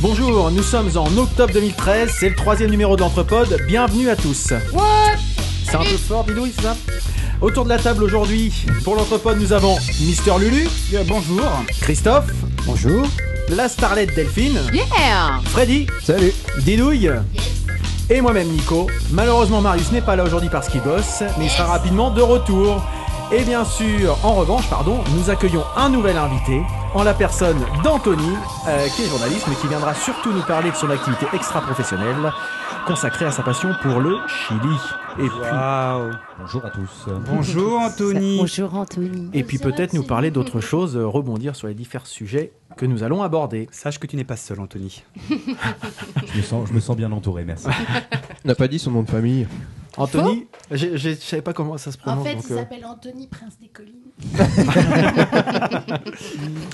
Bonjour, nous sommes en octobre 2013, c'est le troisième numéro de l'Entrepode, bienvenue à tous. C'est un peu fort, bidouille, c'est ça Autour de la table aujourd'hui, pour l'Entrepode, nous avons Mister Lulu, Bonjour. Christophe, Bonjour. la starlette Delphine, Yeah Freddy, Salut. Didouille et moi-même Nico. Malheureusement Marius n'est pas là aujourd'hui parce qu'il bosse, mais il sera rapidement de retour. Et bien sûr, en revanche, pardon, nous accueillons un nouvel invité, en la personne d'Anthony, euh, qui est journaliste, mais qui viendra surtout nous parler de son activité extra-professionnelle, consacrée à sa passion pour le Chili. Et puis, Bonjour à tous. Bonjour Anthony. Bonjour Anthony. et puis peut-être nous parler d'autres choses, euh, rebondir sur les différents sujets que nous allons aborder. Sache que tu n'es pas seul Anthony. Je me sens, je me sens bien entouré, merci. n'a pas dit son nom de famille. Anthony, j'ai- j'ai- je savais pas comment ça se prononce. En fait, donc, il euh, s'appelle Anthony, prince des collines.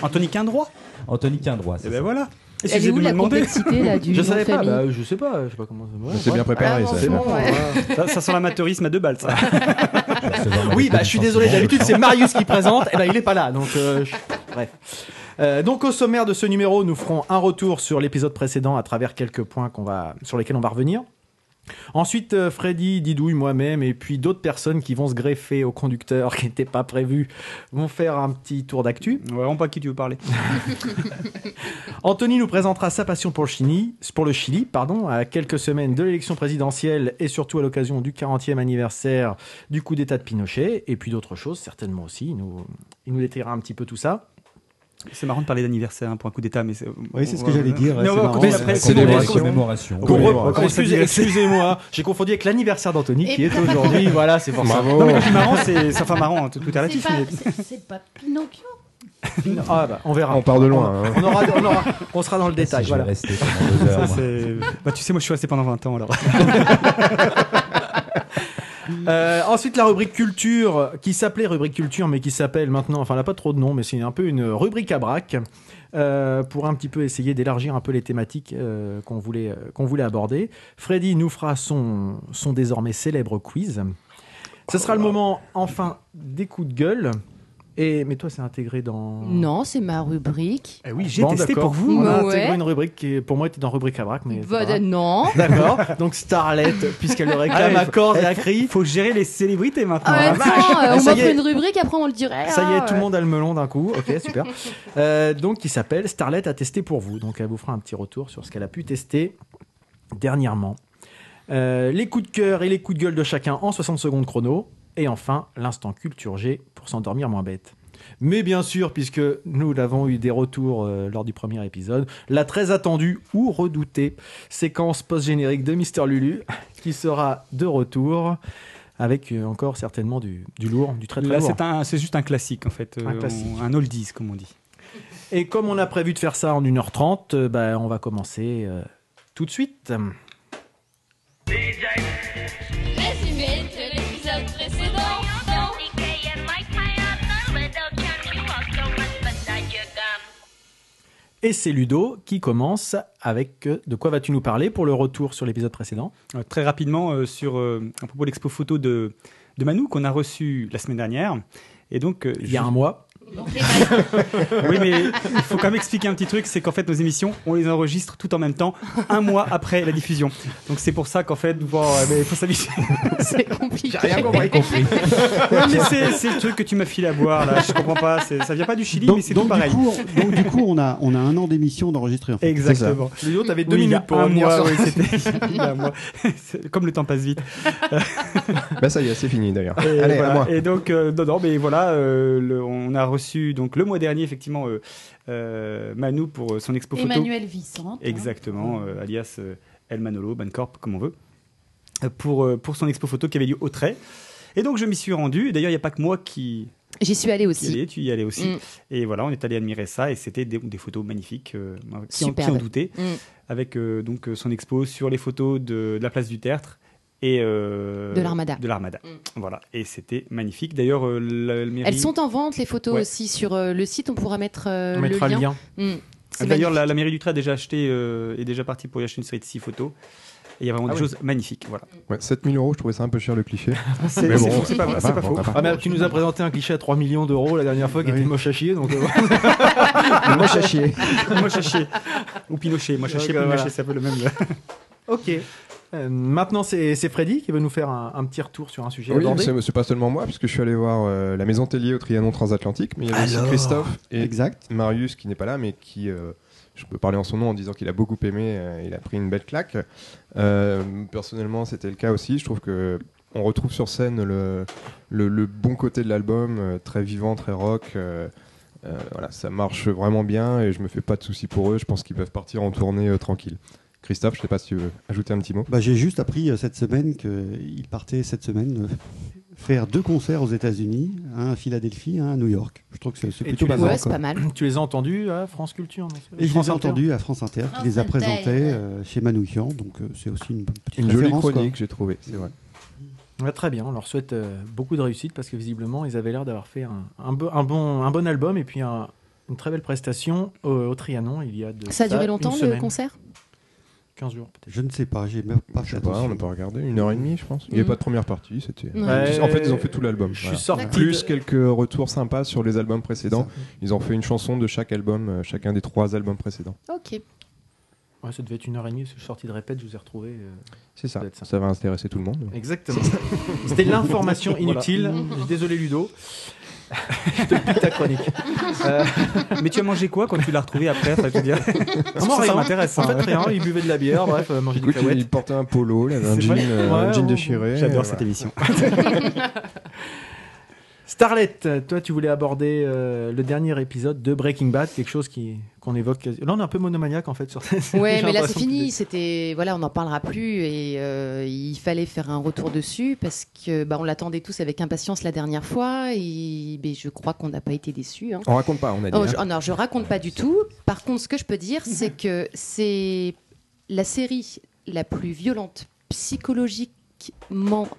Anthony Quindroit Anthony Quindroit. Eh c'est ben ça. voilà. Et si Elle est où de me la demander complexité là du je nom de savais pas, famille bah, je sais pas, je sais pas comment ça ouais, C'est ouais. bien préparé, Ah, ça. C'est bon, Ouais. ouais. ça, ça sent l'amateurisme à deux balles ça. Je vais recevoir ma Oui, bah, copine je suis désolé, gentiment, d'habitude je c'est Marius qui présente, et ben il est pas là, donc euh, je- bref. Euh, donc au sommaire de ce numéro, nous ferons un retour sur l'épisode précédent à travers quelques points qu'on va, sur lesquels on va revenir. Ensuite, euh, Freddy, Didouille, moi-même, et puis d'autres personnes qui vont se greffer au conducteur qui n'était pas prévu, vont faire un petit tour d'actu. On voit Vraiment pas à qui tu veux parler. Anthony nous présentera sa passion pour le Chili, pour le Chili pardon, à quelques semaines de l'élection présidentielle et surtout à l'occasion du 40e anniversaire du coup d'État de Pinochet et puis d'autres choses certainement aussi. Il nous, il nous détaillera un petit peu tout ça. C'est marrant de parler d'anniversaire hein, pour un coup d'état mais c'est Oui, c'est ce que j'allais dire, Mais on c'est va marrant, commencer ouais. après. C'est des prends- vrais Commémoration. commémoration. Commémoration. On va commencer Excusez- à digresser. Excusez-moi, j'ai confondu avec l'anniversaire d'Anthony qui Et- est aujourd'hui. voilà, c'est pour ça. Bravo. Non mais quand je dis marrant, c'est ça enfin marrant, hein, tout, tout est C'est relatif. pas, mais- c'est- c'est pas Pinocchio. Ah, bah, on verra. On part de loin. hein. On, aura- on aura- on sera dans le détail. Si je vais voilà. rester pendant deux heures. Ça, moi. c'est- bah, tu sais, moi je suis resté pendant 20 ans alors. Euh, ensuite, la rubrique culture, qui s'appelait rubrique culture, mais qui s'appelle maintenant, enfin, elle n'a pas trop de nom, mais c'est un peu une rubrique à braque, euh, pour un petit peu essayer d'élargir un peu les thématiques euh, qu'on voulait, euh, qu'on voulait aborder. Freddy nous fera son, son désormais célèbre quiz. Ce sera Oh le moment, enfin, des coups de gueule. Et, mais toi, c'est intégré dans. Non, c'est ma rubrique. Eh oui, j'ai Bon, testé d'accord. pour vous. On a Bah ouais. intégré une rubrique qui, est- pour moi, était dans rubrique à braque, mais. c'est Bah, pas grave. non. D'accord. Donc, Starlet, puisqu'elle le réclame Ah, à il faut- corps et eh, à cri. Faut gérer les célébrités maintenant. Ah, hein. attends, euh, Ah, on ça y m'offre est. une rubrique, après on le dirait. Ça y est, Ah, tout le ouais. monde a le melon d'un coup. Ok, super. Euh, donc, qui s'appelle Starlet a testé pour vous. Donc, elle vous fera un petit retour sur ce qu'elle a pu tester dernièrement. Euh, les coups de cœur et les coups de gueule de chacun en 60 secondes chrono. Et enfin, l'instant culture G pour s'endormir moins bête. Mais bien sûr, puisque nous l'avons eu des retours euh, lors du premier épisode, la très attendue ou redoutée séquence post-générique de Mister Lulu qui sera de retour avec euh, encore certainement du, du lourd, du très très Là, lourd. c'est un- c'est juste un classique en fait. Un euh, classique. on- un oldies comme on dit. Et comme on a prévu de faire ça en 1h30, euh, bah, on va commencer euh, tout de suite. Résumé de l'épisode précédent. Et c'est Ludo qui commence avec euh, De quoi vas-tu nous parler pour le retour sur l'épisode précédent Euh, très rapidement euh, sur euh, à propos de l'expo photo de, de Manou qu'on a reçu la semaine dernière. Et donc, euh, Il y a je- un mois. oui, mais il faut quand même expliquer un petit truc, c'est qu'en fait nos émissions, on les enregistre tout en même temps, un mois après la diffusion. Donc c'est pour ça qu'en fait, bon, euh, mais faut s'habituer. C'est compliqué. Ouais, mais c'est c'est le truc que tu m'as filé à boire là. Je comprends pas. c'est- Ça vient pas du Chili, mais c'est tout pareil. Du coup, on- donc du coup, on a on a un an d'émission d'enregistré. en fait. Exactement. Ludo, t'avais Oui, il y a un mois, oui, c'était- il y a un mois. C'est- Comme le temps passe vite. Bah ça y est, c'est fini d'ailleurs. Et, Allez, voilà. à moi. Et donc, euh, non, non, mais voilà, euh, le- on a reçu donc le mois dernier, effectivement, euh, euh, Manu pour euh, son expo photo. Emmanuel Vicente. hein. Exactement, euh, alias euh, El Manolo, Bancorp, comme on veut, euh, pour, euh, pour son expo photo qui avait lieu au trait. Et donc, je m'y suis rendu. D'ailleurs, il n'y a pas que moi qui, J'y suis allée qui y aussi. allais, tu y allais aussi. Mm. Et voilà, on est allé admirer ça et c'était des, des photos magnifiques, euh, qui, en, qui Superbe. en doutaient, Mm. avec euh, donc euh, son expo sur les photos de, de la place du Tertre et euh, De l'Armada. Mm. De l'Armada. Voilà, et c'était magnifique. D'ailleurs, euh, la- la mairie- Elles sont en vente, les photos Ouais. aussi sur euh, le site. On pourra mettre euh, On mettra le lien. Ah, Mm. C'est Ah, D'ailleurs, magnifique. la, la mairie du Trait a déjà acheté euh, est déjà partie pour y acheter une série de six photos. il y a vraiment Ah des oui. choses magnifiques. Voilà. Ouais, 7000 euros, je trouvais ça un peu cher le cliché. C'est Mais c'est bon, faux, c'est pas, ça c'est va, pas bon, faux. ça va. Ah, mais alors, tu nous as présenté un cliché à 3 millions d'euros la dernière fois qui Oui. était moche à chier, donc euh, Moi, j'ai chier. Moi, Chachier. Ou Pinochet. Moi, Chachier, Donc, euh, Pinochet, voilà. c'est un peu le même. Ok. Euh, maintenant, c'est c'est Freddy qui va nous faire un, un petit retour sur un sujet Oui, mais abordé. c'est c'est pas seulement moi, parce que je suis allé voir euh, la maison Tellier au Trianon transatlantique, mais il y avait aussi Alors. Christophe et Exact. Marius qui n'est pas là, mais qui, euh, je peux parler en son nom en disant qu'il a beaucoup aimé, euh, il a pris une belle claque. Euh, personnellement, c'était le cas aussi. Je trouve que on retrouve sur scène le, le, le bon côté de l'album, euh, très vivant, très rock. euh, euh, voilà, ça marche vraiment bien et je me fais pas de soucis pour eux. Je pense qu'ils peuvent partir en tournée euh, tranquille. Christophe, je sais pas si tu veux ajouter un petit mot. Bah, J'ai juste appris euh, cette semaine qu'il partait cette semaine euh, faire deux concerts aux États-Unis, un à Philadelphie, un à New York. Je trouve que c'est c'est Et tu plutôt pas les mal. Ouais, c'est quoi. pas mal. Tu les as entendus à France Culture non Et je les ai France Inter. entendus à France Inter qui les a France Inter. présentés euh, chez Manoukian, donc euh, c'est aussi une petite Une jolie référence, quoi. chronique, j'ai trouvé. C'est vrai. Ouais, très bien, on leur souhaite euh, beaucoup de réussite parce que visiblement ils avaient l'air d'avoir fait un, un bo- un bon, un bon album et puis un- une très belle prestation au, au Trianon il y a de Ça a duré une longtemps le semaine, concert 15 jours peut-être. Je ne sais pas, j'ai même pas Je fait sais pas, on attention. n'a pas regardé. Une heure et demie, je pense. Il n'y Mhm. avait pas de première partie, c'était. Ouais. En fait, ils ont fait tout l'album. Je voilà. suis sorti. Plus de- quelques retours sympas sur les albums précédents. Ils ont fait une chanson de chaque album, euh, chacun des trois albums précédents. Ok. Ouais, ça devait être une heure et demie, parce que je suis sorti de répète, je vous ai retrouvé. euh, C'est ça. Peut-être ça. Ça va intéresser tout le monde. Exactement. C'était l'information inutile. Je suis Désolé Ludo. je te pique ta chronique. Euh, Mais tu as mangé quoi quand tu l'as retrouvé après enfin, je veux dire, Parce que Comment ça, ça rien m'intéresse. en hein. fait rien, il buvait de la bière, bref, euh, mangeait des Écoute, cacahuètes. il portait un polo, il avait un C'est jean, vrai. euh, un Ouais, jean on- déchiré. J'adore euh, cette voilà. émission. Starlet, toi tu voulais aborder euh, le dernier épisode de Breaking Bad, quelque chose qui qu'on évoque. quasi- Là on est un peu monomaniaque en fait sur cette- Ouais, j'ai mais là c'est l'impression fini. C'était voilà, on n'en parlera plus et euh, il fallait faire un retour dessus parce que bah, on l'attendait tous avec impatience la dernière fois et ben, je crois qu'on n'a pas été déçus. hein. On raconte pas, on a dit. Oh, hein. je, oh non, je raconte pas du tout. Par contre, ce que je peux dire, c'est que c'est la série la plus violente psychologiquement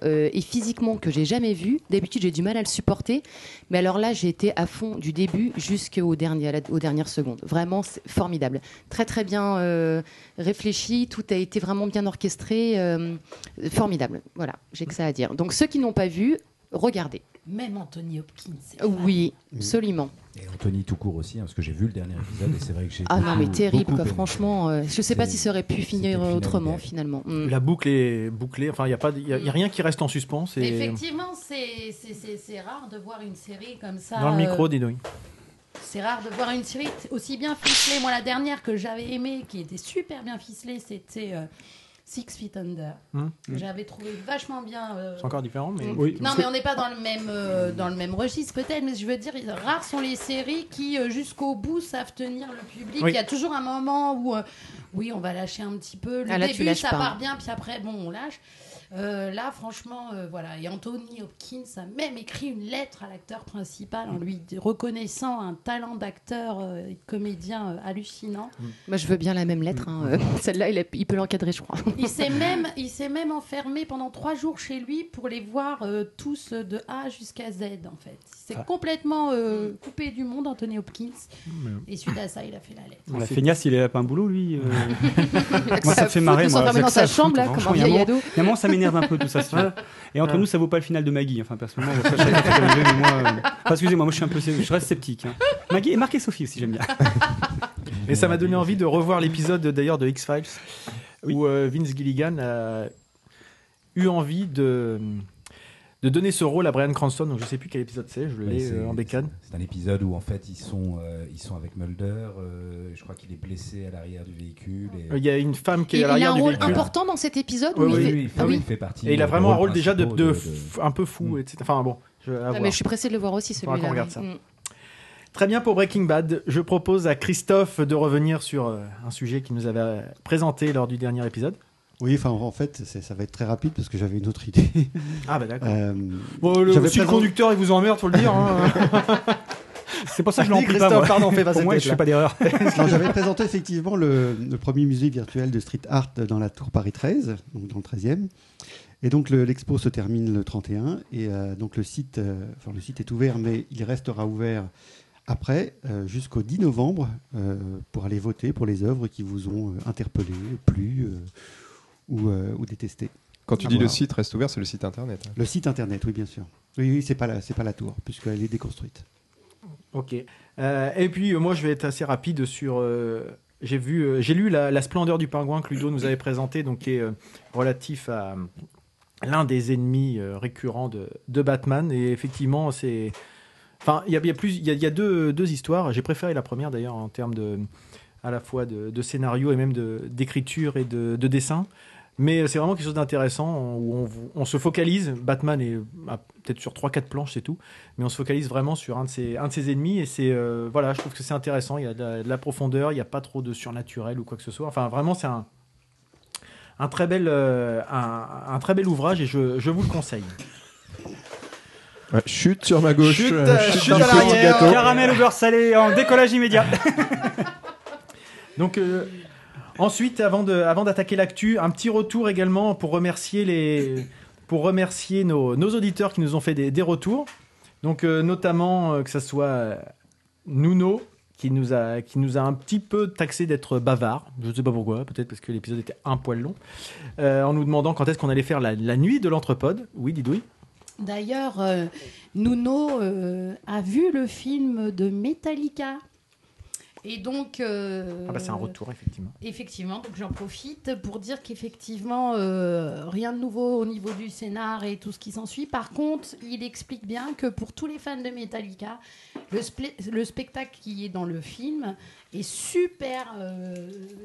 euh, et physiquement que j'ai jamais vue. D'habitude, j'ai du mal à le supporter, mais alors là, j'ai été à fond du début jusqu'aux dernières, aux dernières secondes. Vraiment, c'est formidable. Très très bien euh, réfléchi, tout a été vraiment bien orchestré, euh, formidable. Voilà, j'ai que ça à dire. Donc ceux qui n'ont pas vu, regardez. hein. Même Anthony Hopkins. c'est Oui, absolument. Et Anthony tout court aussi, hein, parce que j'ai vu le dernier épisode et c'est vrai que j'ai. Ah non, mais beaucoup, terrible, beaucoup quoi. aimé. franchement. euh, je sais pas C'est- si ça aurait pu c'était finir le final autrement, idéal. finalement. Mm. La boucle est bouclée. Enfin, il n'y a, pas de- y a- y a rien qui reste en suspens. Et Effectivement, c'est- c'est c'est- c'est rare de voir une série comme ça. dans le euh, micro, dis donc. C'est rare de voir une série t- aussi bien ficelée. Moi, la dernière que j'avais aimée, qui était super bien ficelée, c'était euh, Six Feet Under. Hmm. Que J'avais trouvé vachement bien. euh, C'est encore différent, mais. Oui. Non, mais on n'est pas dans le même euh, dans le même registre peut-être, mais je veux dire, rares sont les séries qui euh, jusqu'au bout savent tenir le public. Oui. Il y a toujours un moment où euh, oui, on va lâcher un petit peu. Le Ah, là, tu début, lâches ça pas. part bien, puis après, bon, on lâche. Euh, là, franchement, euh, voilà. Et Anthony Hopkins a même écrit une lettre à l'acteur principal en lui reconnaissant un talent d'acteur euh, et de comédien euh, hallucinant. Moi, je veux bien la même lettre. hein, euh, Celle-là, il, a- il peut l'encadrer, je crois. Il s'est même, il s'est même enfermé pendant trois jours chez lui pour les voir euh, tous euh, de A jusqu'à Z en fait. C'est Ah. complètement euh, coupé du monde Anthony Hopkins. Et suite à ça, il a fait la lettre. La feignasse, il est pas un boulot, lui. euh. a moi, ça à me foutre, fait marrer. on moi. s'enferme J'ai que dans ça sa à chambre, foutre, là, comme franchement, un il y a vieil moment- ado. il y a un moment, ça m'énerve un peu tout ça. si tu veux. Et entre nous, ça vaut pas le final de Maggie. hein. Enfin, personnellement, ça, je sais pas comment je vais, mais moi, euh, enfin, excusez-moi, moi, je suis un peu, je reste sceptique. hein. Maggie et Marc et Sophie aussi, j'aime bien. Mais ça m'a donné envie de revoir l'épisode d'ailleurs de X-Files Oui. où euh, Vince Gilligan a eu envie de, de donner ce rôle à Brian Cranston. Donc je sais plus quel épisode c'est, je Ouais, l'ai c'est- euh, en bécane. C'est un épisode où en fait ils sont, euh, ils sont avec Mulder. euh, je crois qu'il est blessé à l'arrière du véhicule. Et... Ah, Il y a une femme qui Il, est il à a l'arrière un du rôle véhicule. important dans cet épisode Oui, où il oui, fait- il, fait, Ah oui. il fait partie. Et il a des vraiment un rôle rôles déjà de, principaux de f- un peu fou, Mm. etc. Enfin bon, je, à Ah, voir. mais je suis pressée de le voir aussi, Faudra celui-là. qu'on regarde oui. ça. Mm. Très bien pour Breaking Bad. Je propose à Christophe de revenir sur euh, un sujet qu'il nous avait euh, présenté lors du dernier épisode. Oui, enfin, en fait, c'est- ça va être très rapide parce que j'avais une autre idée. Ah bah d'accord. Euh, Bon, le, j'avais si le présent- conducteur il vous emmerde, faut le dire. hein. C'est pour ça que je Dis, l'empile pas. Christophe, moi. pardon, fais pas Pour cette moi, je tête-là. fais pas d'erreur. non, j'avais présenté effectivement le, le premier musée virtuel de street art dans la tour Paris 13, donc dans le 13e. Et donc le- l'expo se termine le 31 et euh, donc le site, euh, enfin le site est ouvert, mais il restera ouvert après euh, jusqu'au 10 novembre euh, pour aller voter pour les œuvres qui vous ont euh, interpellé, plu euh, ou, euh, ou détester. Quand tu Ah, dis le bah. voilà. site reste ouvert, c'est le site internet. hein. Le site internet, oui, bien sûr. Oui, oui, c'est pas la, c'est pas la tour, puisqu'elle est déconstruite. Ok. Euh, et puis euh, moi je vais être assez rapide sur. euh, j'ai vu, euh, j'ai lu la, La splendeur du pingouin que Ludo nous avait présenté, donc qui est euh, relatif à euh, l'un des ennemis euh, récurrents de, de Batman. Et effectivement, c'est. Enfin, il y a, il y a plus, il y a, il y a deux, deux histoires. J'ai préféré la première d'ailleurs en termes de à la fois de, de scénario et même de- d'écriture et de, de dessin. Mais euh, c'est vraiment quelque chose d'intéressant où on, on se focalise. Batman est ah, peut-être sur 3-4 planches, c'est tout mais on se focalise vraiment sur un de ses, un de ses ennemis et c'est euh, voilà je trouve que c'est intéressant il y a de la, de la profondeur il n'y a pas trop de surnaturel ou quoi que ce soit enfin vraiment c'est un un très bel euh, un, un très bel ouvrage et je, je vous le conseille Ouais, chute sur ma gauche. Chute, euh, euh, chute dans à le petit l'arrière. gâteau. Caramel au beurre salé en décollage immédiat. donc euh, ensuite avant de avant d'attaquer l'actu un petit retour également pour remercier les pour remercier nos, nos auditeurs qui nous ont fait des, des retours donc euh, notamment euh, que ça soit euh, Nuno qui nous a qui nous a un petit peu taxé d'être bavard. Je ne sais pas pourquoi, peut-être parce que l'épisode était un poil long. Euh, en nous demandant quand est-ce qu'on allait faire la, la nuit de l'entrepode. Oui, Didouille. D'ailleurs, euh, Nuno euh, a vu le film de Metallica. Et donc. euh, Ah bah c'est un retour effectivement. Effectivement, donc j'en profite pour dire qu'effectivement, euh, rien de nouveau au niveau du scénar et tout ce qui s'ensuit. Par contre, il explique bien que pour tous les fans de Metallica, le, sple- le spectacle qui est dans le film est super euh,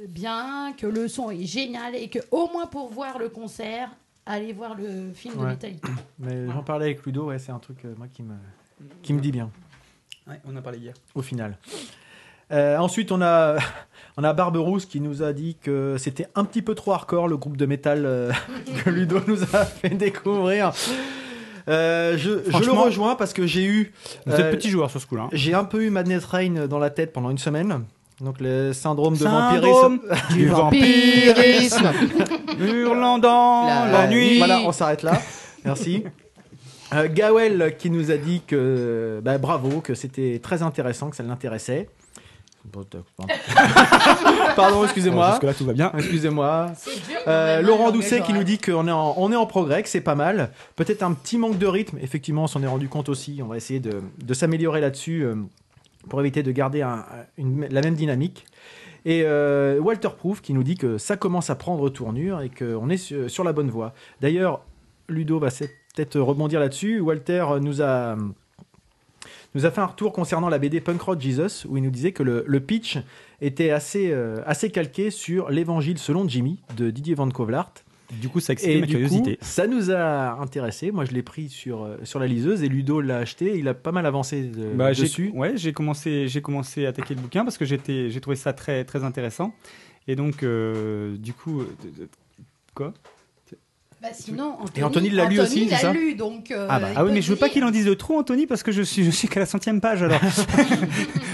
bien, que le son est génial et que au moins pour voir le concert, allez voir le film de Ouais. Metallica. Mais j'en parlais avec Ludo, ouais, c'est un truc euh, moi qui me qui me dit bien Ouais, on a parlé hier. au final. Euh, ensuite, on a, on a Barberousse qui nous a dit que c'était un petit peu trop hardcore le groupe de métal euh, que Ludo nous a fait découvrir. Euh, je, je le Franchement- rejoins parce que j'ai eu Vous êtes euh, petit joueur sur ce coup-là. hein. J'ai un peu eu Madness Rain dans la tête pendant une semaine. Donc le syndrome de Syndrome vampirisme. du Pyrisme hurlant dans la, La nuit. nuit. Bah, Voilà, on s'arrête là. Merci. Euh, Gawel qui nous a dit que bah, bravo, que c'était très intéressant, que ça l'intéressait. Bon, t'as- pardon. Pardon, excusez-moi. là tout va bien. Excusez-moi. C'est dur, Euh, quand même, hein, Laurent l'anglais, Doucet qui j'aurais- nous dit qu'on est en, on est en progrès, que c'est pas mal. Peut-être un petit manque de rythme. Effectivement, on s'en est rendu compte aussi. On va essayer de, de s'améliorer là-dessus euh, pour éviter de garder un- une- la même dynamique. Et euh, Walter Proof qui nous dit que ça commence à prendre tournure et qu'on est sur, sur la bonne voie. D'ailleurs, Ludo va se- peut-être rebondir là-dessus. Walter euh, nous a nous a fait un retour concernant la BD Punk Rock Jesus où il nous disait que le, le pitch était assez, euh, assez calqué sur l'évangile selon Jimmy de Didier Van Kovlart. Du coup, ça excite Et ma du coup, curiosité. ça nous a intéressé. Moi, je l'ai pris sur, euh, sur la liseuse et Ludo l'a acheté. Il a pas mal avancé de- Bah, j'ai- dessus. Ouais, j'ai commencé, j'ai commencé à attaquer le bouquin parce que j'étais, j'ai trouvé ça très, très intéressant. Et donc, euh, du coup, euh, de- de- quoi Bah, sinon, Anthony, Et Anthony l'a lu aussi, Anthony c'est l'a ça lu, donc, euh, Ah bah, il Ah oui, peut mais je veux pas dire. qu'il en dise de trop, Anthony, parce que je suis, je suis qu'à la centième page. Alors,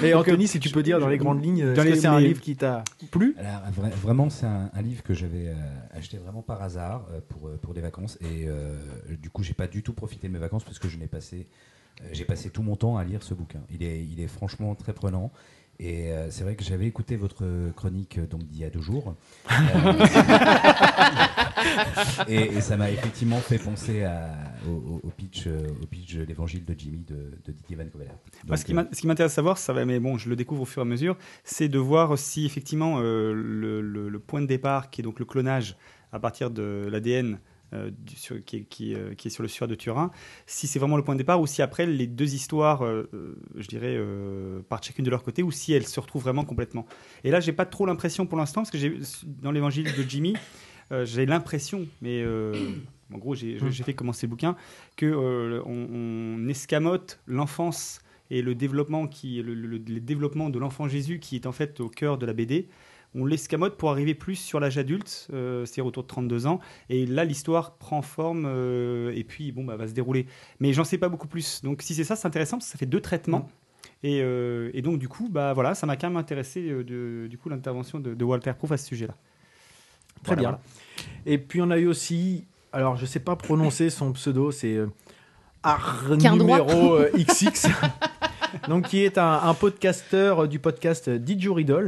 Et Anthony, si tu peux dire euh, dans les grandes lignes, est-ce Dans que les- c'est un mais- livre qui t'a plu Alors, vra- vraiment, c'est un, un livre que j'avais euh, acheté vraiment par hasard euh, pour, euh, pour des vacances. Et euh, du coup, j'ai pas du tout profité de mes vacances parce que je n'ai passé, euh, j'ai passé tout mon temps à lire ce bouquin. Il est, il est franchement très prenant. Et euh, c'est vrai que j'avais écouté votre chronique euh, donc d'il y a deux jours. Euh, et, et ça m'a effectivement fait penser à- au, au- au pitch, euh, au pitch de l'évangile de Jimmy de, de Didier Van Covelaert. Moi, ce qui m'in- ce qui m'intéresse à savoir, ça va, mais bon, je le découvre au fur et à mesure, c'est de voir si effectivement euh, le, le- le point de départ, qui est donc le clonage à partir de l'ADN euh, du- sur- qui, est- qui, euh, qui est sur le sueur de Turin, si c'est vraiment le point de départ ou si après les deux histoires, euh, euh, je dirais, euh, partent chacune de leur côté ou si elles se retrouvent vraiment complètement. Et là, j'ai pas trop l'impression pour l'instant, parce que j'ai dans l'évangile de Jimmy, euh, j'ai l'impression, mais euh, en gros, j'ai j'ai fait commencer le bouquin, que euh, on, on escamote l'enfance et le développement qui le, le- le développement de l'enfant Jésus qui est en fait au cœur de la BD. On l'escamote pour arriver plus sur l'âge adulte, euh, c'est autour de 32 ans. Et là, l'histoire prend forme euh, et puis bon, bah, va se dérouler. Mais j'en sais pas beaucoup plus. Donc si c'est ça, c'est intéressant parce que ça fait deux traitements. Mm. Et, euh, et donc du coup, bah voilà, ça m'a quand même intéressé euh, de- du coup l'intervention de, de Walter Proof à ce sujet-là. Très Voilà, bien. voilà. Et puis, on a eu aussi. Alors, je sais pas prononcer son pseudo, c'est euh, Ar Qu'un droit. numéro euh, XX. Donc, qui est un, un podcasteur euh, du podcast euh, Didgeridoo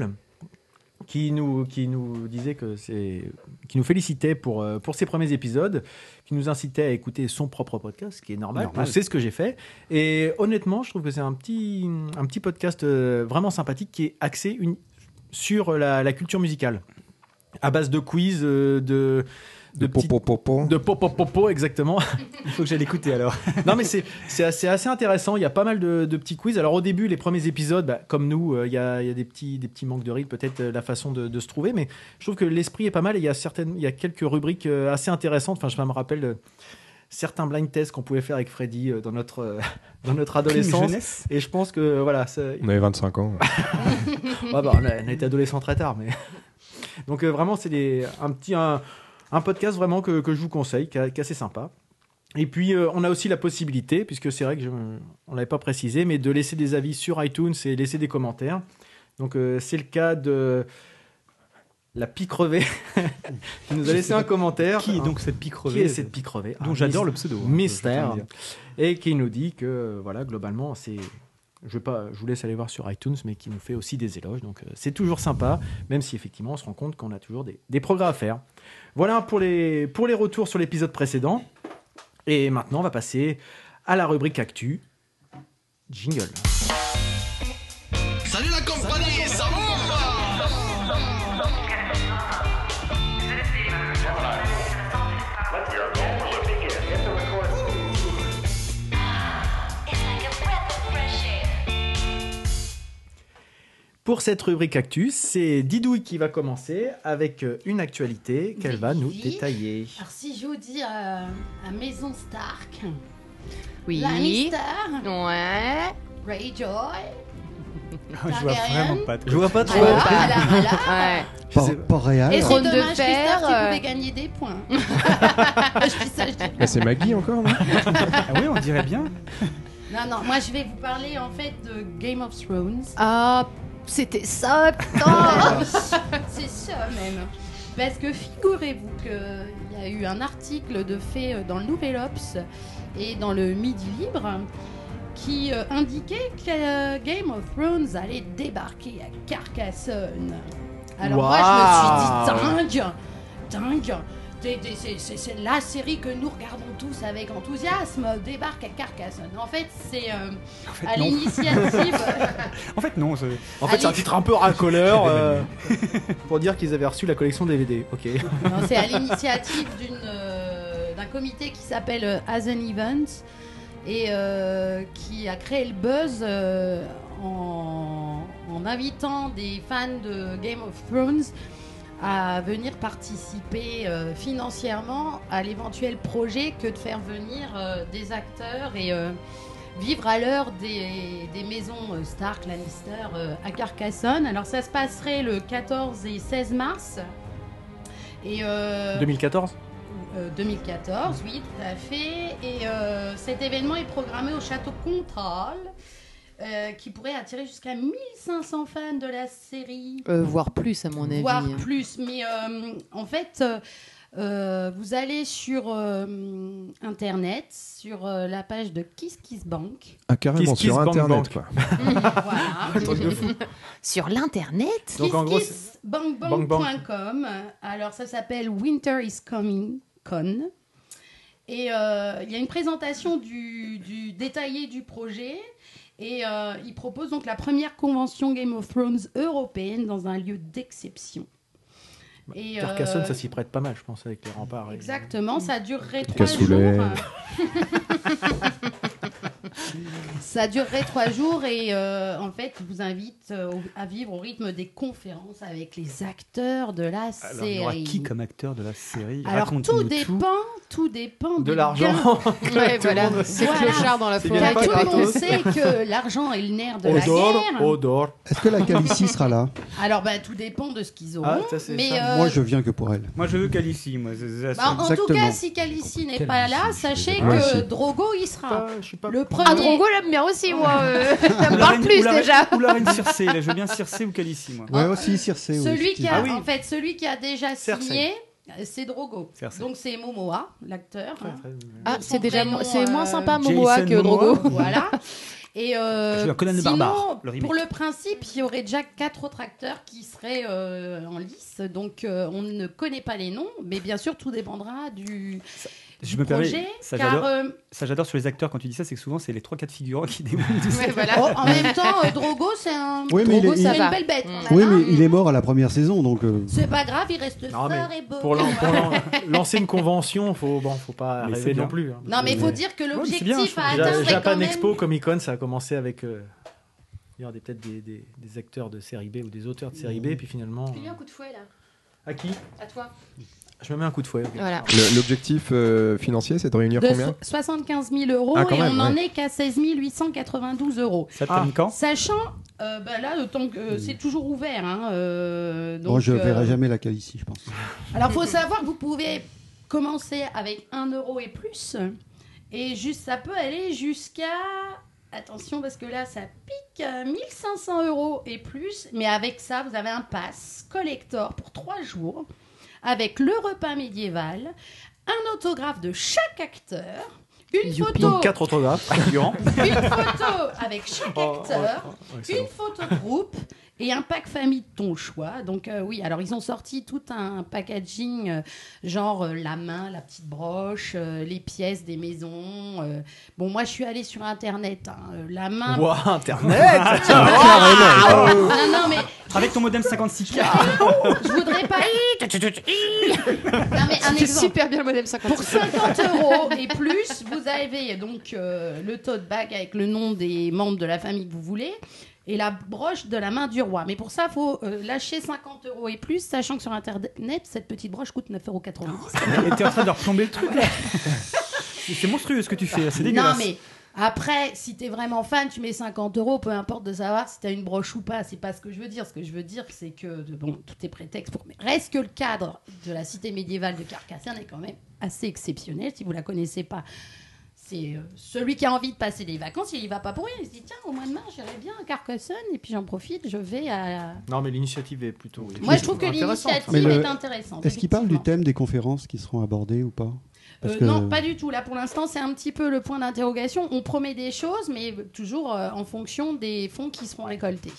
qui nous, qui nous disait que c'est, qui nous félicitait pour, euh, pour ses premiers épisodes, qui nous incitait à écouter son propre podcast, ce qui est normal. Normal. C'est ce que j'ai fait. Et honnêtement, je trouve que c'est un petit, un petit podcast euh, vraiment sympathique qui est axé une, sur la, la culture musicale, à base de quiz, euh, de de, petites- de popo popo exactement. Il faut que j'aille écouter alors. non mais c'est c'est assez, assez intéressant. Il y a pas mal de, de petits quiz. Alors au début, les premiers épisodes, bah, comme nous, euh, il y a, il y a des petits des petits manques de rythme, peut-être euh, la façon de, de se trouver. Mais je trouve que l'esprit est pas mal. Et il y a certaines, il y a quelques rubriques euh, assez intéressantes. Enfin, je me rappelle euh, certains blind tests qu'on pouvait faire avec Freddy euh, dans notre euh, dans notre adolescence. Jeunesse. Et je pense que voilà, ça- On avait 25 ans. Ouais, bah, on, a, on a été adolescent très tard, mais. Donc euh, vraiment, c'est des- un petit un, un podcast vraiment que, que je vous conseille, qui, a- qui est assez sympa. Et puis euh, on a aussi la possibilité, puisque c'est vrai que je, on l'avait pas précisé, mais de laisser des avis sur iTunes et laisser des commentaires. Donc euh, c'est le cas de la picrevée qui nous a laissé un commentaire. Qui est donc cette pique Qui est cette Ah, picrevée dont j'adore le pseudo. hein, je mystère tiens à le dire. et qui nous dit que euh, voilà globalement c'est je vais pas je vous laisse aller voir sur iTunes mais qui nous fait aussi des éloges donc euh, c'est toujours sympa même si effectivement on se rend compte qu'on a toujours des, des progrès à faire voilà pour les pour les retours sur l'épisode précédent et maintenant on va passer à la rubrique actu jingle Salut la compagnie, ça va pour cette rubrique actu c'est Didouille qui va commencer avec euh, une actualité qu'elle va nous Oui. détailler Alors si je vous dis euh, à Maison Stark, Oui. Lannister, Ouais. Greyjoy, Ah, Je vois Targaryen. Ah, vraiment pas. de je vois pas trop voilà, voilà, voilà. Ouais. Je sais- Port, Réal. Et Et c'est Trône de dommage, fer, Christophe, tu euh. pouvais gagner des points. je dis ça, je dis Mais c'est Maggie encore, non Ah oui, on dirait bien. Non, non, moi je vais vous parler en fait de Game of Thrones. Ah, c'était ça. Ah, c'est ça même. Parce que figurez-vous qu'il y a eu un article de fait euh, dans le Nouvel Ops et dans le Midi Libre qui euh, indiquait que euh, Game of Thrones allait débarquer à Carcassonne. Alors moi je me suis dit dingue, dingue. Des- des- c'est- C'est c'est la série que nous regardons tous avec enthousiasme, débarque à Carcassonne. En fait, c'est euh, En fait, à non. l'initiative. En fait, non. je- En fait, c'est un Allez. titre un peu racoleur euh, pour dire qu'ils avaient reçu la collection DVD. Ok. Non, c'est à l'initiative d'une, euh, d'un comité qui s'appelle euh, As an Event et euh, qui a créé le buzz euh, en, en invitant des fans de Game of Thrones à venir participer euh, financièrement à l'éventuel projet que de faire venir euh, des acteurs et euh, vivre à l'heure des, des maisons euh, Stark, Lannister euh, à Carcassonne. Alors ça se passerait le 14 et 16 mars. Et euh, 2014 euh, 2014, oui, tout à fait. Et euh, cet événement est programmé au Château Contral, euh, qui pourrait attirer jusqu'à 1500 fans de la série, voire Euh, plus, à mon avis. voire plus. Mais euh, en fait, euh, euh, vous allez sur euh, Internet, sur euh, la page de Kiss Kiss Bank. Ah, carrément, Kiss, sur kiss, bang, Internet, bang. quoi. voilà. Sur l'internet Donc, en gros, Bang KissKissBangBang.com. Alors ça s'appelle Winter is Coming Con. Et euh, il y a une présentation du, du détaillé du projet. Et euh, il propose donc la première convention Game of Thrones européenne dans un lieu d'exception. Et, Carcassonne, euh, ça s'y prête pas mal, je pense, avec les remparts. et- Exactement, ça durerait trois Cassoulet. jours. euh. ça durerait trois jours et euh, en fait, vous invite euh, au- à vivre au rythme des conférences avec les acteurs de la Alors, il y aura série. qui comme acteur de la série Alors Raconte-nous tout dépend, tout dépend De des gains. l'argent. Ouais, voilà. C'est Voilà. clochard dans la C'est Car bien forêt. pas tout le monde gratos. sait que l'argent est le nerf de la Odor, guerre. odor. Est-ce que la Calicie sera là Alors bah, tout dépend de ce qu'ils auront. Ah, ça, c'est mais ça. euh, Moi, je viens que pour elle. Moi, je veux Calici. Moi, c'est- c'est- bah, en tout Exactement. cas, si Calici n'est pas là, Khaleesi, je suis sachez désolé. que Ouais, Drogo y sera. Je suis pas. Le premier. Ah, Drongo l'aime bien aussi, moi. euh, Ça Ou me la parle reine- plus ou la reine- déjà. Ou la reine Circé. Là, je veux bien Circé ou Calici, moi. Ouais, aussi Circe. oui, oh, Celui qui a, Ah oui. en fait, celui qui a déjà Cersei. signé, euh, c'est Drogo. Cersei. Donc c'est Momoa, l'acteur. hein. Ah, Son c'est déjà mo- prénom, c'est euh, moins sympa Momoa Jason que Drogo. Momoa. Voilà. Et euh, Ah, Je veux dire, Conan le sinon, Barbare, le remake. pour le principe, il y aurait déjà quatre autres acteurs qui seraient euh, en lice. Donc euh, on ne connaît pas les noms, mais bien sûr tout dépendra du, Je du me projet. permets, ça car j'adore, euh, ça j'adore sur les acteurs quand tu dis ça, c'est que souvent c'est les trois quatre figurants qui déboulent. ouais, voilà. en même temps, euh, Drogo c'est un Oh. Oui, mais il Drogo, est- c'est il- une belle bête. on en a Oui, un, mais il est mort à la première saison, donc. euh, Ah, C'est pas grave, il reste Non, fort mais et beau. Pour, lan- pour lan- lancer une convention, faut bon, faut pas Mais c'est rêver bien. non plus. hein. Non, mais il faut dire que mais c'est l'objectif bien, je trouve. à Ja- atteindre est Japan quand même- Expo, Comic Con, ça a commencé avec. euh, il y aurait peut-être des, des- des acteurs de série B ou des auteurs de série B, Mmh. et puis finalement. Tu lui un coup de fouet là, euh, à qui à toi. Je me mets un coup de fouet. ok. Voilà. Le- L'objectif euh, financier, c'est de réunir de combien so- 75 000 euros Ah, quand et même, on n'en ouais. est qu'à 16 892 euros. Ça termine quand Sachant, euh, bah là, autant que euh, c'est toujours ouvert. Hein, euh, donc, bon, je euh, verrai jamais la cale ici, je pense. Alors, faut savoir que vous pouvez commencer avec 1 euro et plus. Et juste, ça peut aller jusqu'à. Attention, parce que là, ça pique euh, 1500 euros et plus. Mais avec ça, vous avez un pass collector pour 3 jours. Avec le repas médiéval, un autographe de chaque acteur, une photo, Donc quatre autographes, figurants. une photo avec chaque Oh, oh, acteur, oh, excellent. une photo groupe et un pack famille de ton choix. Donc euh, oui, alors ils ont sorti tout un packaging euh, genre euh, la main, la petite broche, euh, les pièces des maisons. euh. bon, moi je suis allée sur internet. hein, euh, la main. Ouah, internet Ah, non, non, mais Avec ton modem 56K je voudrais pas. non, mais un C'était exemple. Ah, super bien le modem 50. Pour 50 euros et plus, vous avez donc euh, le tote bag avec le nom des membres de la famille que vous voulez et la broche de la main du roi. Mais pour ça, il faut euh, lâcher 50 euros et plus, sachant que sur Internet, cette petite broche coûte 9,90 euros. Et t'es en train de replomber le truc là C'est c'est monstrueux ce que tu fais, là, c'est Non, dégueulasse. mais après, si t'es vraiment fan, tu mets 50 euros, peu importe de savoir si t'as une broche ou pas. C'est pas ce que je veux dire. Ce que je veux dire, c'est que de- bon, tout est prétexte pour. Mais reste que le cadre de la cité médiévale de Carcassonne est quand même assez exceptionnel. Si vous la connaissez pas, c'est euh, celui qui a envie de passer des vacances, il y va pas pour rien. Il se dit tiens, au mois de mars, j'irai bien à Carcassonne et puis j'en profite, je vais à. Non, mais l'initiative est plutôt. Moi, je trouve que intéressante. Mais l'initiative le- est intéressante. Est-ce qu'il parle du effectivement. thème des conférences qui seront abordées ou pas Euh, Non, pas du tout. Là, pour l'instant, c'est un petit peu le point d'interrogation. On promet des choses, mais toujours euh, en fonction des fonds qui seront récoltés.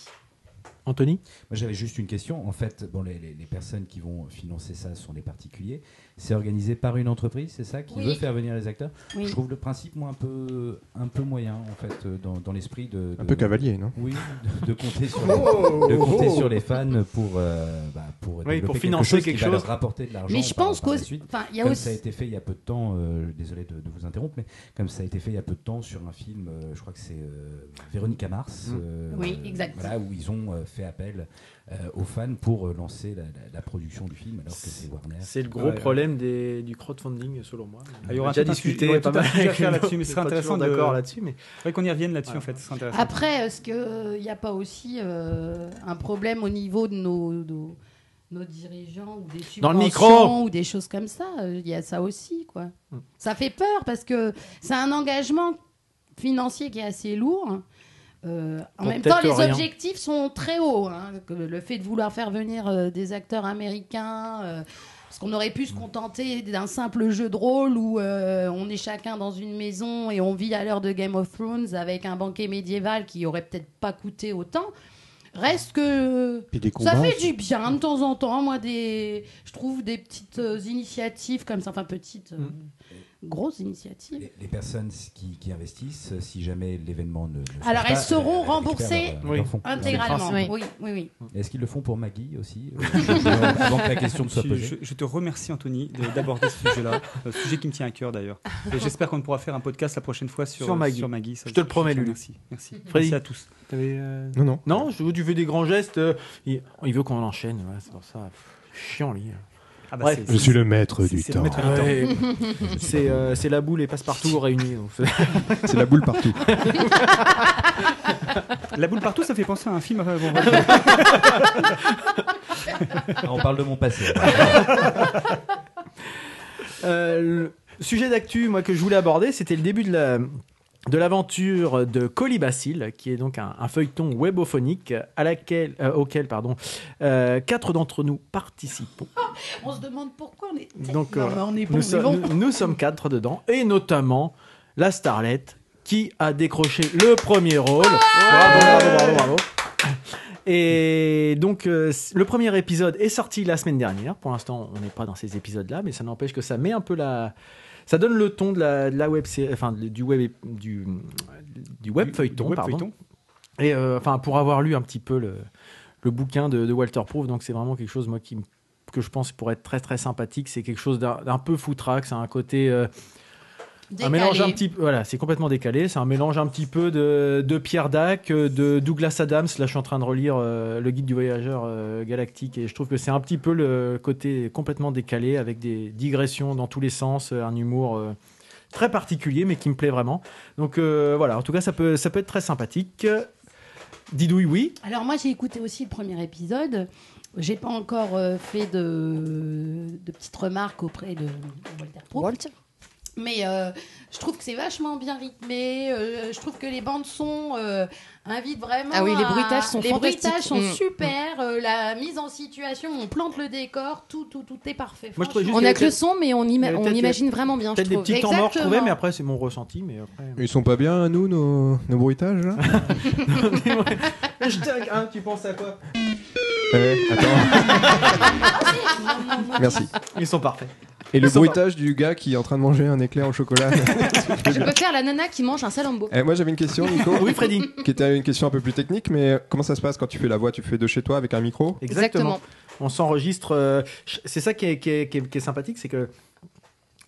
Anthony Moi, j'avais juste une question. En fait, bon, les, les- les personnes qui vont financer ça sont des particuliers. C'est organisé par une entreprise, c'est ça, qui Oui. veut faire venir les acteurs. Oui. Je trouve le principe, moi, un peu, un peu moyen, en fait, euh, dans, dans l'esprit de, de- Un peu cavalier, non Oui, de, de compter sur les, Oh, Oh, de compter sur les fans pour, euh, bah, pour, développer pour financer quelque qui va leur chose. rapporter de l'argent. Mais je par- pense par la qu'au- suite. enfin, il y a Comme ça a aussi. été fait il y a peu de temps, euh, désolé de, de vous interrompre, mais comme ça a été fait il y a peu de temps sur un film, euh, je crois que c'est euh, Véronica Mars, euh, Mm. Oui, exact. voilà, où ils ont euh, fait appel euh, aux fans pour euh, lancer la, la- la production du film, alors que c'est Warner. C'est le gros Ouais. problème des- du crowdfunding, selon moi. Ah, il y aura On a déjà tout un sujet- il y discuté aura pas tout un mal sujet à avec faire les là-dessus, autres, mais ce serait pas toujours intéressant de- d'accord là-dessus, mais Faudrait qu'on y revienne là-dessus Ouais. en fait, c'est Ah. intéressant. Après, est-ce qu'il n'y a pas aussi euh, un problème au niveau de nos, nos, nos dirigeants ou des subventions Dans le micro ou des choses comme ça euh, Il y a ça aussi, quoi. Hmm. Ça fait peur parce que c'est un engagement financier qui est assez lourd. Euh, en Pour même temps, les peut-être rien. objectifs sont très hauts. hein. Que Le fait de vouloir faire venir euh, des acteurs américains, euh, parce qu'on aurait pu se contenter d'un simple jeu de rôle où euh, on est chacun dans une maison et on vit à l'heure de Game of Thrones avec un banquet médiéval qui aurait peut-être pas coûté autant. Reste que Puis des ça combats. fait du bien de temps en temps, moi, des, je trouve des petites euh, initiatives comme ça, enfin petites, euh, Hmm. grosses initiatives. Les, les personnes s- qui, qui investissent, euh, si jamais l'événement ne, ne se Alors, passe elles pas, euh, seront récupèrent remboursées leur- leur Oui. fonds. Intégralement, Oui. oui, oui, oui. Et Est-ce qu'ils le font pour Maggie aussi euh, Avant que la question ne soit Je, posée. je- je te remercie Anthony de- d'aborder ce sujet-là, un sujet qui me tient à cœur d'ailleurs. Et j'espère qu'on pourra faire un podcast la prochaine fois sur, Sur Maggie. Maggie, ça, Je te le promets, Lulu. Merci, merci. Freddy. Merci à tous. euh, Non, non. Non, je- tu veux des grands gestes. euh, il, il veut qu'on enchaîne, ouais, c'est pour ça. Pff, Chiant, lui. Ah Bref. c'est- Je le maître c'est- c'est le maître du temps. Ouais. c'est euh, c'est la boule et passe-partout réunis. donc c'est- C'est la boule partout. La boule partout, ça fait penser à un film. euh, bon, Ah, on parle de mon passé. Euh, le sujet d'actu, moi, que je voulais aborder, c'était le début de la de l'aventure de Colibacille, qui est donc un, un feuilleton webophonique à laquelle, euh, auquel pardon, euh, quatre d'entre nous participons. On se demande pourquoi on est. Donc, Non, euh, mais on est bon, on nous, est sommes- bon. nous- nous sommes quatre dedans, et notamment la starlette qui a décroché le premier rôle. bravo, bravo, bravo, bravo. Et donc, euh, c- le premier épisode est sorti la semaine dernière. Pour l'instant, on n'est pas dans ces épisodes-là, mais ça n'empêche que ça met un peu la. Ça donne le ton de la, de la web sé- enfin, du web, du, du web feuilleton, web pardon. feuilleton. Et euh, enfin, pour avoir lu un petit peu le, le bouquin de, de Walter Proof, donc c'est vraiment quelque chose moi qui me- que je pense pour être très très sympathique, c'est quelque chose d'un d'un peu foutraque, c'est un côté euh, un mélange un petit peu voilà, c'est complètement décalé, c'est un mélange un petit peu de, de Pierre Dac, euh, de Douglas Adams, là je suis en train de relire euh, le guide du voyageur euh, galactique et je trouve que c'est un petit peu le côté complètement décalé avec des digressions dans tous les sens, euh, un humour euh, très particulier mais qui me plaît vraiment. Donc euh, voilà, en tout cas ça peut ça peut être très sympathique. Didouille oui. Alors moi j'ai écouté aussi le premier épisode. J'ai pas encore euh, fait de, de petites remarques auprès de Walter Proof. Mais euh, je trouve que c'est vachement bien rythmé. euh, je trouve que les bandes son euh, invitent vraiment. Ah oui, les à- bruitages sont les bruitages fantastiques. sont Mm. super. euh, la mise en situation, on plante le décor, tout, tout, tout est parfait. Moi, je trouvais franchement. On qu'il y a avait que le peut-être- son, mais on, il y ima- avait on peut-être- imagine vraiment bien, je Peut-être des trouve. petits temps morts, je trouvais, Exactement. mais après c'est mon ressenti. Mais après, Ils sont pas bien à nous nos, nos bruitages là Hashtag, hein, tu penses à quoi Ouais, Eh, attends. Merci. Ils sont parfaits. Et le Ils sont bruitage du gars qui est en train de manger un éclair au chocolat. Je peux faire la nana qui mange un salambo. Eh, moi j'avais une question, Nico. Oui, Freddy. Qui était une question un peu plus technique, mais euh, comment ça se passe quand tu fais la voix Tu fais de chez toi avec un micro Exactement. On s'enregistre. euh, ch- c'est ça qui est, qui est- qui est- qui est sympathique, c'est que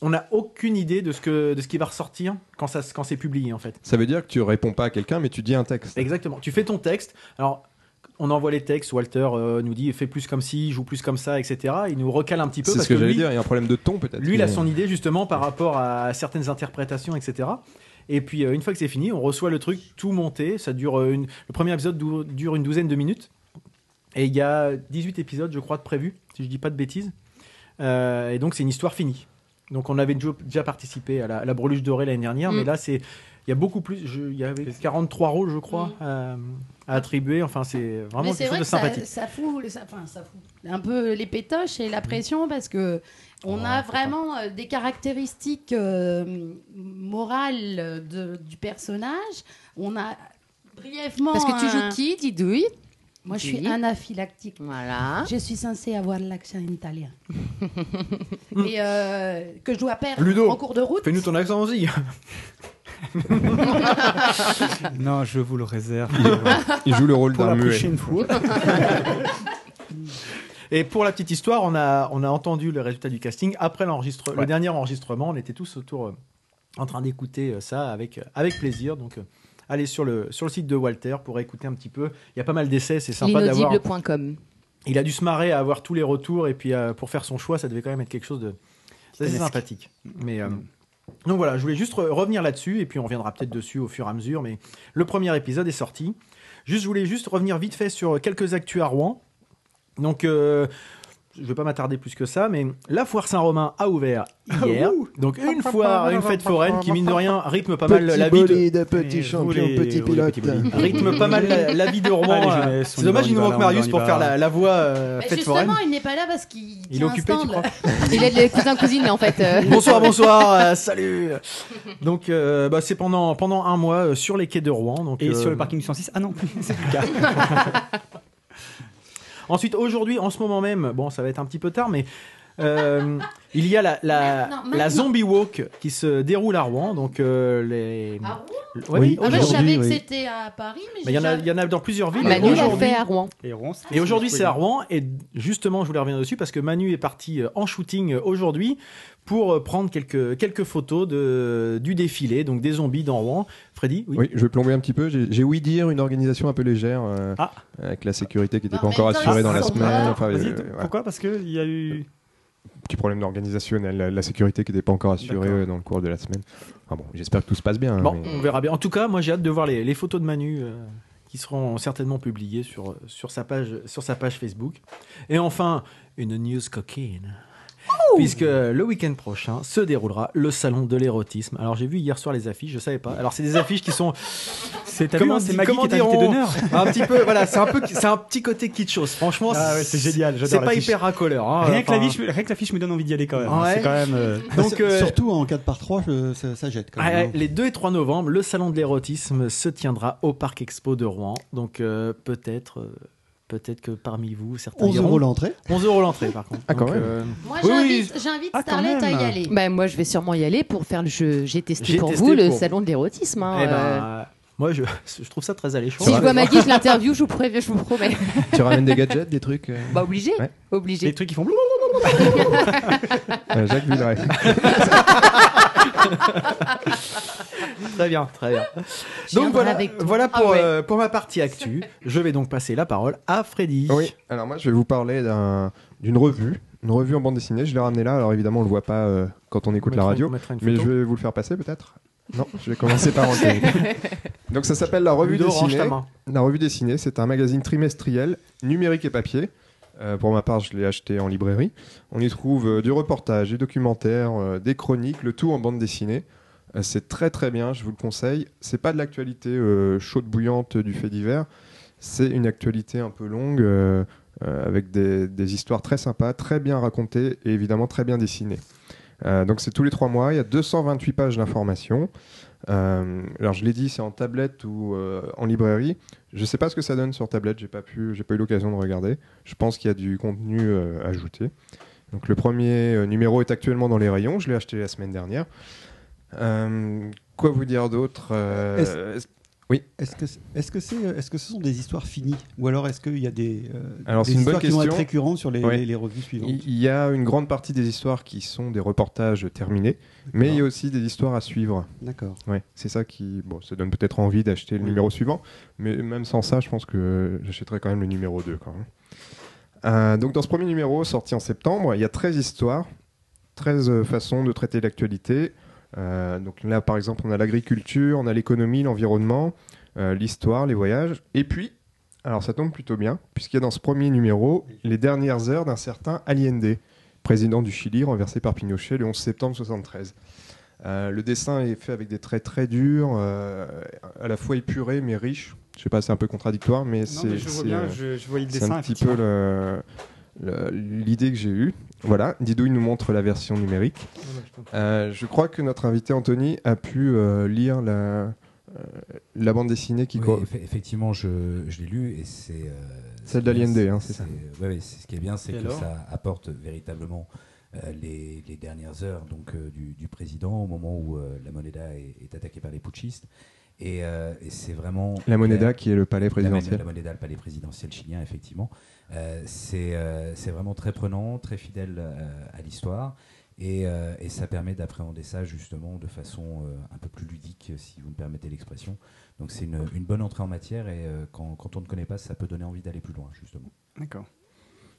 on n'a aucune idée de ce que de ce qui va ressortir quand ça se- quand c'est publié en fait. Ça veut dire que tu réponds pas à quelqu'un, mais tu dis un texte. Exactement. Tu fais ton texte. Alors. On envoie les textes, Walter euh, nous dit fais plus comme ci, joue plus comme ça, etc. Il nous recale un petit peu C'est parce ce que, j'allais lui, dire. Il y a un problème de ton peut-être. Lui, il a mais- son idée justement par rapport à certaines interprétations, etc. Et puis, euh, une fois que c'est fini, on reçoit le truc tout monté. Ça dure euh, une... Le premier épisode dou- dure une douzaine de minutes. Et il y a 18 épisodes, je crois, de prévus, si je dis pas de bêtises. Euh, et donc, c'est une histoire finie. Donc, on avait déjà- déjà participé à la, à la Breluche Dorée l'année dernière, Mm. mais là, c'est. Il y a beaucoup plus. je- Il y avait 43 rôles, je crois, Mm. euh, à attribuer. Enfin, c'est vraiment quelque Mais c'est chose vrai de que ça, sympathique. Mm. ça fout, le- ça, enfin, ça fout un peu les pétoches et la pression parce que on a vraiment euh, des caractéristiques euh, morales euh, de- du personnage. On a brièvement. Parce que tu un- joues qui, Didouille Ah. Moi, je suis Oui. anaphylactique. Voilà. Je suis censée avoir l'accent italien. Et euh, que je dois perdre Ludo, en cours de route. Fais-nous ton accent aussi. Ah. Non, je vous le réserve. Il joue le rôle d'un muet. fois. Et pour la petite histoire, on a, on a entendu le résultat du casting après l'enregistre, le Ouais. dernier enregistrement. On était tous autour euh, en train d'écouter euh, ça avec, euh, avec plaisir. Donc, euh, allez sur le, sur le site de Walter pour écouter un petit peu. Il y a pas mal d'essais, c'est sympa d'avoir. L'inaudible.com. Il a dû se marrer à avoir tous les retours et puis euh, pour faire son choix, ça devait quand même être quelque chose de assez Titanesque. sympathique. Mais Mm. euh, donc voilà, je voulais juste re- revenir là-dessus et puis on reviendra peut-être dessus au fur et à mesure. Mais le premier épisode est sorti. Juste, je voulais juste revenir vite fait sur euh, quelques actus à Rouen. Donc euh, je vais pas m'attarder plus que ça, mais la foire Saint-Romain a ouvert Ah hier. donc une foire, une fête foraine qui mine de rien rythme pas mal la vie de Petit champion, petit pilote. rythme pas mal la, la vie de Allez, Rouen. je euh. laisse, on C'est y dommage, va, il nous on y va, manque là, on y Marius pour va. faire la, la voix euh, Mais fête foraine. justement, il n'est pas là parce qu'il Il est tient un occupé, tu stand. crois Il aide les cousins cousines en fait. euh. Bonsoir, bonsoir, euh, salut. Donc, euh, bah, c'est pendant, pendant un mois euh, sur les quais de Rouen. Donc, Et euh, sur le parking du 106 Ah non, c'est le cas. Ensuite, aujourd'hui, en ce moment même, bon, ça va être un petit peu tard, mais euh, il y a la, la, Maintenant, la maintenant. Zombie Walk qui se déroule à Rouen. Donc, euh, les. Ah oui Ouais, Oui. Ah, moi, je aujourd'hui. savais que oui. c'était à Paris, mais Mais Bah, il y, en a- il y en a dans plusieurs villes. Manu l'a Aujourd'hui- fait à Rouen. Et Rouen, Et aujourd'hui, c'est à Rouen. Et justement, je voulais revenir dessus parce que Manu est parti euh, en shooting euh, aujourd'hui pour euh, prendre quelques, quelques photos de, du défilé, donc des zombies dans Rouen. Freddy, oui. Oui, je vais plomber un petit peu. J'ai j'ai ouï dire une organisation un peu légère, euh, Ah. avec la sécurité qui n'était Non, pas mais encore dans- assurée dans la Ah, semaine. ah, Enfin, Vas-y, euh, voilà. pourquoi Parce qu'il y a eu. petit problème d'organisationnel, la, la sécurité qui n'était pas encore assurée D'accord. euh, dans le cours de la semaine. Ah bon, j'espère que tout se passe Ah bien. hein, Bon, mais- on verra bien. En tout cas, moi j'ai hâte de voir les, les photos de Manu euh, qui seront certainement publiées sur, sur, sa page, sur sa page Facebook. Et enfin, une news coquine. Oh Puisque le week-end prochain se déroulera le salon de l'érotisme. Alors j'ai vu hier soir les affiches, je savais pas. Alors c'est des affiches qui sont, C'est t'as vu, comment, hein, c'est dit- Maggie qui comment est invitée diront- d'honneur. un petit peu, voilà, c'est un peu, c'est un petit côté kitschos. Franchement, Ah ouais, c'est génial, j'adore C'est pas l'affiche. hyper racoleur. hein. Rien que la Enfin, fiche, rien que l'affiche me donne envie d'y aller quand même. Ouais. C'est quand même. euh, Donc, euh, Surtout en 4 par 3 ça, ça jette quand Ah, même. hein. Les 2 et 3 novembre, le salon de l'érotisme se tiendra au Parc Expo de Rouen. Donc euh, peut-être, euh, peut-être que parmi vous, certains 11 iront. euros l'entrée. 11 euros l'entrée, par contre. Ah, quand Donc, même. euh, Moi, Oui, j'invite j'invite Ah, quand Starlet à y même. aller. Bah, moi, je vais sûrement y aller pour faire le jeu. J'ai testé J'ai pour testé vous le pour- salon de l'érotisme. hein, eh ben, euh. moi, je, je trouve ça très alléchant. Si je vois Maggie, je l'interview, je vous préviens, je vous promets. Tu ramènes des gadgets, des trucs euh, Bah, obligé, Ouais. les obligé. trucs qui font blou. euh, Jacques Villeray. Très bien, très bien. Je Donc viendrai voilà, avec toi. voilà pour, Ah ouais. euh, pour ma partie actu. Je vais donc passer la parole à Freddy. Oui, alors moi je vais vous parler d'un- d'une revue, une revue en bande dessinée. Je l'ai ramenée là, alors évidemment on le voit pas euh, quand on écoute la radio. Mais je vais vous le faire passer peut-être Non, je vais commencer par Anthony. Donc ça s'appelle la revue dessinée. La revue dessinée, c'est un magazine trimestriel, numérique et papier. Euh, pour ma part, je l'ai acheté en librairie. On y trouve euh, du reportage, du documentaire, euh, des chroniques, le tout en bande dessinée. Euh, c'est très très bien, je vous le conseille. C'est pas de l'actualité euh, chaude bouillante du fait divers. C'est une actualité un peu longue, euh, euh, avec des, des histoires très sympas, très bien racontées et évidemment très bien dessinées. Euh, donc c'est tous les trois mois, il y a 228 pages d'informations. Euh, alors je l'ai dit, c'est en tablette ou euh, en librairie. Je sais pas ce que ça donne sur tablette, j'ai pas pu, j'ai pas eu l'occasion de regarder. Je pense qu'il y a du contenu euh, ajouté. Donc le premier euh, numéro est actuellement dans les rayons, je l'ai acheté la semaine dernière. Euh, quoi vous dire d'autre Euh, Est-ce que c'est- est-ce que c'est euh, est-ce que ce sont des histoires finies ou alors est-ce qu'il y a des, euh, Alors, des c'est une histoires bonne qui vont être question. récurrentes sur les, Ouais. les- les revues suivantes Il y a une grande partie des histoires qui sont des reportages terminés, mais euh, il y a aussi des histoires à suivre. D'accord. Ouais, c'est ça qui, bon, ça donne peut-être envie d'acheter le Oui. numéro suivant, mais même sans ça, je pense que j'achèterais quand même le numéro 2 quand même. Euh, donc dans ce premier numéro, sorti en septembre, il y a 13 histoires, 13 euh, façons de traiter l'actualité. Euh, donc là, par exemple, on a l'agriculture, on a l'économie, l'environnement, euh, l'histoire, les voyages, et puis, alors ça tombe plutôt bien, puisqu'il y a dans ce premier numéro les dernières heures d'un certain Allende, président du Chili renversé par Pinochet le 11 septembre 73. Euh, le dessin est fait avec des traits très durs, euh, à la fois épurés mais riches. Je sais pas, c'est un peu contradictoire, mais Non, c'est mais je vois c'est, bien, euh, je, je vois le c'est dessin. un petit peu le- le- l'idée que j'ai eue. Voilà, Didouille nous montre la version numérique. Euh, je crois que notre invité Anthony a pu euh, lire la, euh, la bande dessinée qui Oui, co- effe- effectivement, je, je l'ai lu et c'est. euh, Celle d'Alien Day, hein, c'est ça. ouais, ouais, c'est- ce qui est bien, c'est Et que alors ça apporte véritablement euh, les, les dernières heures donc, euh, du, du président au moment où euh, la Moneda est, est attaquée par les putschistes. Et, euh, et c'est vraiment. La Moneda clair. qui est le palais La présidentiel. monnaie le palais présidentiel chilien, effectivement. Euh, c'est euh, c'est vraiment très prenant, très fidèle euh, à l'histoire. Et, euh, et ça permet d'appréhender ça justement de façon euh, un peu plus ludique, si vous me permettez l'expression. Donc c'est une, une bonne entrée en matière et euh, quand, quand on ne connaît pas, ça peut donner envie d'aller plus loin justement. D'accord.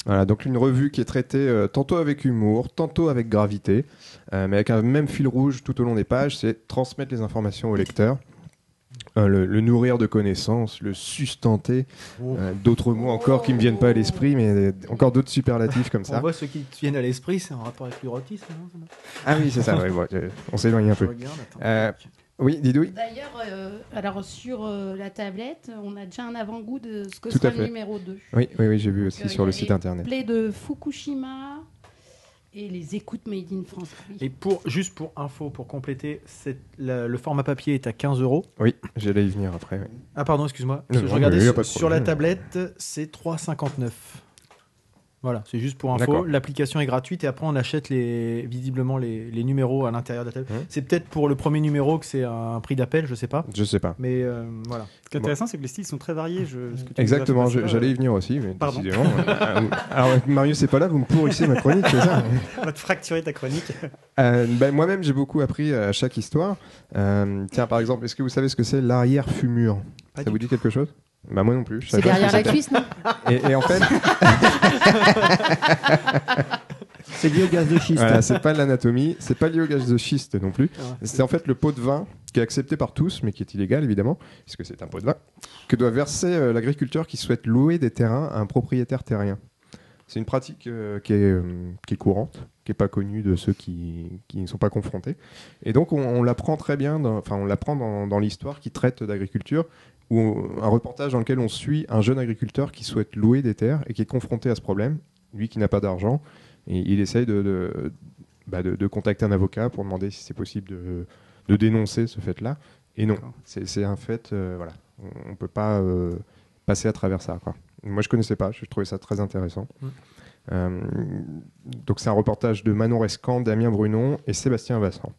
Voilà, donc une revue qui est traitée euh, tantôt avec humour, tantôt avec gravité, euh, mais avec un même fil rouge tout au long des pages, c'est transmettre les informations au lecteur, euh, le, le nourrir de connaissances, le sustenter, Oh. euh, d'autres mots encore qui ne me viennent pas à l'esprit, mais euh, encore d'autres superlatifs comme On ça. voit ceux qui te viennent à l'esprit, c'est en rapport avec l'érotisme. non Ah oui, c'est ça, ouais, bon, euh, on s'éloigne un Je peu. regarde, attends. Euh, Oui, Didouille D'ailleurs, euh, alors sur euh, la tablette, on a déjà un avant-goût de ce que Tout à sera fait. le numéro 2. Oui, oui, oui j'ai vu aussi Euh, sur il y le a site les internet. Blé de Fukushima et les écoutes Made in France. Oui. Et pour, juste pour info, pour compléter, c'est- la- le format papier est à 15 euros. Oui, j'allais y venir après. ouais. Ah pardon, excuse-moi. Non, Parce que je non, regardais mais y a sur, pas de sur la problème. tablette, c'est 3,59. Voilà, c'est juste pour info. D'accord. L'application est gratuite et après on achète les, visiblement les, les numéros à l'intérieur de la tablette. Mmh. C'est peut-être pour le premier numéro que c'est un prix d'appel, je sais pas. Je sais pas. Mais euh, voilà. Ce qui est intéressant, c'est que les styles sont très variés. Je, ce que tu nous as Exactement, fait euh, je- passer là, j'allais y venir aussi, mais Pardon. décidément. euh, alors, Marius, c'est pas là, vous me pourrissez ma chronique, c'est ça On va te fracturer ta chronique. Euh, ben, Moi-même, j'ai beaucoup appris à chaque histoire. Euh, tiens, par exemple, est-ce que vous savez ce que c'est l'arrière-fumure Pas Ça du vous dit quelque chose bah, Moi non plus. je C'est savais pas ce derrière que la cuisse, non c'était. Et, et en fait, C'est lié au gaz de schiste. voilà, c'est pas de l'anatomie, c'est pas lié au gaz de schiste non plus. Ah ouais. C'est en fait le pot de vin qui est accepté par tous, mais qui est illégal évidemment, puisque c'est un pot de vin, que doit verser euh, l'agriculteur qui souhaite louer des terrains à un propriétaire terrien. C'est une pratique euh, qui, est, euh, qui est courante, qui n'est pas connue de ceux qui qui n'y sont pas confrontés. Et donc, on, on l'apprend très bien, dans- enfin, on l'apprend dans, dans l'histoire qui traite d'agriculture, ou euh, un reportage dans lequel on suit un jeune agriculteur qui souhaite louer des terres et qui est confronté à ce problème, lui qui n'a pas d'argent, et il essaye de, de, bah, de- de contacter un avocat pour demander si c'est possible de, de dénoncer ce fait-là. Et non, D'accord. c'est c'est un fait, euh, voilà, on ne peut pas euh, passer à travers ça. quoi. Moi, je ne connaissais pas, je trouvais ça très intéressant. Mm. Euh, donc, c'est un reportage de Manon Rescan, Damien Brunon et Sébastien Vassan.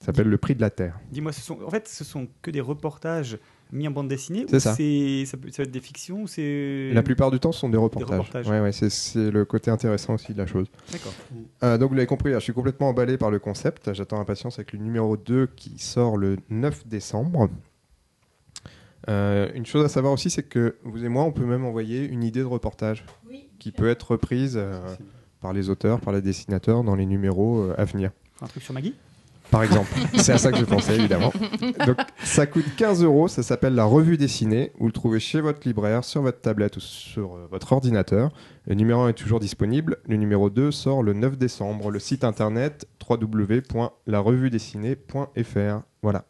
Ça s'appelle Le prix de la terre. Dis-moi, ce sont, en fait, ce sont que des reportages mis en bande dessinée C'est ou ça. c'est- ça, peut, ça va être des fictions ou c'est... La plupart du temps, ce sont des reportages. reportages. Ouais, ouais, c'est- c'est le côté intéressant aussi de la chose. D'accord. Euh, donc vous l'avez compris, là, je suis complètement emballé par le concept. J'attends impatience avec le numéro 2 qui sort le 9 décembre. Euh, une chose à savoir aussi, c'est que vous et moi, on peut même envoyer une idée de reportage Oui. qui peut être reprise euh, par les auteurs, par les dessinateurs dans les numéros euh, à venir. Un truc sur Maggie Par exemple, c'est à ça que je pensais évidemment. Donc ça coûte 15 euros, ça s'appelle la revue dessinée. Vous le trouvez chez votre libraire, sur votre tablette ou sur euh, votre ordinateur. Le numéro 1 est toujours disponible. Le numéro 2 sort le 9 décembre. Le site internet www.larevudessinée.fr. Voilà.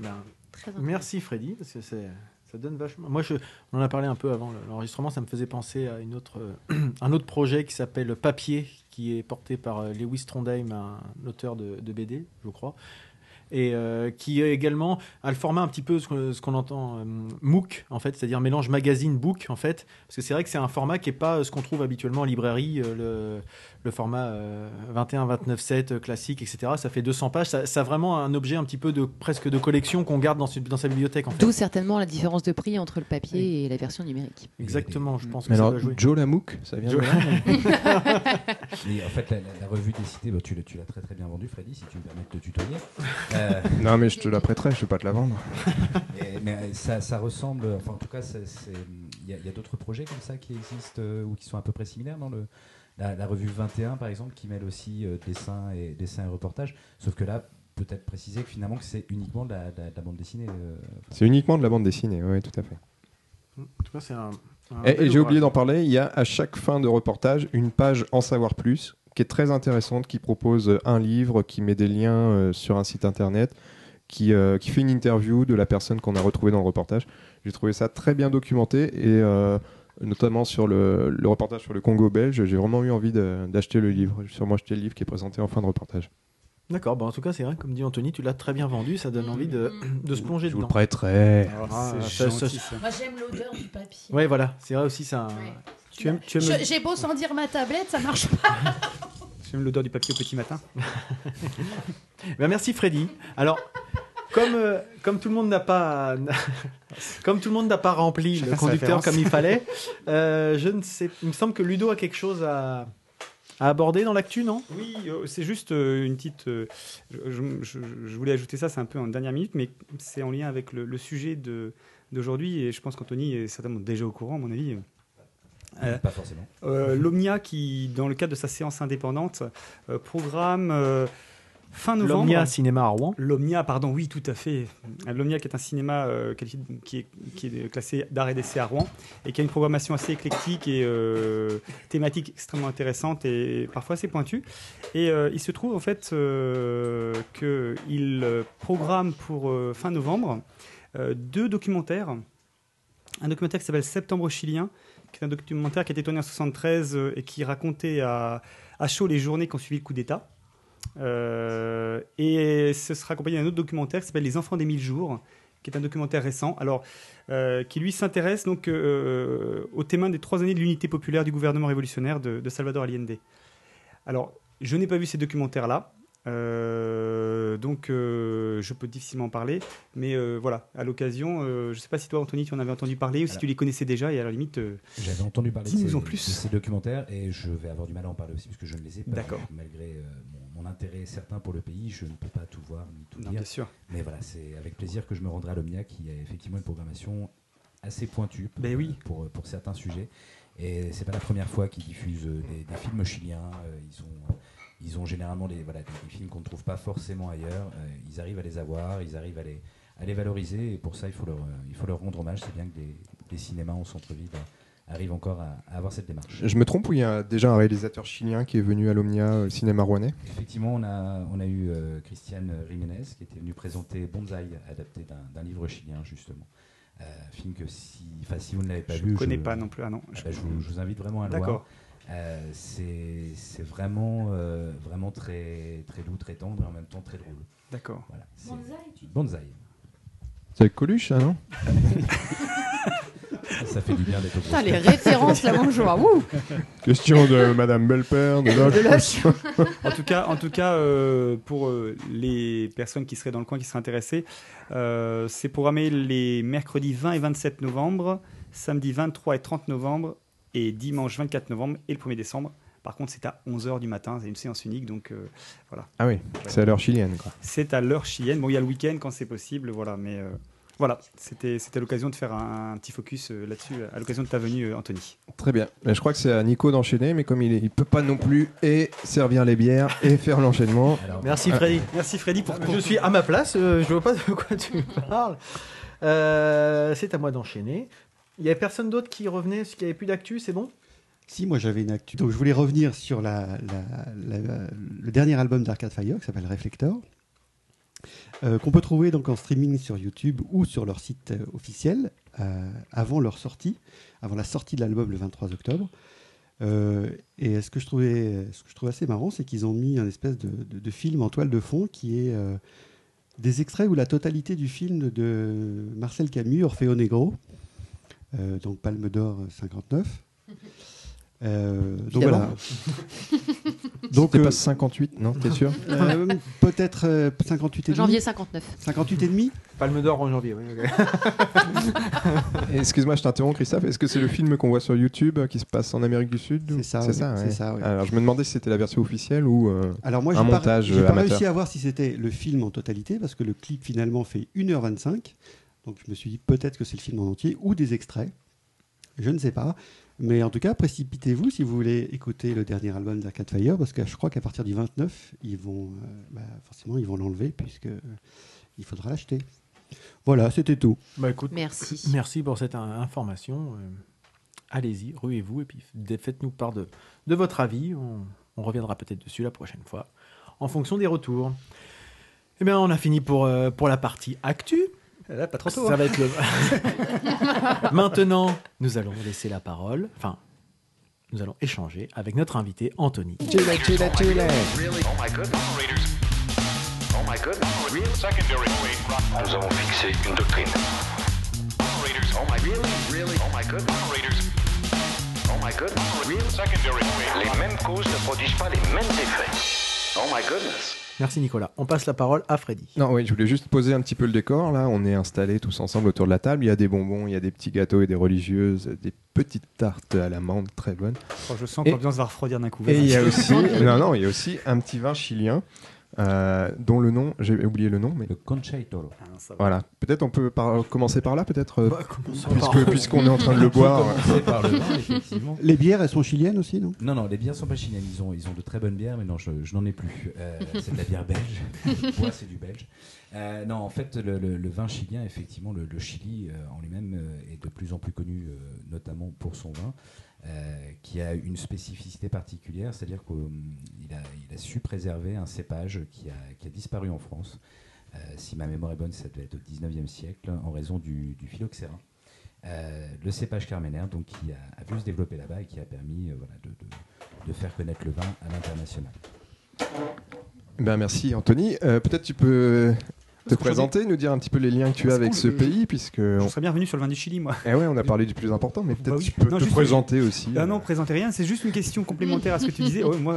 Ben, Très Merci Freddy, parce que c'est- ça donne vachement. Moi, je, on en a parlé un peu avant le- l'enregistrement, ça me faisait penser à une autre, euh, un autre projet qui s'appelle Papier, qui est porté par euh, Lewis Trondheim, un auteur de, de BD, je crois, et euh, qui est également a le format un petit peu ce que- ce qu'on entend euh, MOOC en fait, c'est-à-dire mélange magazine book en fait, parce que c'est vrai que c'est un format qui est pas euh, ce qu'on trouve habituellement en librairie, euh, le, le format euh, 21, 29, 7 euh, classique, etc. Ça fait 200 pages, ça, ça a vraiment un objet un petit peu de presque de collection qu'on garde dans, su- dans sa bibliothèque en fait. D'où certainement la différence de prix entre le papier et la version numérique. Exactement, je pense que ça Alors va jouer. Joe Lamouk, ça vient Joe- de là Mais en fait, la, la- la revue dessinée, bah, tu, l'as- tu l'as très très bien vendue, Freddy, si tu me permets de te tutoyer. Euh, Non mais je te la prêterai, je ne vais pas te la vendre. et- mais euh, ça, ça ressemble, enfin en tout cas, c'est- c'est- il y a, il y a d'autres projets comme ça qui existent euh, ou qui sont à peu près similaires dans le. La, la revue 21, par exemple, qui mêle aussi euh, dessin, et, dessin et reportage, sauf que là, peut-être préciser que finalement, que c'est uniquement de la, de la- de la bande dessinée. euh, C'est uniquement de la bande dessinée, oui, tout à fait. En tout cas, c'est un- un Eh, Et, bel et j'ai oublié ouvrage. d'en parler, il y a à chaque fin de reportage une page en savoir plus qui est très intéressante, qui propose euh, un livre, qui met des liens euh, sur un site internet, qui, euh, qui fait une interview de la personne qu'on a retrouvée dans le reportage. J'ai trouvé ça très bien documenté et euh, notamment sur le, le reportage sur le Congo belge, j'ai vraiment eu envie de- d'acheter le livre. J'ai sûrement acheté le livre qui est présenté en fin de reportage. D'accord, bah en tout cas, c'est vrai, comme dit Anthony, tu l'as très bien vendu, ça donne envie de, de se plonger dedans. prêterai. Ah, c'est ça- ça- gentil, ça. Mm. Moi, j'aime l'odeur du papier. Ouais, voilà, c'est vrai aussi, ça. Ouais. Tu aimes, tu aimes Je- J'ai beau sentir ma tablette, ça marche pas. tu aimes l'odeur du papier au petit matin Ben, merci Freddy. Alors, comme, euh, comme tout le monde n'a pas, comme tout le monde n'a pas rempli Chacun le sa conducteur référence. comme il fallait, euh, je ne sais. Il me semble que Ludo a quelque chose à, à aborder dans l'actu, non Oui, euh, c'est juste euh, une petite. euh, je, je- je- je voulais ajouter ça, c'est un peu en dernière minute, mais c'est en lien avec le, le sujet de- d'aujourd'hui, et je pense qu'Anthony est certainement déjà au courant, à mon avis. Euh, Pas forcément. Euh, L'OMNIA, qui, dans le cadre de sa séance indépendante, euh, programme euh, fin novembre. L'Omnia Cinéma à Rouen. L'Omnia, pardon, oui, tout à fait. L'Omnia, qui est un cinéma euh, qualifié de- qui, est, qui est classé d'art et d'essai à Rouen et qui a une programmation assez éclectique et euh, thématique extrêmement intéressante et parfois assez pointue. Et euh, il se trouve en fait euh, qu'il euh, programme pour euh, fin novembre euh, deux documentaires. Un documentaire qui s'appelle Septembre chilien, qui est un documentaire qui a été tourné en 73 euh, et qui racontait à, à chaud les journées qui ont suivi le coup d'État. Euh, et ce sera accompagné d'un autre documentaire qui s'appelle Les enfants des mille jours, qui est un documentaire récent, alors euh, qui lui s'intéresse donc euh, au témoin des trois années de l'unité populaire du gouvernement révolutionnaire de, de Salvador Allende. Alors, je n'ai pas vu ces documentaires-là. euh, donc, euh, je peux difficilement en parler, mais euh, voilà, à l'occasion, euh, je ne sais pas si toi, Anthony, tu en avais entendu parler ou si Alors. tu les connaissais déjà, et à la limite, euh, J'avais entendu parler de ces, Dis-nous en de plus. ces documentaires et je vais avoir du mal à en parler aussi parce que je ne les ai pas. vus. D'accord. Malgré euh, mon, mon intérêt certain pour le pays, je ne peux pas tout voir ni tout non, dire. bien sûr. Mais voilà, c'est avec plaisir que je me rendrai à l'Omnia qui a effectivement une programmation assez pointue pour, euh, Ben oui. pour, pour certains sujets. Et c'est pas la première fois qu'ils diffusent euh, des, des films chiliens. euh, Ils ont, ils ont généralement des, voilà, des, des films qu'on ne trouve pas forcément ailleurs. Euh, Ils arrivent à les avoir, ils arrivent à les, à les valoriser. Et pour ça, il faut leur, euh, il faut leur rendre hommage. C'est bien que des, des cinémas en centre-ville arrivent encore à, à avoir cette démarche. Je me trompe ou il y a déjà un réalisateur chilien qui est venu à l'Omnia, euh, le cinéma rouennais Effectivement, on a, on a eu euh, Christiane Jiménez qui était venue présenter Bonsaï, adapté d'un d'un livre chilien, justement. Euh, film que si, enfin, si vous ne l'avez pas Je Bah, vu, ne connais pas non plus. Ah non. ah bah, je, vous, je vous invite vraiment à le voir. D'accord. Euh, c'est c'est vraiment, euh, vraiment très, très doux, très tendre et en même temps très drôle. D'accord. Voilà, c'est- Bonsaï, tu dis Bonsaï. C'est avec Coluche, ça, non Ça fait du bien d'être au Putain, les prospect. références là, bonjour. Ouh, Question de Madame Belper, de Loche. de Loche. en tout cas, en tout cas euh, pour euh, les personnes qui seraient dans le coin, qui seraient intéressées, euh, c'est programmé les mercredis 20 et 27 novembre, samedi 23 et 30 novembre, et dimanche 24 novembre et le 1er décembre. Par contre, c'est à 11h du matin, c'est une séance unique, donc euh, Ah oui, c'est à l'heure chilienne. Quoi. c'est à l'heure chilienne. Bon, il y a le week-end quand c'est possible, voilà, mais euh, voilà, c'était c'était l'occasion de faire un, un petit focus euh, là-dessus, à l'occasion de ta venue, euh, Anthony. Très bien. Mais je crois que c'est à Nico d'enchaîner, mais comme il ne peut pas non plus et servir les bières et faire l'enchaînement, Alors, Merci Freddy. Merci Freddy pour Je suis à ma place, euh, je vois pas de quoi tu me parles. Euh, c'est à moi d'enchaîner. Il y avait personne d'autre qui revenait, parce qu'il n'y avait plus d'actu, c'est bon Si, moi j'avais une actu. Donc je voulais revenir sur la- la- la- le dernier album d'Arcade Fire qui s'appelle Reflector, euh, qu'on peut trouver donc en streaming sur YouTube ou sur leur site euh, officiel euh, avant leur sortie, avant la sortie de l'album le 23 octobre. Euh, et ce que je trouvais, ce que je trouve assez marrant, c'est qu'ils ont mis un espèce de, de- de film en toile de fond qui est euh, des extraits ou la totalité du film de Marcel Camus, Orfeo Negro, euh, donc Palme d'Or 59. Euh, donc Évidemment. voilà. donc c'est euh, pas 58, non T'es sûr euh, peut-être euh, 58 et demi, Janvier 59. 58 et demi. Palme d'or en janvier, oui. Et Excuse-moi, je t'interromps, Christophe. Est-ce que c'est le film qu'on voit sur YouTube euh, qui se passe en Amérique du Sud ou- C'est ça, C'est oui, ça, c'est ouais. ça, oui. Alors, je me demandais si c'était la version officielle ou. euh, Alors moi, Un j'ai pas, montage, j'ai euh, pas amateur. réussi à voir si c'était le film en totalité, parce que le clip finalement fait 1h25. Donc je me suis dit peut-être que c'est le film en entier ou des extraits. Je ne sais pas. Mais en tout cas, précipitez-vous si vous voulez écouter le dernier album d'Arcade Fire, parce que je crois qu'à partir du 29, ils vont, euh, bah, forcément, ils vont l'enlever, puisque euh, il faudra l'acheter. Voilà, c'était tout. Bah écoute, Merci. merci pour cette in- information. Euh, Allez-y, ruez-vous et puis f- faites-nous part de, de votre avis. On, on reviendra peut-être dessus la prochaine fois, en fonction des retours. Eh bien, on a fini pour, euh, pour la partie actu. Eh ben, Là, pas trop tôt. hein. Ça va être le... Maintenant, nous allons laisser la parole. Enfin, nous allons échanger avec notre invité Anthony. Nous avons fixé une doctrine. Oh Oh Les mêmes causes ne produisent pas les mêmes effets. Oh my goodness. Merci Nicolas. On passe la parole à Freddy. Non, oui, je voulais juste poser un petit peu le décor. Là, on est installés tous ensemble autour de la table. Il y a des bonbons, il y a des petits gâteaux et des religieuses, des petites tartes à la menthe très bonnes. je sens Et- que l'ambiance va refroidir d'un coup. Et Vas-y. il y a aussi, non, non, il y a aussi un petit vin chilien euh, dont le nom, j'ai oublié le nom, mais Le Concha y Toro. Ah, non, ça va. voilà. Peut-être on peut par- commencer par là, peut-être, Bah, euh, commençons puisque- par- puisqu'on est en train de le boire. Commencer par le vin, effectivement. Les bières, elles sont chiliennes aussi, non Non, non, les bières sont pas chiliennes. Ils ont, ils ont de très bonnes bières, mais non, je, je n'en ai plus. Euh, c'est de la bière belge. Moi, c'est du belge. Euh, non, en fait, le, le- le vin chilien, effectivement, le, le Chili euh, en lui-même euh, est de plus en plus connu, euh, notamment pour son vin, euh, qui a une spécificité particulière, c'est-à-dire qu'il a, il a su préserver un cépage qui a, qui a disparu en France. Euh, si ma mémoire est bonne, ça devait être au 19e siècle, en raison du, du phylloxéra. Euh, le cépage carménaire, donc, qui a, a pu se développer là-bas et qui a permis euh, voilà, de, de- de faire connaître le vin à l'international. Ben merci Anthony. Euh, Peut-être tu peux te présenter, nous dire un petit peu les liens que tu as Est-ce avec qu'on- ce pays, puisque Je on... serais bien revenu sur le vin du Chili, moi. eh ouais, on a parlé du plus important, mais peut-être oui. tu peux Non, te juste- présenter aussi. Ah euh, non, présentez rien, c'est juste une question complémentaire à ce que tu disais. Ouais, moi,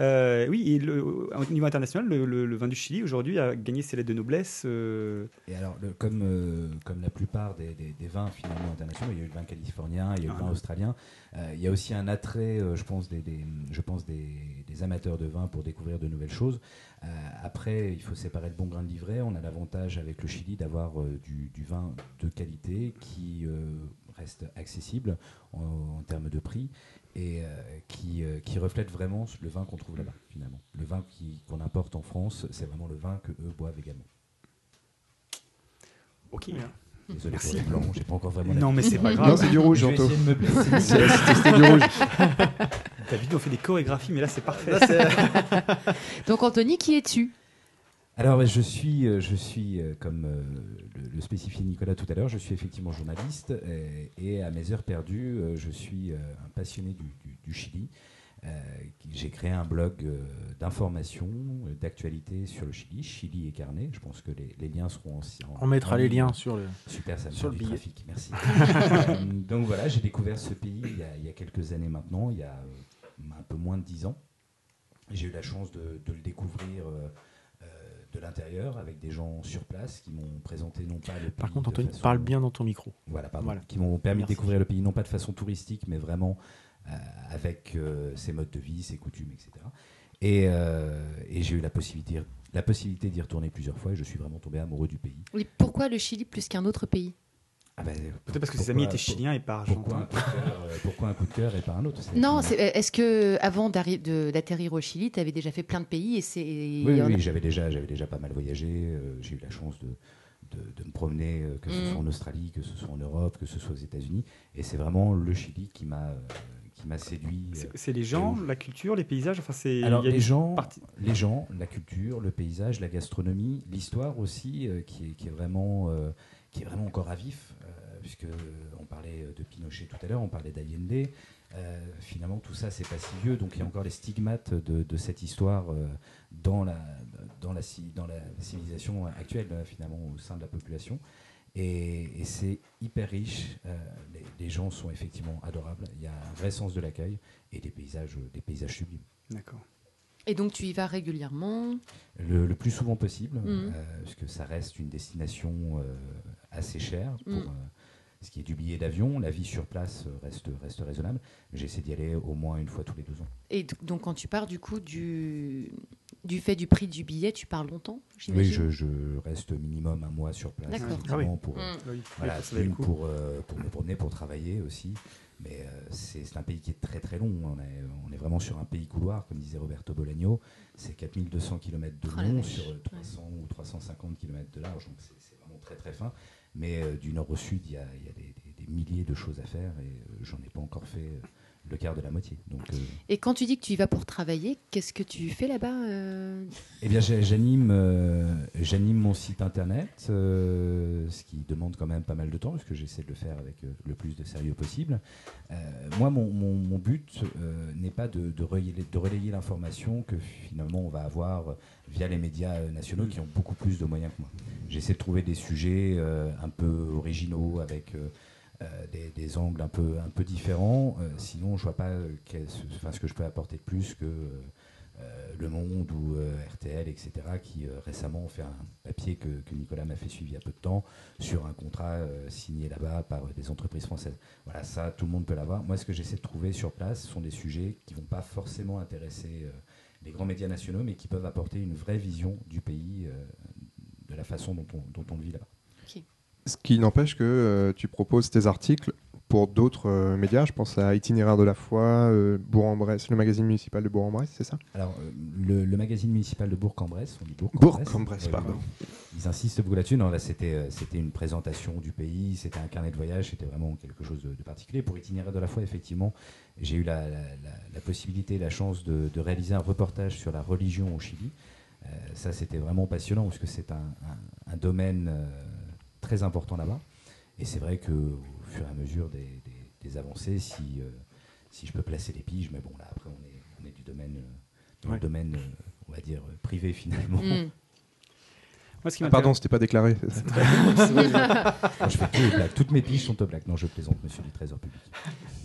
euh, oui, et le- au niveau international, le, le- le vin du Chili aujourd'hui a gagné ses lettres de noblesse. euh, Et alors, le- comme, euh, comme la plupart des, des- des vins finalement internationaux, il y a eu le vin californien, il y a eu le vin australien, euh, il y a aussi un attrait, euh, je pense, des, des- je pense des, des amateurs de vin pour découvrir de nouvelles choses. Euh, après, il faut séparer le bon grain de l'ivraie. On a l'avantage avec le Chili d'avoir euh, du, du vin de qualité qui euh, reste accessible en, en termes de prix et euh, qui, euh, qui reflète vraiment le vin qu'on trouve là-bas finalement. Le vin qui- qu'on importe en France, c'est vraiment le vin que eux boivent également. Ok. Désolé pour les blancs, j'ai pas encore vraiment. Non, mais c'est pas grave. Non, c'est du rouge, Je vais Anto. essayer de me placer. C'est- c'était- c'était du rouge. David, on fait des chorégraphies, mais là, c'est parfait. Donc Anthony, qui es-tu Alors, je suis, euh, je suis euh, comme euh, le, le spécifiait Nicolas tout à l'heure, je suis effectivement journaliste euh, et à mes heures perdues, euh, je suis euh, un passionné du, du- du Chili. Euh, qui- J'ai créé un blog euh, d'information, euh, d'actualité sur le Chili, Chili écarné. Je pense que les, les liens seront aussi. en- On mettra en les ligne. liens sur le- Super, ça me sur le fait du billet. trafic, merci. Euh, donc voilà, j'ai découvert ce pays il y, a, il y a quelques années maintenant, il y a euh, un peu moins de 10 ans. J'ai eu la chance de, de le découvrir euh, euh, de l'intérieur avec des gens sur place qui m'ont présenté non pas le Par pays contre, de Anthony, façon- parle bien dans ton micro. Voilà, pardon, Voilà. qui m'ont permis Merci. de découvrir le pays non pas de façon touristique, mais vraiment euh, avec euh, ses modes de vie, ses coutumes, etc. Et, euh, et j'ai eu la possibilité, la possibilité d'y retourner plusieurs fois et je suis vraiment tombé amoureux du pays. Oui, pourquoi le Chili plus qu'un autre pays Ah ben, Peut-être parce que ses pourquoi- amis étaient chiliens et pas pourquoi, argentins. un coup de cœur, euh, pourquoi un coup de cœur et pas un autre c'est- Non, c'est- euh, est-ce que avant d'arri- de- d'atterrir au Chili, tu avais déjà fait plein de pays et c'est et Oui, il y en a- oui, j'avais déjà, j'avais déjà pas mal voyagé. euh, j'ai eu la chance de, de, de me promener, euh, que ce Mm. soit en Australie, que ce soit en Europe, que ce soit aux États-Unis. Et c'est vraiment le Chili qui m'a, euh, qui m'a séduit. euh, C'est les gens, et où- la culture, les paysages. Enfin, c'est. Alors il y a les une gens, partie- les gens, la culture, le paysage, la gastronomie, l'histoire aussi, euh, qui, est, qui est vraiment, euh, qui est vraiment encore à vif, euh, puisque euh, on parlait de Pinochet tout à l'heure, on parlait d'Allende. Euh, finalement, tout ça, c'est pas si vieux, donc il y a encore les stigmates de, de cette histoire euh, dans la dans la ci- dans la civilisation actuelle euh, finalement au sein de la population. Et, et c'est hyper riche. euh, les, les gens sont effectivement adorables. Il y a un vrai sens de l'accueil et des paysages, des paysages sublimes. D'accord. Et donc tu y vas régulièrement Le, le plus souvent possible, Mhm. euh, parce que ça reste une destination euh, assez chère pour Mhm. euh, ce qui est du billet d'avion. La vie sur place euh, reste, reste raisonnable. J'essaie d'y aller au moins une fois tous les deux ans. Et d- donc quand tu pars du coup du du fait du prix du billet, tu pars longtemps Oui, j'imagine je, je reste minimum un mois sur place. D'accord. effectivement, Ah oui. pour, euh, Mm. Oui, voilà, ça valait le une coup. pour, euh, pour me promener, pour travailler aussi. Mais euh, c'est c'est un pays qui est très très long. On est, on est vraiment sur un pays couloir, comme disait Roberto Bolaño. C'est 4200 km de Oh la long vache. sur euh, 300 ou 350 km de large. Donc c'est c'est vraiment très très fin. Mais euh, du nord au sud, il y a, il y a des, des- des milliers de choses à faire et euh, j'en ai pas encore fait euh, le quart de la moitié. Donc. euh, Et quand tu dis que tu y vas pour travailler, qu'est-ce que tu fais là-bas euh Eh bien, j'ai- j'anime, euh, j'anime mon site internet, euh, ce qui demande quand même pas mal de temps, puisque j'essaie de le faire avec euh, le plus de sérieux possible. Euh, moi, mon, mon- mon but euh, n'est pas de, de relayer, de relayer l'information que finalement on va avoir euh, via les médias euh, nationaux qui ont beaucoup plus de moyens que moi. J'essaie de trouver des sujets euh, un peu originaux avec. euh, euh, des, des angles un peu, un peu différents, Euh, sinon je vois pas euh, quel- enfin, ce que je peux apporter de plus que euh, euh, Le Monde ou euh, RTL, etc., qui euh, récemment ont fait un papier que, que Nicolas m'a fait suivre il y a peu de temps sur un contrat euh, signé là-bas par euh, des entreprises françaises. Voilà, ça, tout le monde peut l'avoir. Moi, ce que j'essaie de trouver sur place, ce sont des sujets qui vont pas forcément intéresser euh, les grands médias nationaux, mais qui peuvent apporter une vraie vision du pays, euh, de la façon dont on, dont on le vit là-bas. Ce qui n'empêche que euh, tu proposes tes articles pour d'autres euh, médias. Je pense à Itinéraire de la foi, euh, Bourg-en-Bresse, le magazine municipal de Bourg-en-Bresse, c'est ça Alors, euh, le, le magazine municipal de Bourg-en-Bresse, on dit Bourg-en-Bresse. Bourg-en-Bresse, Oui, pardon. oui, oui. Ils insistent beaucoup là-dessus. Non, là, c'était euh, c'était une présentation du pays, c'était un carnet de voyage, c'était vraiment quelque chose de, de particulier. Pour Itinéraire de la foi, effectivement, j'ai eu la, la- la- la possibilité, la chance de, de réaliser un reportage sur la religion au Chili. Euh, ça, c'était vraiment passionnant, parce que c'est un, un- un domaine euh, très important là-bas. Et c'est vrai qu'au fur et à mesure des, des- des avancées, si, euh, si je peux placer les piges, mais bon, là, après, on est, on est du domaine, euh, dans Ouais. le domaine, euh, on va dire, euh, privé finalement. Hmm. Moi, ce qui Ah, Pardon, m'intéresse- c'était pas déclaré. c'est ça Moi, je fais que des blagues. Toutes mes piges sont aux blagues. Non, je plaisante, monsieur du Trésor public.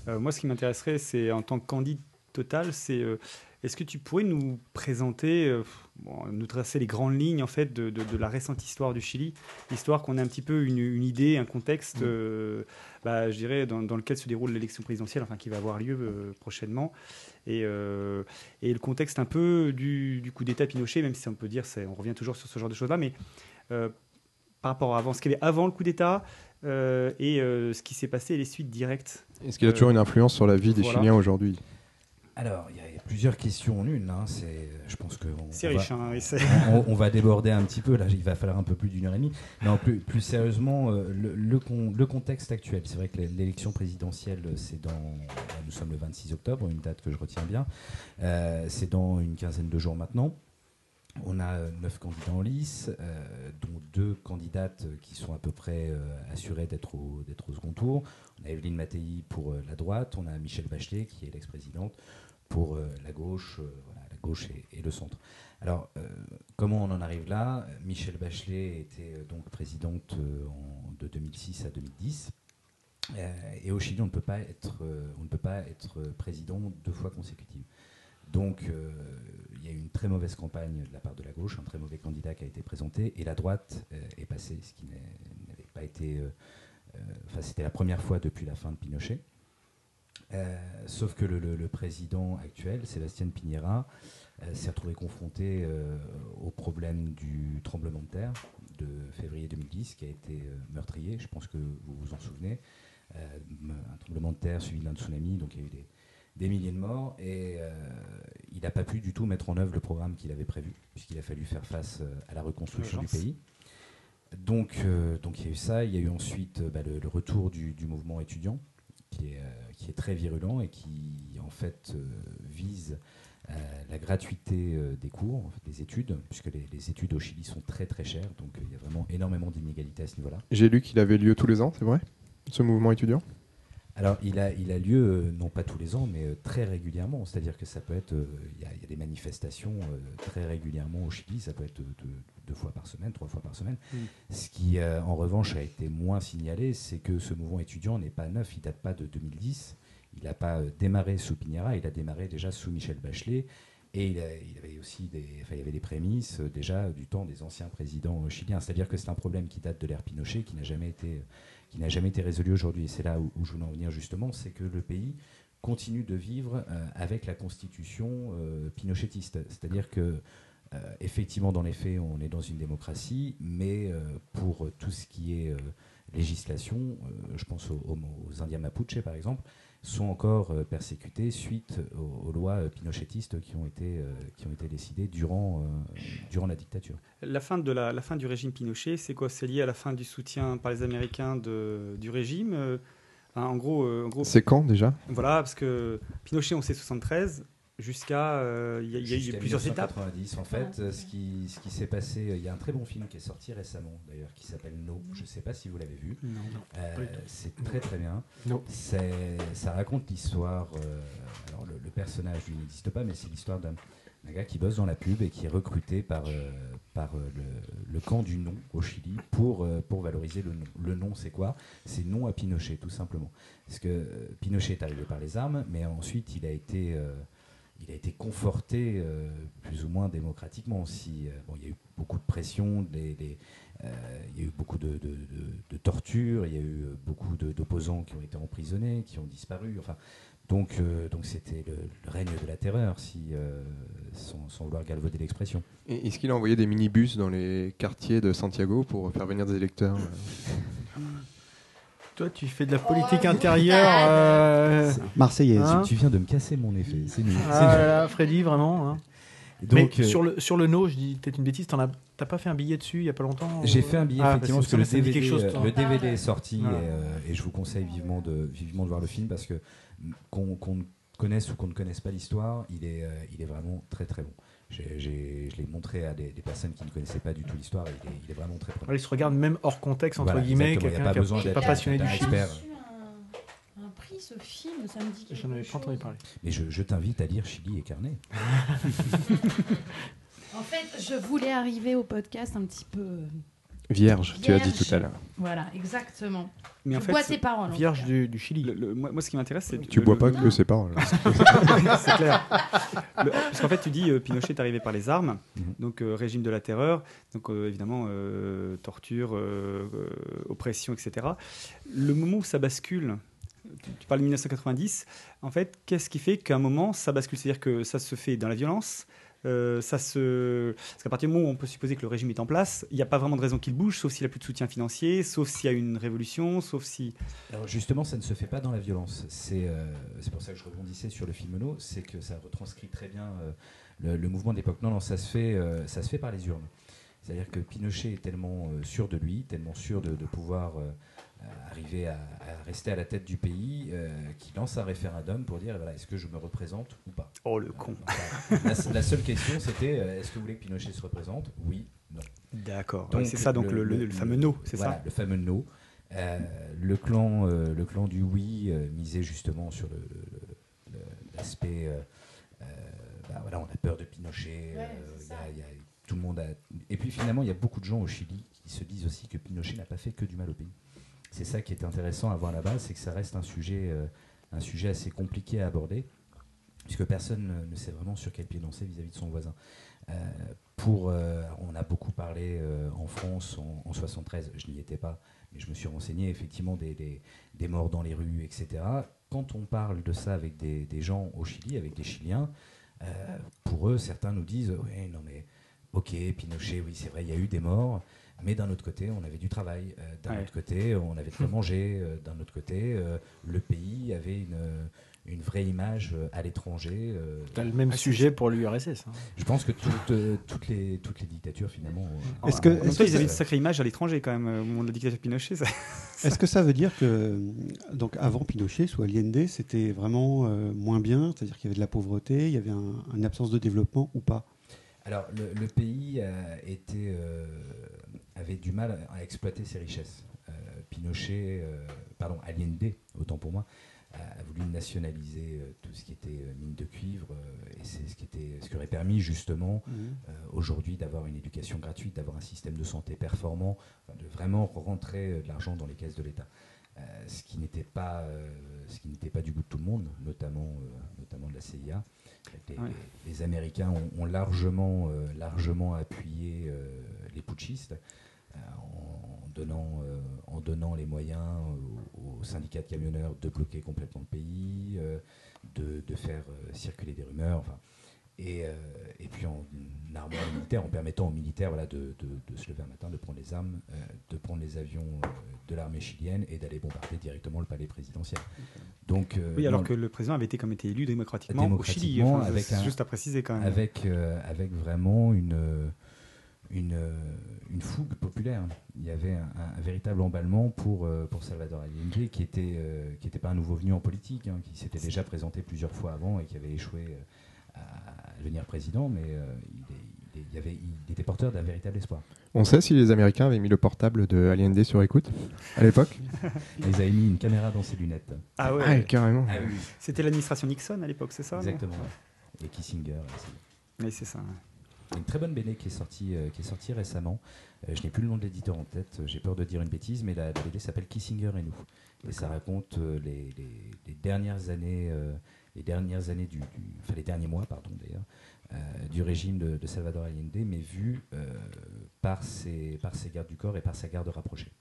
Euh, moi, ce qui m'intéresserait, c'est en tant que candidat total, c'est euh, est-ce que tu pourrais nous présenter, euh, bon, nous tracer les grandes lignes en fait de, de- de la récente histoire du Chili, histoire qu'on ait un petit peu une, une idée, un contexte, euh, bah, je dirais dans, dans lequel se déroule l'élection présidentielle, enfin qui va avoir lieu euh, prochainement, et, euh, et le contexte un peu du, du coup d'État Pinochet, même si on peut dire, c'est- on revient toujours sur ce genre de choses-là, mais euh, par rapport à avant, ce qu'il y avait avant le coup d'État euh, et euh, ce qui s'est passé et les suites directes. Est-ce qu'il y a toujours une influence sur la vie des Voilà. Chiliens aujourd'hui Alors, il y, a- il y a plusieurs questions en une. hein. C'est, je pense que on- C'est on riche, va- hein, oui, c'est- on, on va déborder un petit peu. Là, il va falloir un peu plus d'une heure et demie. Non, plus, plus sérieusement, euh, le, le con- le contexte actuel. C'est vrai que l'é- l'élection présidentielle, c'est dans. Nous sommes le 26 octobre, une date que je retiens bien. Euh, c'est dans une quinzaine de jours maintenant. On a euh, neuf candidats en lice, euh, dont deux candidates euh, qui sont à peu près euh, assurées d'être au, d'être au second tour. On a Evelyne Mattei pour euh, la droite, on a Michel Bachelet qui est l'ex-présidente pour euh, la gauche, euh, voilà, la gauche et, et le centre. Alors, euh, comment on en arrive là Michel Bachelet était euh, donc présidente euh, en- de 2006 à 2010. Euh, et au Chili, on ne peut pas être, euh, on ne peut pas être euh, président deux fois consécutive. Donc, euh, il y a eu une très mauvaise campagne de la part de la gauche, un très mauvais candidat qui a été présenté, et la droite euh, est passée, ce qui n'est- n'avait pas été. euh, euh, Enfin, c'était la première fois depuis la fin de Pinochet. Euh, sauf que le, le- le président actuel, Sébastien Piñera, euh, s'est retrouvé confronté euh, au problème du tremblement de terre de février 2010 qui a été euh, meurtrier. Je pense que vous vous en souvenez. Euh, un tremblement de terre suivi d'un tsunami, donc il y a eu des, des milliers de morts. Et euh, il n'a pas pu du tout mettre en œuvre le programme qu'il avait prévu, puisqu'il a fallu faire face euh, à la reconstruction du Urgence. pays. Donc, euh, donc il y a eu ça. Il y a eu ensuite euh, bah, le, le retour du, du mouvement étudiant, qui est, euh, qui est très virulent et qui en fait euh, vise euh, la gratuité euh, des cours, en fait, des études, puisque les, les études au Chili sont très très chères. Donc euh, il y a vraiment énormément d'inégalités à ce niveau-là. J'ai lu qu'il avait lieu tous les ans, c'est vrai Ce mouvement étudiant Alors, il a, il a lieu, euh, non pas tous les ans, mais euh, très régulièrement. C'est-à-dire que ça peut être. euh, Il y, a- il y a des manifestations euh, très régulièrement au Chili. Ça peut être euh, deux, deux fois par semaine, trois fois par semaine. Mm. Ce qui, euh, en revanche, a été moins signalé, c'est que ce mouvement étudiant n'est pas neuf. Il date pas de 2010. Il n'a pas euh, démarré sous Piñera. Il a démarré déjà sous Michel Bachelet. Et il, a- il avait aussi des, enfin, il y avait des prémices euh, déjà du temps des anciens présidents euh, chiliens. C'est-à-dire que c'est un problème qui date de l'ère Pinochet, qui n'a jamais été euh, qui n'a jamais été résolu aujourd'hui. Et c'est là où, où je voulais en venir justement, c'est que le pays continue de vivre euh, avec la constitution euh, pinochetiste. C'est-à-dire que, euh, effectivement, dans les faits, on est dans une démocratie, mais euh, pour tout ce qui est euh, législation, euh, je pense aux, aux- aux Indiens Mapuche, par exemple, sont encore euh, persécutés suite aux, aux lois euh, pinochetistes qui ont été, euh, qui ont été décidées durant, euh, durant la dictature. La fin, de la, la fin du régime Pinochet, c'est quoi C'est lié à la fin du soutien par les Américains de- du régime euh, hein, En gros, euh, en gros C'est quand déjà Voilà, parce que Pinochet, on sait 73, jusqu'à. euh, Il y a, il y a eu Jusqu'à plusieurs étapes. 1990, en fait, euh, ce qui, ce qui s'est passé, euh, il y a un très bon film qui est sorti récemment, d'ailleurs, qui s'appelle No. Je ne sais pas si vous l'avez vu. Non. Euh, pas du tout. c'est très très bien. No. C'est- Ça raconte l'histoire. euh, alors, le, le personnage, lui, n'existe pas, mais c'est l'histoire d'un d'un gars qui bosse dans la pub et qui est recruté par, euh, par euh, le, le camp du non au Chili pour, euh, pour valoriser le non. Le non, c'est quoi C'est non à Pinochet, tout simplement. Parce que euh, Pinochet est arrivé par les armes, mais ensuite, il a été. euh, il a été conforté euh, plus ou moins démocratiquement. Si, euh, bon, il y a eu beaucoup de pression, des- des- euh, il y a eu beaucoup de, de, de- de tortures, il y a eu euh, beaucoup de- d'opposants qui ont été emprisonnés, qui ont disparu. Enfin, donc euh, donc c'était le, le règne de la terreur, si, euh, sans, sans vouloir galvauder l'expression. Et Est-ce qu'il a envoyé des minibus dans les quartiers de Santiago pour faire venir des électeurs Toi, tu fais de la Oh, politique intérieure. euh, Marseillaise. Hein tu viens de me casser mon effet, c'est nul. Ah là là, Freddy, vraiment. hein. C'est- donc, Mais euh, sur, le, sur le no, je dis peut-être une bêtise, t'en as- t'as pas fait un billet dessus il y a pas longtemps J'ai ou- fait un billet, Ah, effectivement, parce que ça me le dit DVD, quelque chose, euh, toi. Ah. le DVD est sorti Voilà. et, euh, et je vous conseille vivement de, vivement de voir le film parce que mm, qu'on qu'on ne connaisse ou qu'on ne connaisse pas l'histoire, il, est, euh, il est vraiment très très bon. J'ai- j'ai- je l'ai montré à des, des personnes qui ne connaissaient pas du tout l'histoire et il est, il est vraiment très prenant. Ouais, il se regarde même hors contexte, entre Voilà, guillemets, exactement, il y a quelqu'un pas qui besoin n'est d'être- pas passionné du d'être film. expert. J'ai reçu un, un prix, ce film, ça me dit quelque J'en avais pas chose. entendu parler. Mais je, je t'invite à lire Chili et Carnet. En fait, je voulais arriver au podcast un petit peu. Vierge, tu as dit Vierge. tout à l'heure. Voilà, exactement. Mais je en fait, bois c'est- tes paroles. en Vierge tout du, du Chili. le- le- moi, moi, ce qui m'intéresse, c'est. Tu le- bois le- pas que ses paroles. Ah C'est clair. Le- parce qu'en fait, tu dis euh, Pinochet est arrivé par les armes, Mhm. donc euh, régime de la terreur, donc euh, évidemment euh, torture, euh, euh, oppression, etc. Le moment où ça bascule, tu, tu parles de 1990, en fait, qu'est-ce qui fait qu'à un moment ça bascule C'est-à-dire que ça se fait dans la violence, euh, ça se... Parce qu'à partir du moment où on peut supposer que le régime est en place, il n'y a pas vraiment de raison qu'il bouge, sauf s'il n'a plus de soutien financier, sauf s'il y a une révolution, sauf si... Alors justement, ça ne se fait pas dans la violence. C'est euh, c'est pour ça que je rebondissais sur le film Ono, c'est que ça retranscrit très bien euh, le, le mouvement d'époque. Non, non, ça se fait, euh, ça se fait par les urnes. C'est-à-dire que Pinochet est tellement euh, sûr de lui, tellement sûr de, de pouvoir euh, arriver à, à rester à la tête du pays, euh, qu'il lance un référendum pour dire eh voilà, est-ce que je me représente ou pas Euh, Oh le con la, la seule question c'était euh, est-ce que vous voulez que Pinochet se représente Oui, non. D'accord, ouais, c'est ça, donc, le- le- le fameux no, c'est voilà, ça Le fameux no. Euh, le, clan, euh, le clan du oui euh, misait justement sur le- le- le- l'aspect. euh, euh, bah voilà, on a peur de Pinochet. euh, il y a- il y a- tout le monde a- Et puis finalement, il y a beaucoup de gens au Chili qui se disent aussi que Pinochet n'a pas fait que du mal au pays. C'est ça qui est intéressant à voir là-bas, c'est que ça reste un sujet, euh, un sujet assez compliqué à aborder puisque personne ne- ne sait vraiment sur quel pied danser vis-à-vis de son voisin. Euh, pour, euh, on a beaucoup parlé euh, en France en, en 73, je n'y étais pas, mais je me suis renseigné effectivement des, des- des morts dans les rues, etc. Quand on parle de ça avec des, des gens au Chili, avec des Chiliens, euh, pour eux, certains nous disent Oui, non, mais ok, Pinochet, oui, c'est vrai, il y a eu des morts, mais d'un autre côté, on avait du travail. euh, d'un Ouais. autre côté, on avait de quoi manger. euh, d'un autre côté, euh, le pays avait une, une vraie image euh, à l'étranger. euh, T'as le même sujet pour l'URSS. hein. je pense que toutes, euh, toutes, les, toutes les dictatures, finalement. euh, Est-ce que- en- en- Oh, bah, En même est-ce temps, que ils avaient une ça- sacrée image à l'étranger quand même, euh, au moment de la dictature Pinochet. Ça... Est-ce que ça veut dire que, donc avant Pinochet, sous Allende, c'était vraiment euh, moins bien C'est-à-dire qu'il y avait de la pauvreté, il y avait un- une absence de développement ou pas Alors, le, le pays euh, était, euh, avait du mal à exploiter ses richesses. Euh, Pinochet, euh, pardon, Allende, autant pour moi, a, a voulu nationaliser euh, tout ce qui était euh, mine de cuivre, euh, et c'est ce qui, était, ce qui aurait permis justement euh, aujourd'hui d'avoir une éducation gratuite, d'avoir un système de santé performant, enfin, de vraiment rentrer euh, de l'argent dans les caisses de l'État. Euh, ce qui n'était pas, euh, ce qui n'était pas du goût de tout le monde, notamment, euh, notamment de la CIA. Les, Ouais. les- les Américains ont, ont largement, euh, largement appuyé euh, les putschistes euh, en, donnant, euh, en donnant les moyens aux, aux syndicats de camionneurs de bloquer complètement le pays, euh, de, de faire euh, circuler des rumeurs. enfin, et, euh, et puis en armant les militaires, en permettant aux militaires voilà, de, de- de se lever un matin, de prendre les armes, euh, de prendre les avions euh, de l'armée chilienne et d'aller bombarder directement le palais présidentiel. Donc, euh, Oui, alors non, que le président avait été comme été élu démocratiquement, au Chili. Démocratiquement, Enfin, avec c'est un- juste à préciser quand même. avec, euh, avec vraiment une, euh, une, euh, une fougue populaire. Il y avait un, un- un véritable emballement pour, euh, pour Salvador Allende, qui était euh, qui était pas un nouveau venu en politique, hein, qui s'était déjà présenté plusieurs fois avant et qui avait échoué euh, à devenir président, mais euh, il, est- il est- il y avait, il était porteur d'un véritable espoir. On sait si les Américains avaient mis le portable de Allende sur écoute à l'époque Ils avaient mis une caméra dans ses lunettes. Ah ouais, Ah, carrément. Ah oui, c'était l'administration Nixon à l'époque, c'est ça non exactement. ouais. Et Kissinger. et c'est- Oui, c'est ça. ouais. Il y a une très bonne BD qui est sortie, euh, qui est sortie récemment. Euh, je n'ai plus le nom de l'éditeur en tête, euh, j'ai peur de dire une bêtise, mais la, la BD s'appelle Kissinger et nous. Et ça raconte euh, les, les- les dernières années, euh, les dernières années du, du- enfin les derniers mois, pardon d'ailleurs, euh, du régime de, de Salvador Allende, mais vu euh, par ses par ses gardes du corps et par sa garde rapprochée.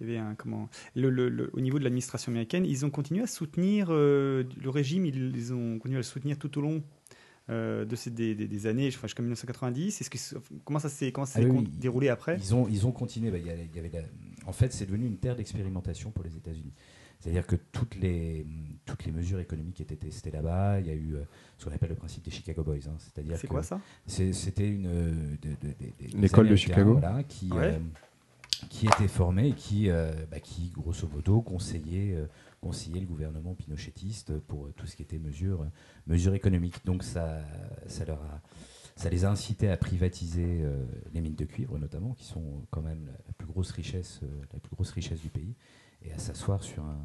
Il y avait un, comment... le, le- le- au niveau de l'administration américaine, ils ont continué à soutenir euh, le régime, ils, ils ont continué à le soutenir tout au long euh, de ces, des, des- des années, enfin, jusqu'en 1990. Est-ce que, comment ça s'est comment ça Ah s'est oui, con- oui. déroulé après Ils ont, ils ont continué. Bah, il y a- il y avait la- En fait, c'est devenu une terre d'expérimentation pour les États-Unis. C'est-à-dire que toutes les, toutes les mesures économiques étaient testées là-bas. Il y a eu euh, ce qu'on appelle le principe des Chicago Boys. hein. C'est-à-dire C'est que quoi ça c'est- C'était une euh, de- de- de- de- des L'école de Américains, Chicago. voilà, qui Ouais. euh, qui était formée et qui euh, bah, qui grosso modo conseillait euh, conseillait le gouvernement pinochetiste pour euh, tout ce qui était mesures euh, mesures économiques. Donc ça ça leur a ça les a incités à privatiser euh, les mines de cuivre notamment qui sont quand même la, la plus grosse richesse euh, la plus grosse richesse du pays et à s'asseoir sur un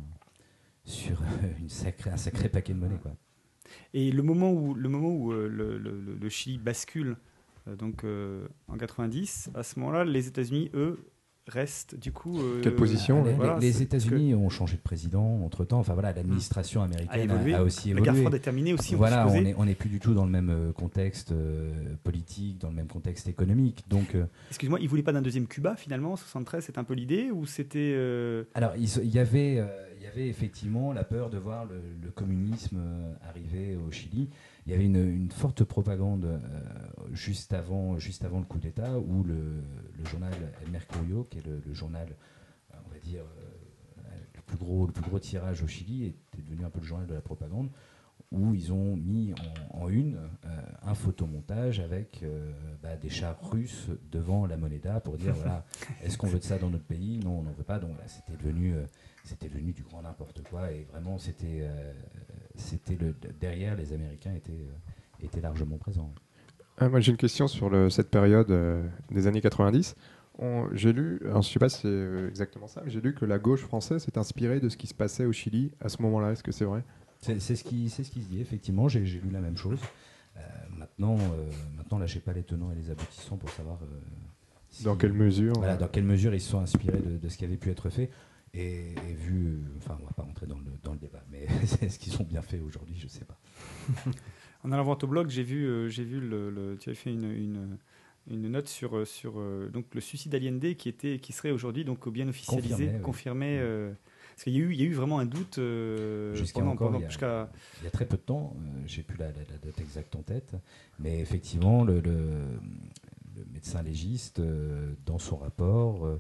sur euh, une sacrée, un sacré paquet de monnaie quoi. Et le moment où le, moment où, euh, le, le- le- le Chili bascule, euh, donc euh, en 90, à ce moment-là, les États-Unis, eux, restent du coup. euh, Quelle position, Les, ouais. voilà, les c'est- États-Unis ont changé de président entre temps. Enfin voilà, l'administration a américaine évolué. a, a aussi La guerre évolué. froide est terminée aussi. on peut voilà, on supposer. n'est on est plus du tout dans le même euh, contexte euh, politique, dans le même contexte économique. Donc, euh, Excuse-moi, ils voulaient pas d'un deuxième Cuba finalement en 73, c'est un peu l'idée ou c'était euh, alors il se- il y avait, euh, il y avait effectivement la peur de voir le, le communisme euh, arriver au Chili. Il y avait une, une forte propagande euh, juste, avant, juste avant le coup d'État où le, le journal El Mercurio, qui est le, le journal, euh, on va dire, euh, le, plus gros, le plus gros tirage au Chili, était devenu un peu le journal de la propagande, où ils ont mis en, en une euh, un photomontage avec euh, bah, des chars russes devant la Moneda pour dire voilà, est-ce qu'on veut de ça dans notre pays Non, on n'en veut pas. Donc voilà, c'était devenu, euh, c'était devenu du grand n'importe quoi. Et vraiment, c'était, euh, c'était le, derrière, les Américains étaient, euh, étaient largement présents. Ah, moi, j'ai une question sur le- cette période euh, des années 90. On- J'ai lu, alors, je ne sais pas si c'est euh, exactement ça, mais j'ai lu que la gauche française s'est inspirée de ce qui se passait au Chili à ce moment-là. Est-ce que c'est vrai C'est c'est ce, qui- c'est ce qui se dit, effectivement, j'ai j'ai lu la même chose. Euh, maintenant, euh, maintenant, là, je sais pas les tenants et les aboutissants pour savoir euh, si- Dans quelle mesure voilà, euh, dans quelle mesure ils se sont inspirés de, de ce qui avait pu être fait. Et, et vu, euh, enfin, on va pas rentrer dans le, dans le débat, mais est-ce qu'ils ont bien fait aujourd'hui Je sais pas. En allant voir ton blog, j'ai vu, euh, j'ai vu le, le- tu avais fait une, une, une note sur, euh, sur euh, donc le suicide aliénné qui était, qui serait aujourd'hui donc bien officialisé, Confirmé, confirmé. oui. Mm. euh, parce qu'il y a eu, il y a eu vraiment un doute euh, Jusqu'à pendant- encore, pendant- il y a- jusqu'à- Il y a très peu de temps, euh, j'ai plus la, la- la date exacte en tête, mais effectivement, le, le- le médecin légiste, euh, dans son rapport, euh,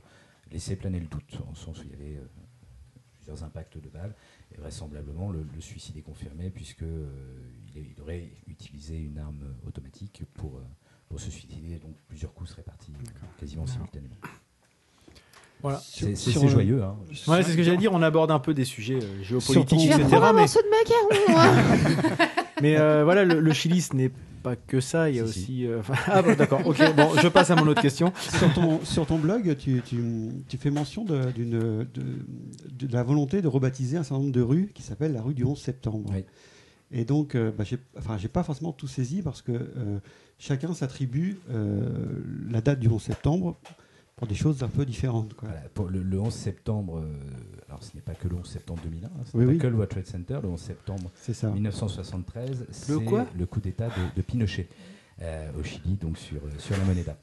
laissait planer le doute, en sens où il y avait euh, plusieurs impacts de balles, et vraisemblablement, le, le suicide est confirmé, puisque euh, il, est- il aurait utilisé une arme automatique pour, euh, pour se suicider, donc plusieurs coups seraient partis euh, quasiment simultanément. Voilà. Bah, C'est- C'est euh, c'est joyeux, hein. Ouais, c'est ce que j'allais dire. On aborde un peu des sujets euh, géopolitiques, Je vais etc. reprendre un Mais, morceau de hein macaron. mais, euh, voilà, le, le Chili, ce n'est pas que ça. Il y a aussi. euh, enfin, ah bon, d'accord. Ok. Bon, je passe à mon autre question. Sur ton, sur ton blog, tu, tu- tu fais mention de, d'une- de- de la volonté de rebaptiser un certain nombre de rues qui s'appelle la rue du 11 septembre. Et donc, euh, bah, j'ai- enfin, j'ai pas forcément tout saisi parce que euh, chacun s'attribue euh, la date du 11 septembre pour des choses un peu différentes. quoi. Voilà, pour le, le 11 septembre, euh, alors ce n'est pas que le 11 septembre 2001, hein, ce n'est Oui, pas oui. que le World Trade Center, le 11 septembre C'est ça. 1973, c'est quoi le coup d'État de, de Pinochet euh, au Chili, donc sur, euh, sur la Moneda.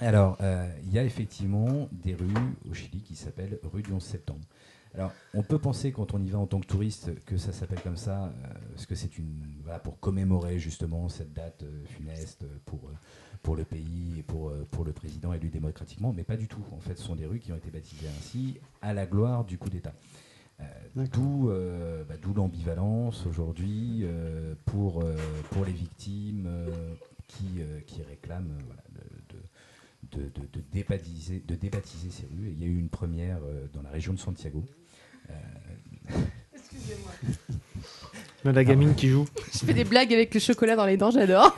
Alors, euh, il y a effectivement des rues au Chili qui s'appellent rue du 11 septembre. Alors, on peut penser quand on y va en tant que touriste que ça s'appelle comme ça, euh, parce que c'est une voilà pour commémorer justement cette date euh, funeste euh, pour euh, pour le pays et pour euh, pour le président élu démocratiquement, mais pas du tout. En fait, ce sont des rues qui ont été baptisées ainsi à la gloire du coup d'État. Euh, d'où euh, bah, d'où l'ambivalence aujourd'hui euh, pour euh, pour les victimes euh, qui euh, qui réclament euh, voilà, le- de de, de, de débaptiser, de débaptiser ces rues. Et il y a eu une première euh, dans la région de Santiago. Excusez-moi. La gamine qui joue. Je fais des blagues avec le chocolat dans les dents, j'adore.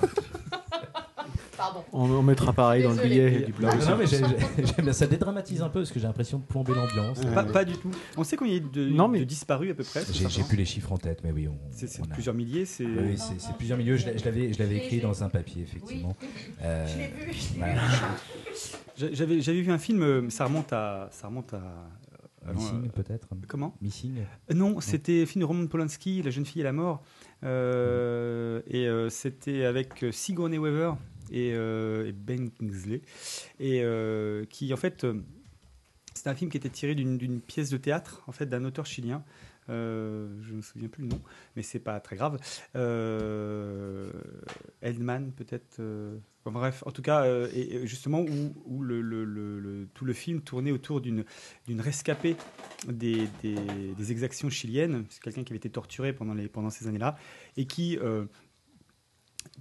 On, on mettra pareil dans le Désolée. billet du blog. Ah Non, non, mais j'ai- j'ai- j'aime bien. Ça dédramatise un peu parce que j'ai l'impression de plomber l'ambiance. Pas, pas du tout. On sait qu'on y est de, Non, mais- de disparus à peu près. J'ai j'ai plus les chiffres en tête, mais oui, on. C'est- c'est on a- Bah plusieurs milliers, c'est- Oui, c'est c'est plusieurs milliers. Je l'ai- je l'avais, je l'avais Je l'ai- écrit je- dans un papier, effectivement. Euh, Je l'ai vu, je l'ai voilà. J'a- J'avais j'avais vu un film, euh, ça remonte à. Ça remonte à euh, Missing, euh, peut-être Comment Missing Euh, Non, c'était un film de Roman Polanski, La jeune fille et la mort. Euh, et euh, c'était avec euh, Sigourney Weaver et, euh, et Ben Kingsley. Et euh, qui, en fait. euh, c'était un film qui était tiré d'une d'une pièce de théâtre, en fait, d'un auteur chilien. Euh, je ne me souviens plus le nom, mais c'est pas très grave. Euh, Eldman, peut-être. euh, bon, bref, en tout cas, euh, et, et justement, où, où le, le- le- le- tout le film tournait autour d'une d'une rescapée des, des- des exactions chiliennes. C'est quelqu'un qui avait été torturé pendant, les, pendant ces années-là et qui. euh,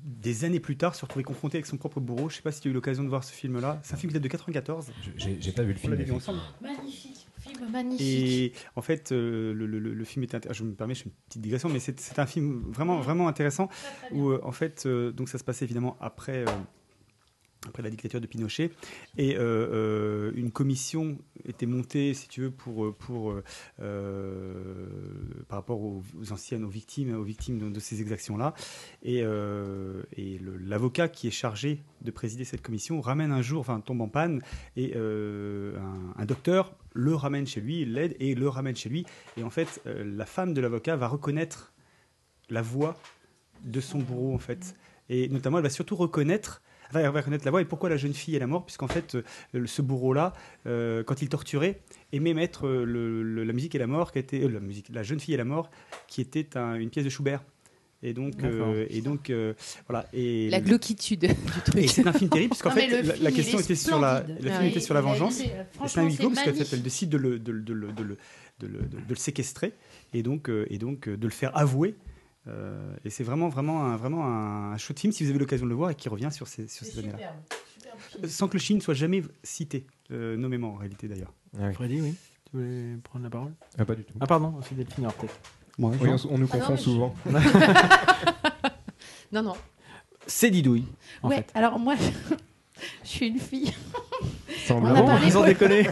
des années plus tard, se retrouvait confronté avec son propre bourreau. Je sais pas si tu as eu l'occasion de voir ce film-là. C'est un film qui date de 94. J'ai j'ai pas vu le On film. l'avait vu ensemble. effectivement. Magnifique, film magnifique. Et en fait, euh, le, le- le- le film est intér- Je me permets, je fais une petite digression, mais c'est c'est un film vraiment, vraiment intéressant où, euh, en fait, euh, donc ça se passait évidemment après. euh, après la dictature de Pinochet, et euh, euh, une commission était montée, si tu veux, pour, euh, pour, euh, euh, par rapport aux, aux anciennes, aux victimes, aux victimes de, de ces exactions-là. Et, euh, et le- l'avocat qui est chargé de présider cette commission ramène un jour, enfin tombe en panne, et euh, un, un docteur le ramène chez lui, il l'aide et le ramène chez lui. Et en fait, euh, la femme de l'avocat va reconnaître la voix de son bourreau en fait. Et notamment, elle va surtout reconnaître va, va reconnaître la voix. Et pourquoi la jeune fille et la mort Puisqu'en fait, euh, ce bourreau-là, euh, quand il torturait, aimait mettre euh, le- le- la musique et la mort, qui était euh, la musique, la jeune fille et la mort, qui était un- une pièce de Schubert. Et donc, D'accord. euh, et donc euh, voilà. Et La gloquitude du truc. Et C'est un film terrible, puisqu'en Non, fait, mais le la, film, la il question est était sur la, le splendide. film Ah, Ouais, était il- sur la il a été- vengeance. euh, Et C'est un franchement, huis clos, c'est parce qu'en fait, magnifique. elle décide de le, de, le- de le- de le- de le- de le séquestrer et donc, euh, et donc euh, de le faire avouer. Euh, et c'est vraiment, vraiment, un, vraiment un chouette film, si vous avez l'occasion de le voir, et qui revient sur ces, sur ces années-là. Euh, Sans que le Chine soit jamais cité, euh, nommément en réalité d'ailleurs. Freddy, oui. Tu voulais prendre la parole Ah, pas du tout. Ah, pardon, c'est Delphine Artec. Moi, Oui, on- on nous Ah non, confond mais je- souvent. Non, non. c'est Didouille, en ouais, fait. alors moi, je suis une fille. Semble. On a Ah bon parlé Ils ont po- déconné. non,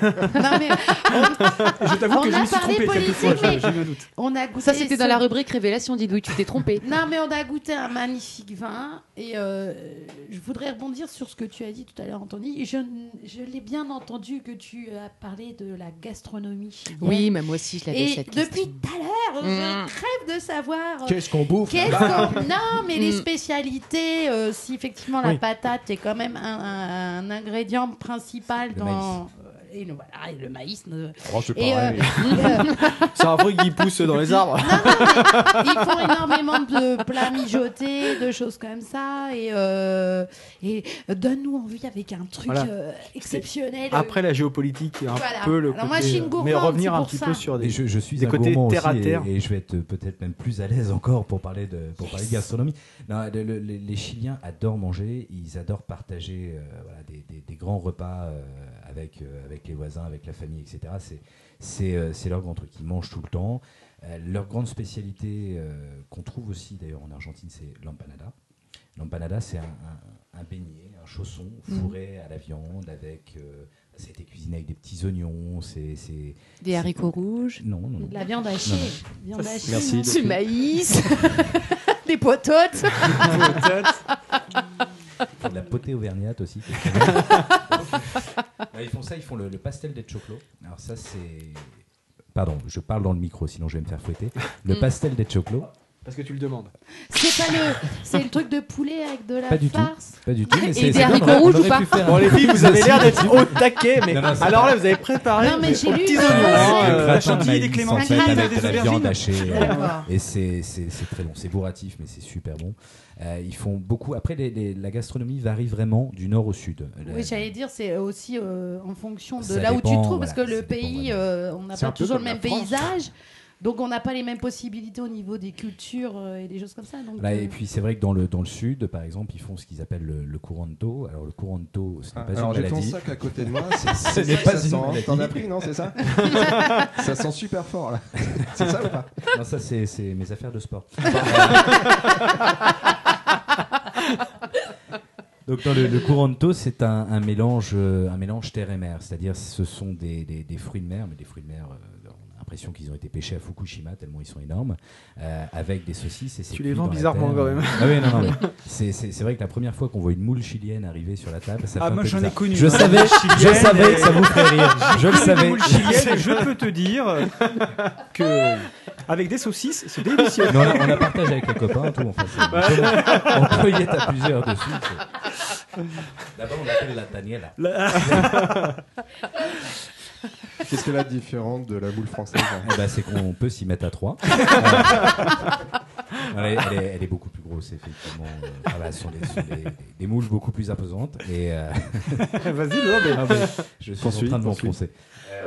mais on- Ah, Je t'avoue que on je a me suis parlé trompé quelques fois, je- politique, mais j'ai eu un doute. On a goûté Ça, c'était dans ce- la rubrique Révélation, Didouille, tu t'es trompé. Non, mais on a goûté un magnifique vin et euh, je voudrais rebondir sur ce que tu as dit tout à l'heure, Anthony. Je, n- je l'ai bien entendu que tu as parlé de la gastronomie. chilienne. Oui, mais moi aussi, je l'avais, Et cette depuis tout à l'heure, Mm. je crève de savoir. euh, Qu'est-ce qu'on bouffe qu'est-ce là-bas qu'on- Non, mais les Mm. spécialités, euh, si effectivement la Oui. patate est quand même un, un- un ingrédient principal Le dans. maïs. euh, Et le, voilà, et le maïs. ne- Oh, c'est et, pareil. euh, C'est un truc qui pousse dans les arbres. ils font énormément de plats mijotés, de choses comme ça. Et, euh, et donne-nous envie avec un truc Voilà. euh, exceptionnel. Après la géopolitique, un Voilà. peu le Alors côté, moi, je suis euh, une mais gourmande, revenir c'est un pour petit ça. peu sur des, Et je, je suis des un côtés gourmand terre aussi à terre. Et, et je vais être peut-être même plus à l'aise encore pour parler de, pour parler de gastronomie. Non, le- le- les, les Chiliens adorent manger, ils adorent partager euh, voilà, des, des- des grands repas euh, avec, euh, avec les voisins, avec la famille, etc. C'est- C'est euh, c'est leur grand truc, ils mangent tout le temps. Euh, leur grande spécialité euh, qu'on trouve aussi d'ailleurs en Argentine, c'est l'empanada. L'empanada, c'est un, un- un beignet, un chausson Mm. fourré à la viande avec... euh, ça a été cuisiné avec des petits oignons, c'est... c'est- Des c'est- haricots rouges. non, non, non. La viande hachée. Non, non. Viande Ça, hachée. merci, Du maïs. des pototes. Faut de la potée auvergnate aussi. Non, ils font ça, ils font le, le pastel de choclo. Alors ça c'est... Pardon, je parle dans le micro, sinon je vais me faire fouetter. Le Mm. pastel de choclo. Parce que tu le demandes. C'est pas le, c'est le truc de poulet avec de la Pas du farce. tout. Pas du tout. Et mais c'est- des c'est- haricots on aurait rouges ou pu pas faire un Bon, les filles, vous avez quiz l'air là-dessus. d'être au taquet, mais Non, non, c'est alors pas- là, vous avez préparé Non, mais j'ai aux lu petits ça. oignons. hein, Le euh, gratin de chantilly et maïs, des clémentines. en fait, Un gratin avec de la des viande aubergines. hachée. euh, D'accord. Et c'est c'est- c'est très bon. C'est bourratif, mais c'est super bon. Euh, ils font beaucoup. Après, les- les- la gastronomie varie vraiment du nord au sud. La- Oui, j'allais dire, c'est aussi euh, en fonction de Ça là où tu dépend, te trouves, parce que voilà, le ça dépend pays, vraiment. euh, on n'a C'est pas un peu toujours le comme la même France. paysage, donc on n'a pas les mêmes possibilités au niveau des cultures euh, et des choses comme ça. Donc, Voilà, euh, Bah, et puis c'est vrai que dans le, dans le sud, par exemple, ils font ce qu'ils appellent le, le couranto. Alors le couranto, ce n'est Ah, pas alors une j'ai ton maladie. sac à côté de moi, ce c'est- c'est n'est ça que pas ça une sent, hein. maladie. T'en as pris, non, c'est ça Ça sent super fort là. C'est ça ou pas Non, ça c'est c'est mes affaires de sport. Donc dans le, le couranto, c'est un, un mélange, euh, un mélange terre et mer, c'est-à-dire ce sont des, des- des fruits de mer, mais des fruits de mer, euh, on a l'impression qu'ils ont été pêchés à Fukushima tellement ils sont énormes, euh, avec des saucisses. Et c'est Tu les cuit vends dans la bizarrement, terre. quand même. Ah oui, non, non, mais c'est- c'est c'est vrai que la première fois qu'on voit une moule chilienne arriver sur la table, ça Ah, fait un moi, peu j'en ai bizarre. connu, Je hein, des savais, moules je chiliennes, savais et- que ça vous ferait rire. Je le J'ai connu savais. une moule chilienne, je peux te dire que avec des saucisses, c'est délicieux. Mais on, la- on la partage avec les copains, tout. Enfin, c'est- on peut y être à plusieurs dessus. c'est- D'abord, on l'appelle la Daniela. Qu'est-ce qu'elle a de différent de la boule française hein Eh ben, c'est qu'on peut s'y mettre à trois. Euh, elle, est, elle est- elle est beaucoup plus grosse, effectivement. Euh, voilà, ce sont des, ce sont des- des mouches beaucoup plus imposantes. Et euh, Vas-y, non, mais- Ah oui, je suis Poursuis, en train de poursuis. m'enfoncer.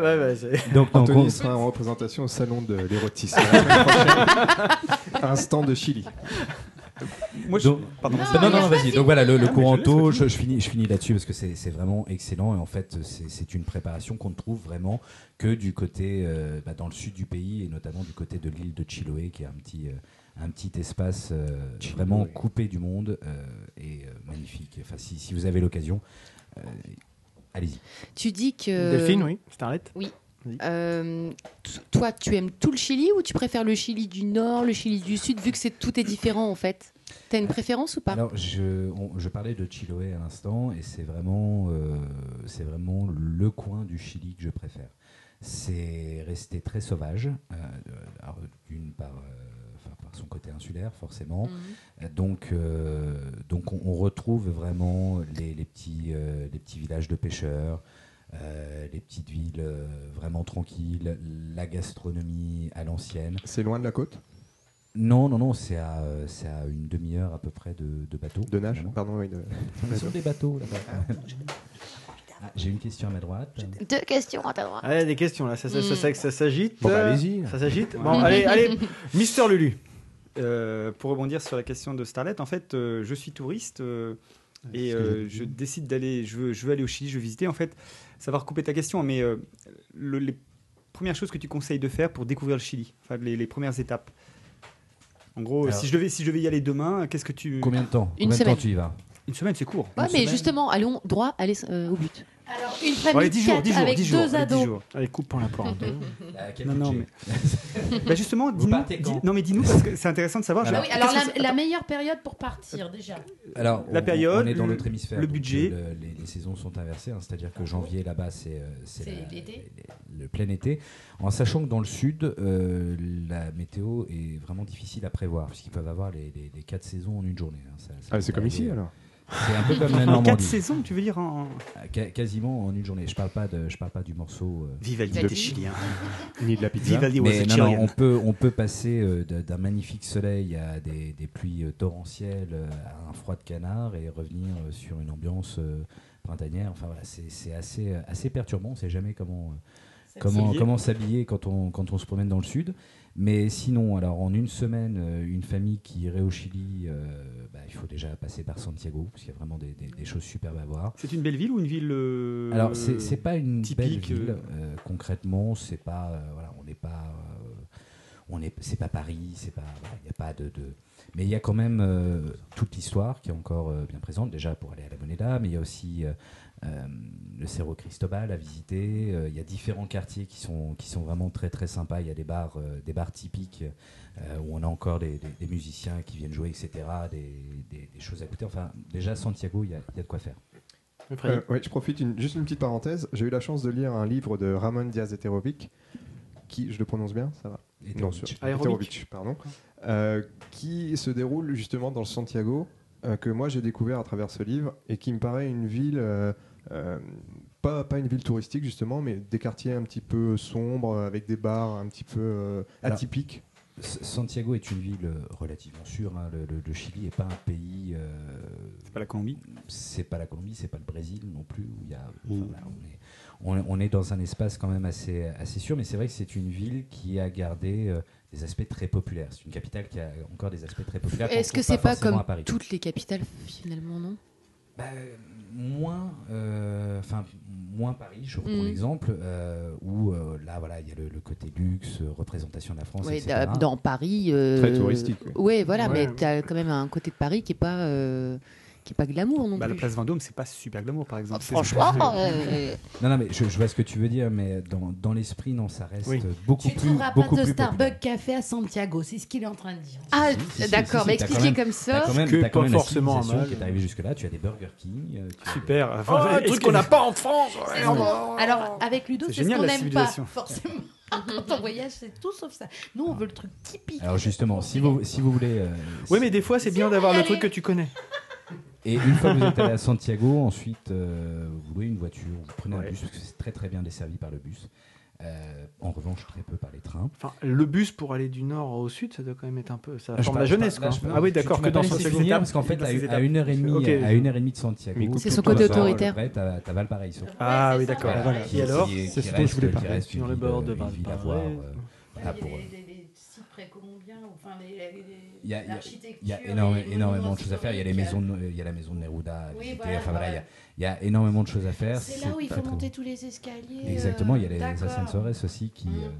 Ouais, bah, c'est- Donc, non, Anthony on- sera en représentation au salon de l'érotisme. la semaine prochaine. Un stand de Chili. Donc- pardon. Bah, Non, non, Non, mais non, je vas-y. vas-y. Donc voilà, le, le Ah, mais je couranto, je, je finis, je finis là-dessus parce que c'est c'est vraiment excellent. Et en fait, c'est c'est une préparation qu'on ne trouve vraiment que du côté, euh, bah, dans le sud du pays et notamment du côté de l'île de Chiloé, qui est un petit, euh, un petit espace euh, vraiment coupé du monde euh, et euh, magnifique. Enfin, si, si vous avez l'occasion, euh, allez-y. Tu dis Euh, que. Delphine, oui, Starlet. Oui. Euh, t- toi, tu aimes tout le Chili ou tu préfères le Chili du Nord, le Chili du Sud, vu que c'est tout est différent en fait T'as une préférence ou pas Alors, je, on- je parlais de Chiloé à l'instant, et c'est vraiment, euh, c'est vraiment le coin du Chili que je préfère. C'est resté très sauvage, euh, alors, d'une par, euh, enfin, par son côté insulaire, forcément. Euh, Donc, euh, donc on, on retrouve vraiment les, les petits, euh, les petits villages de pêcheurs, euh, les petites villes euh, vraiment tranquilles, la gastronomie à l'ancienne. C'est loin de la côte Non, non, non, c'est à, euh, c'est à une demi-heure à peu près de, de bateau. De nage finalement. Pardon, oui. De... Ce sont des bateaux là-bas. Ah, J'ai une question à ma droite. Deux questions à ta droite. Allez, des questions là, ça, ça, ça, ça- Mm. ça s'agite. Bon, bah, euh, allez-y. Ça s'agite. Ouais. Bon, allez, allez, Mister Lulu. euh, pour rebondir sur la question de Starlet, en fait, euh, je suis touriste euh, et c'est ce que euh, j'ai dit. je décide d'aller, je veux, je veux aller au Chili, je veux visiter. En fait, ça va recouper ta question, mais euh, le- les premières choses que tu conseilles de faire pour découvrir le Chili, enfin, les, les premières étapes. En gros, Alors- si, je devais, si je devais y aller demain, qu'est-ce que tu. Combien de temps Une Combien de semaine. temps tu y vas Une semaine, c'est court. Ouais, Une mais semaine. justement, allons droit, allez euh, au but. Alors, une Bon, allez, famille 10 de jours, quatre 10 jours, avec 10 jours. deux allez, 10 ados. jours. Allez, coupe pour la poire en deux. Non, non, mais. Bah, justement, Vous dis-nous, partez quand dis- non, mais dis-nous parce que c'est intéressant de savoir. Ah je- oui, alors qu'est-ce que la, la meilleure période pour partir déjà. Alors, La on- période, on est dans le- l'autre hémisphère. le donc, budget. euh, le- les, les saisons sont inversées, hein, c'est-à-dire que janvier là-bas, c'est euh, c'est C'est la- l'été. les- le plein été. En sachant que dans le sud, euh, la météo est vraiment difficile à prévoir, puisqu'ils peuvent avoir les, les- les quatre saisons en une journée. hein, ça- ça Ah, c'est peut comme ici, arriver. alors C'est un peu comme la En Normandie. quatre saisons, tu veux dire en... Ah, ca- Quasiment en une journée. Je parle pas de, je parle pas du morceau. euh, Vivaldi de- était chilien. Ni de la pizza. Vivaldi was mais a non, non, Chilean. on peut, on peut passer euh, d'un d'un magnifique soleil à des, des pluies euh, torrentielles, euh, à un froid de canard et revenir euh, sur une ambiance euh, printanière. Enfin voilà, c'est c'est assez, euh, assez perturbant. On ne sait jamais comment, euh, C'est comment, s'habiller. comment s'habiller quand on, quand on se promène dans le sud. Mais sinon, alors en une semaine, euh, une famille qui irait au Chili, euh, bah, il faut déjà passer par Santiago, parce qu'il y a vraiment des, des- des choses superbes à voir. C'est une belle ville ou une ville. euh, Alors, c'est c'est pas une belle typique, ville. euh, euh, concrètement, c'est pas. euh, voilà, on n'est pas. euh, on est. C'est pas Paris. C'est pas. voilà, Il n'y a pas de. de- mais il y a quand même euh, toute l'histoire qui est encore euh, bien présente. Déjà pour aller à la Moneda, mais il y a aussi euh, euh, le Cerro Cristobal à visiter. euh, il y a différents quartiers qui sont qui sont vraiment très très sympas. Il y a des bars, euh, des bars typiques euh, où on a encore des, des- des musiciens qui viennent jouer, etc. Des, des- des choses à goûter. Enfin, déjà Santiago, il y a- il y a de quoi faire. Euh, ouais, je profite une- juste une petite parenthèse. J'ai eu la chance de lire un livre de Ramon Diaz Eterovic, qui, je le prononce bien, ça va Eterovic. Non, sûr. Aerobic. Eterovic, pardon. Euh, qui se déroule justement dans le Santiago, euh, que moi j'ai découvert à travers ce livre, et qui me paraît une ville, euh, euh, pas, pas une ville touristique justement, mais des quartiers un petit peu sombres, avec des bars un petit peu euh, Alors, atypiques. S- Santiago est une ville euh, relativement sûre. hein. Le, le- le Chili n'est pas un pays. c'est pas la Colombie. C'est pas la Colombie, c'est pas le Brésil non plus. Où il y a, enfin, voilà, on, est, on- on est dans un espace quand même assez, assez sûr, mais c'est vrai que c'est une ville qui a gardé euh, des aspects très populaires. C'est une capitale qui a encore des aspects très populaires. qu'on Est-ce que trouve c'est pas, forcément comme à Paris. toutes les capitales finalement, non moins, euh, enfin moins Paris, je prends Mhm. l'exemple, euh, où euh, là voilà, il y a le, le côté luxe, euh, représentation de la France, Ouais, etc. d- Dans Paris. euh, Très touristique, oui. Ouais, voilà, Ouais. mais t'as quand même un côté de Paris qui est pas euh, qui est pas glamour non Bah, plus. la Oh, place Vendôme, c'est pas super glamour par exemple. C'est- Ah, Franchement, euh, Non, non, mais je, je vois ce que tu veux dire, mais dans, dans l'esprit, non, ça reste Oui. beaucoup Tu ne plus. trouveras pas beaucoup de plus Starbucks populaire. café à Santiago, c'est ce qu'il est en train de dire. Ah, Si, si, d'accord, si, mais si, t'as expliquer quand même- comme ça. t'as quand même, Que t'as quand pas même la forcément un civilisation mal. qui est arrivée jusque-là. Tu as des Burger King. euh, tu- Super. Oh, enfin, un truc excuse- qu'on n'a pas en France C'est ouais. ce qu'on- Alors, avec Ludo, C'est c'est ce génial, qu'on la n'aime pas, civilisation. forcément. Quand on voyage, c'est tout sauf ça. Nous, on veut le truc typique. Alors, justement, si vous, si vous voulez. euh, Oui, mais des fois, c'est bien d'avoir le truc que tu connais. Et une fois que vous êtes allé à Santiago, ensuite, euh, vous louez une voiture, vous prenez Ouais. un bus, parce que c'est très très bien desservi par le bus. Euh, en revanche, très peu par les trains. Enfin, le bus pour aller du nord au sud, ça doit quand même être un peu. Ça Ah, je forme parle- la je parle- jeunesse, là, quoi. je parle- ah oui, tu- d'accord, tu que m'as dans pas son laissé finir, parce qu'en fait, à, à une heure et demie, Ok. à une heure et demie de Santiago, C'est tout son autour côté de Valparaiso, autoritaire. T'as t'as Valparaiso. Ah oui, d'accord. Voilà, Voilà. qui- Et alors qui- qui C'est ce dont reste- je voulais qui parler. reste une Sur les ville, bords de euh, une ville à Valparaiso. voir, euh, voilà, les, pour- les- les sites précolombiens, enfin, les- les- les- Il y a, il y a- l'architecture, il y a énorme- les monuments énormément de choses à faire. Il y a les historiques. maisons, de- il y a la maison de Neruda à Oui, visiter. voilà, enfin voilà, il y a- ouais. il y, a énormément de choses à faire. C'est là où il pas faut très- monter tous les escaliers. Exactement, il y a euh, les, les d'accord. Mmh. ascenseurs aussi qui, euh,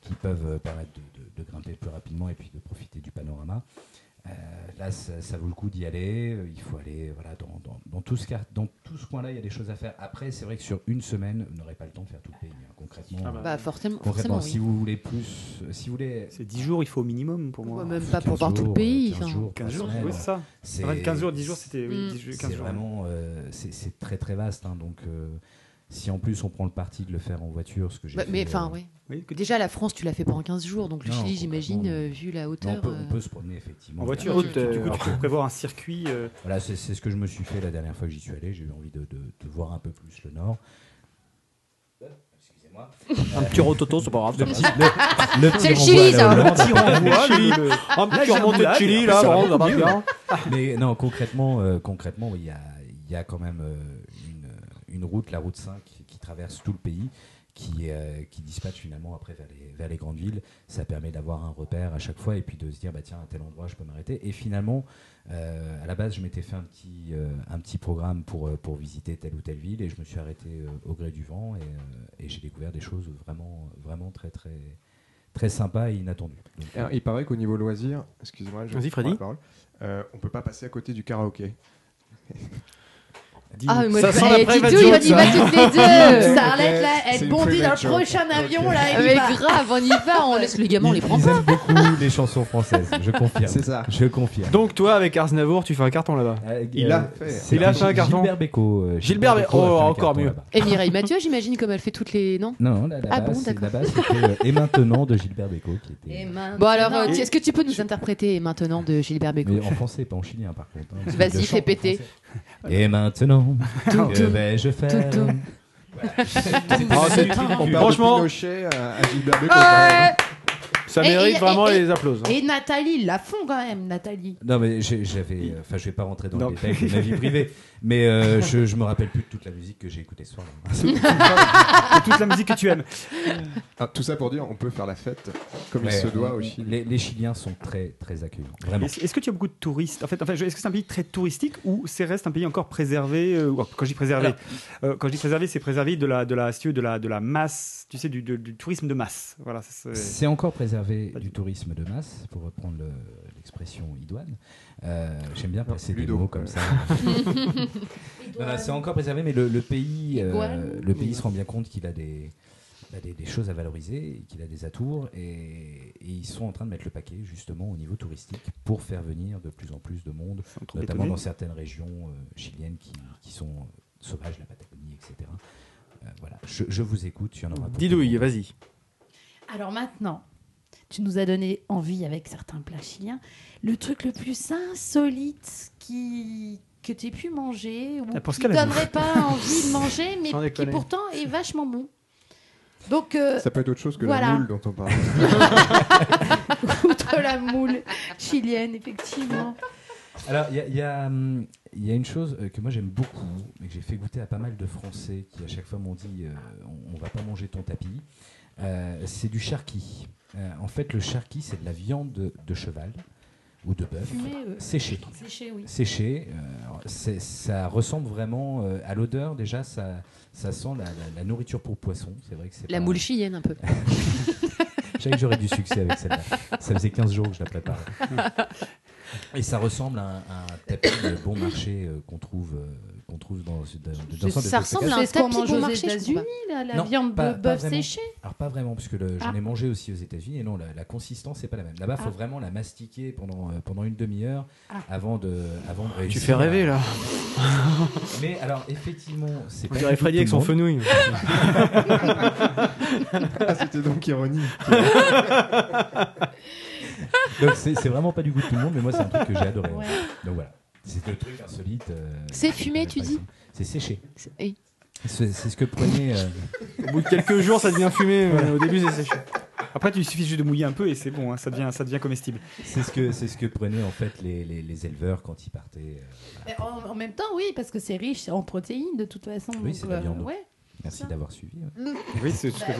qui peuvent euh, permettre de, de- de grimper plus rapidement et puis de profiter du panorama. Euh, là, ça, ça vaut le coup d'y aller. Euh, Il faut aller voilà, dans, dans- dans tout ce, quart- dans tout ce coin-là, il y a des choses à faire. Après, c'est vrai que sur une semaine, vous n'aurez pas le temps de faire tout le pays. hein. Concrètement, Ah bah, Bah, forcément- concrètement forcément, si oui. vous voulez plus, euh, si vous voulez, c'est 10 jours, il faut au minimum pour moi. Ouais, même pas pour voir tout le pays, 15 enfin. jours, 15 jours, trois semaines. oui, c'est ça. C'est- 15 jours, 10 jours, c'était. oui, Mm. 10 jours, C'est 15 jours. vraiment, euh, c'est c'est très très vaste. hein, donc, euh, Si en plus on prend le parti de le faire en voiture, ce que j'ai Bah, fait, mais enfin, euh, oui. Déjà, la France, tu l'as fait pendant 15 jours, donc le Non, Chili, j'imagine, complètement, euh, non. vu la Non, hauteur. on, peut, on euh, peut se promener effectivement. En voiture, Voilà. tu- tu- du coup, tu peux prévoir un circuit. euh, Voilà, c'est c'est ce que je me suis fait la dernière fois que j'y suis allé. J'ai eu envie de, de- de voir un peu plus le nord. Excusez-moi. Un petit rototo, c'est pas grave. Le ça petit- va. le- le petit C'est le renvoi Chili, à la ça. Hollande. Le petit renvoi, le- le- un petit La remontée de Germanie, Chili, en là, plus, ça Laurent, va ça va mieux. bien. Mais non, concrètement, euh, concrètement, il y a, il y a quand même euh, une, une route, la route 5, qui traverse tout le pays, qui, euh, qui dispatche finalement après vers les, vers les grandes villes. Ça permet d'avoir un repère à chaque fois et puis de se dire, bah, tiens, à tel endroit, je peux m'arrêter. Et finalement, euh, à la base, je m'étais fait un petit, euh, un petit programme pour, euh, pour visiter telle ou telle ville et je me suis arrêté euh, au gré du vent et, euh, et j'ai découvert des choses vraiment, vraiment très, très, très sympas et inattendues. Donc, euh, Alors, il paraît qu'au niveau loisir, excusez-moi, je Vas-y, prends Freddy. la parole, euh, on peut pas passer à côté du karaoké. euh, Ah, mais moi, je- eh, Didou, il va dire, va toutes les deux. Starlette, là, elle bondit dans le prochain avion, là, elle Ah, y Mais va. grave, on y va, on laisse les gamins, on les prend Ils pas. aiment beaucoup les chansons françaises, je confirme. C'est ça. Je confirme. Euh, Donc toi, avec Aznavour, tu fais un carton là-bas. Il a fait. Il a fait un carton. Gilbert Bécaud. euh, Gilbert Bé- a fait oh, un encore carton mieux. là-bas. Et Mireille Mathieu, j'imagine, comme elle fait toutes les. Non Non, non, là, là-bas, Ah bon, c'est- d'accord. là-bas, c'était, euh, Et maintenant de Gilbert Bécaud qui était. Bon, alors, maintenant- euh, est-ce que tu peux nous interpréter Et maintenant de Gilbert Bécaud Mais en français, pas en chilien par contre. hein, parce qu'il le Vas-y, fais chante en péter. français. Et maintenant, Tout, que tout. vais-je faire Tout, tout. Ah, c'est- on parle Franchement. de Pinochet euh, à, à Gilbert Bécaud. Ouais. Ça Et- mérite et- vraiment et- les applauses. hein. Et Nathalie, la fond quand même, Nathalie. Non, mais j'ai- j'avais. euh, Enfin, je vais pas rentrer dans Non. le détail de ma vie privée, mais euh, je, je me rappelle plus de toute la musique que j'ai écoutée ce soir-là. Et toute la musique que tu aimes. Ah, tout ça pour dire, on peut faire la fête comme Ouais, il se doit on- au Chili. Les, les Chiliens sont très, très accueillants. Vraiment. Est-ce est-ce que tu as beaucoup de touristes En fait, enfin, je- est-ce que c'est un pays très touristique ou c'est reste un pays encore préservé euh, ou- Quand je dis préservé, euh, quand je dis préservé, c'est préservé de la, de la, si tu veux, de la, de la masse, tu sais, du, du- du tourisme de masse. Voilà. ça, c'est- C'est encore préservé du tourisme de masse, pour reprendre le- l'expression idoine. Euh, J'aime bien passer des Ludo. mots comme ça. Non, non, C'est encore préservé, mais le, le pays, euh, Idoine. le pays se rend bien compte qu'il a des, il a des, des choses à valoriser, qu'il a des atours, et, et ils sont en train de mettre le paquet justement au niveau touristique pour faire venir de plus en plus de monde, trop notamment étonnés. dans certaines régions euh, chiliennes qui, qui sont euh, sauvages, la Patagonie, etc. Euh, voilà, je, je vous écoute, il y en aura pour tout le Didouille, monde. vas-y. Alors maintenant, tu nous as donné envie avec certains plats chiliens. Le truc le plus insolite qui que tu aies pu manger ou Ah, pour ce qui cas-là, donnerait pas envie de manger, mais Sans qui déconner. pourtant est vachement bon. Donc euh, Ça peut être autre chose que voilà. la moule dont on parle. outre la moule chilienne, effectivement. Alors, il y a, il y a, hum, il y a une chose euh, que moi j'aime beaucoup, mais que j'ai fait goûter à pas mal de Français qui à chaque fois m'ont dit euh, on, on va pas manger ton tapis. Euh, c'est du charqui. Euh, en fait, le charqui, c'est de la viande de, de cheval ou de bœuf Fumée, euh, séchée. séchée, oui. Séchée. euh, alors, c'est- ça ressemble vraiment euh, à l'odeur, déjà, ça, ça sent la, la- la nourriture pour poisson. C'est vrai que c'est La pas- moule chilienne, un peu. je savais que j'aurais du succès avec celle-là. Ça faisait 15 jours que je la préparais. Et ça ressemble à un, à un tapis euh, bon marché euh, qu'on trouve, euh, qu'on trouve dans, dans, dans Ça centre de ressemble Toscane. à un C'est ce qu'on tapis mange bon aux marché, je États-Unis, crois. la, la Non, viande pas- de pas bœuf vraiment. séchée. Alors pas vraiment, parce que le- j'en Ah. ai mangé aussi aux États-Unis, et non, la, la consistance n'est pas la même. Là-bas, il Ah. faut vraiment la mastiquer pendant, euh, pendant une demi-heure Ah. avant de, avant de Tu réussir fais à- rêver là. Mais alors effectivement, c'est On pas dirait du tout Freddy tout avec son le monde. fenouil. Ah, C'était donc ironie. Donc c'est c'est vraiment pas du goût de tout le monde, mais moi c'est un truc que j'ai adoré. Ouais. Donc voilà, c'est le truc insolite. euh, C'est que je fumé, connais tu pas dis ici. C'est séché. C'est- oui. C'est c'est ce que prenait. euh, Au bout de quelques jours, ça devient fumé. euh, mais Au début, c'est séché. Après, il suffit juste de mouiller un peu et c'est bon, hein, ça, devient, ça devient comestible. c'est ce que c'est ce que prenaient en fait les, les- les éleveurs quand ils partaient. euh, Mais En, en même temps, oui, parce que c'est riche en protéines de toute façon. Oui, c'est de la euh, viande. ouais. Merci Ça. d'avoir suivi. ouais. Oui, c'est ce que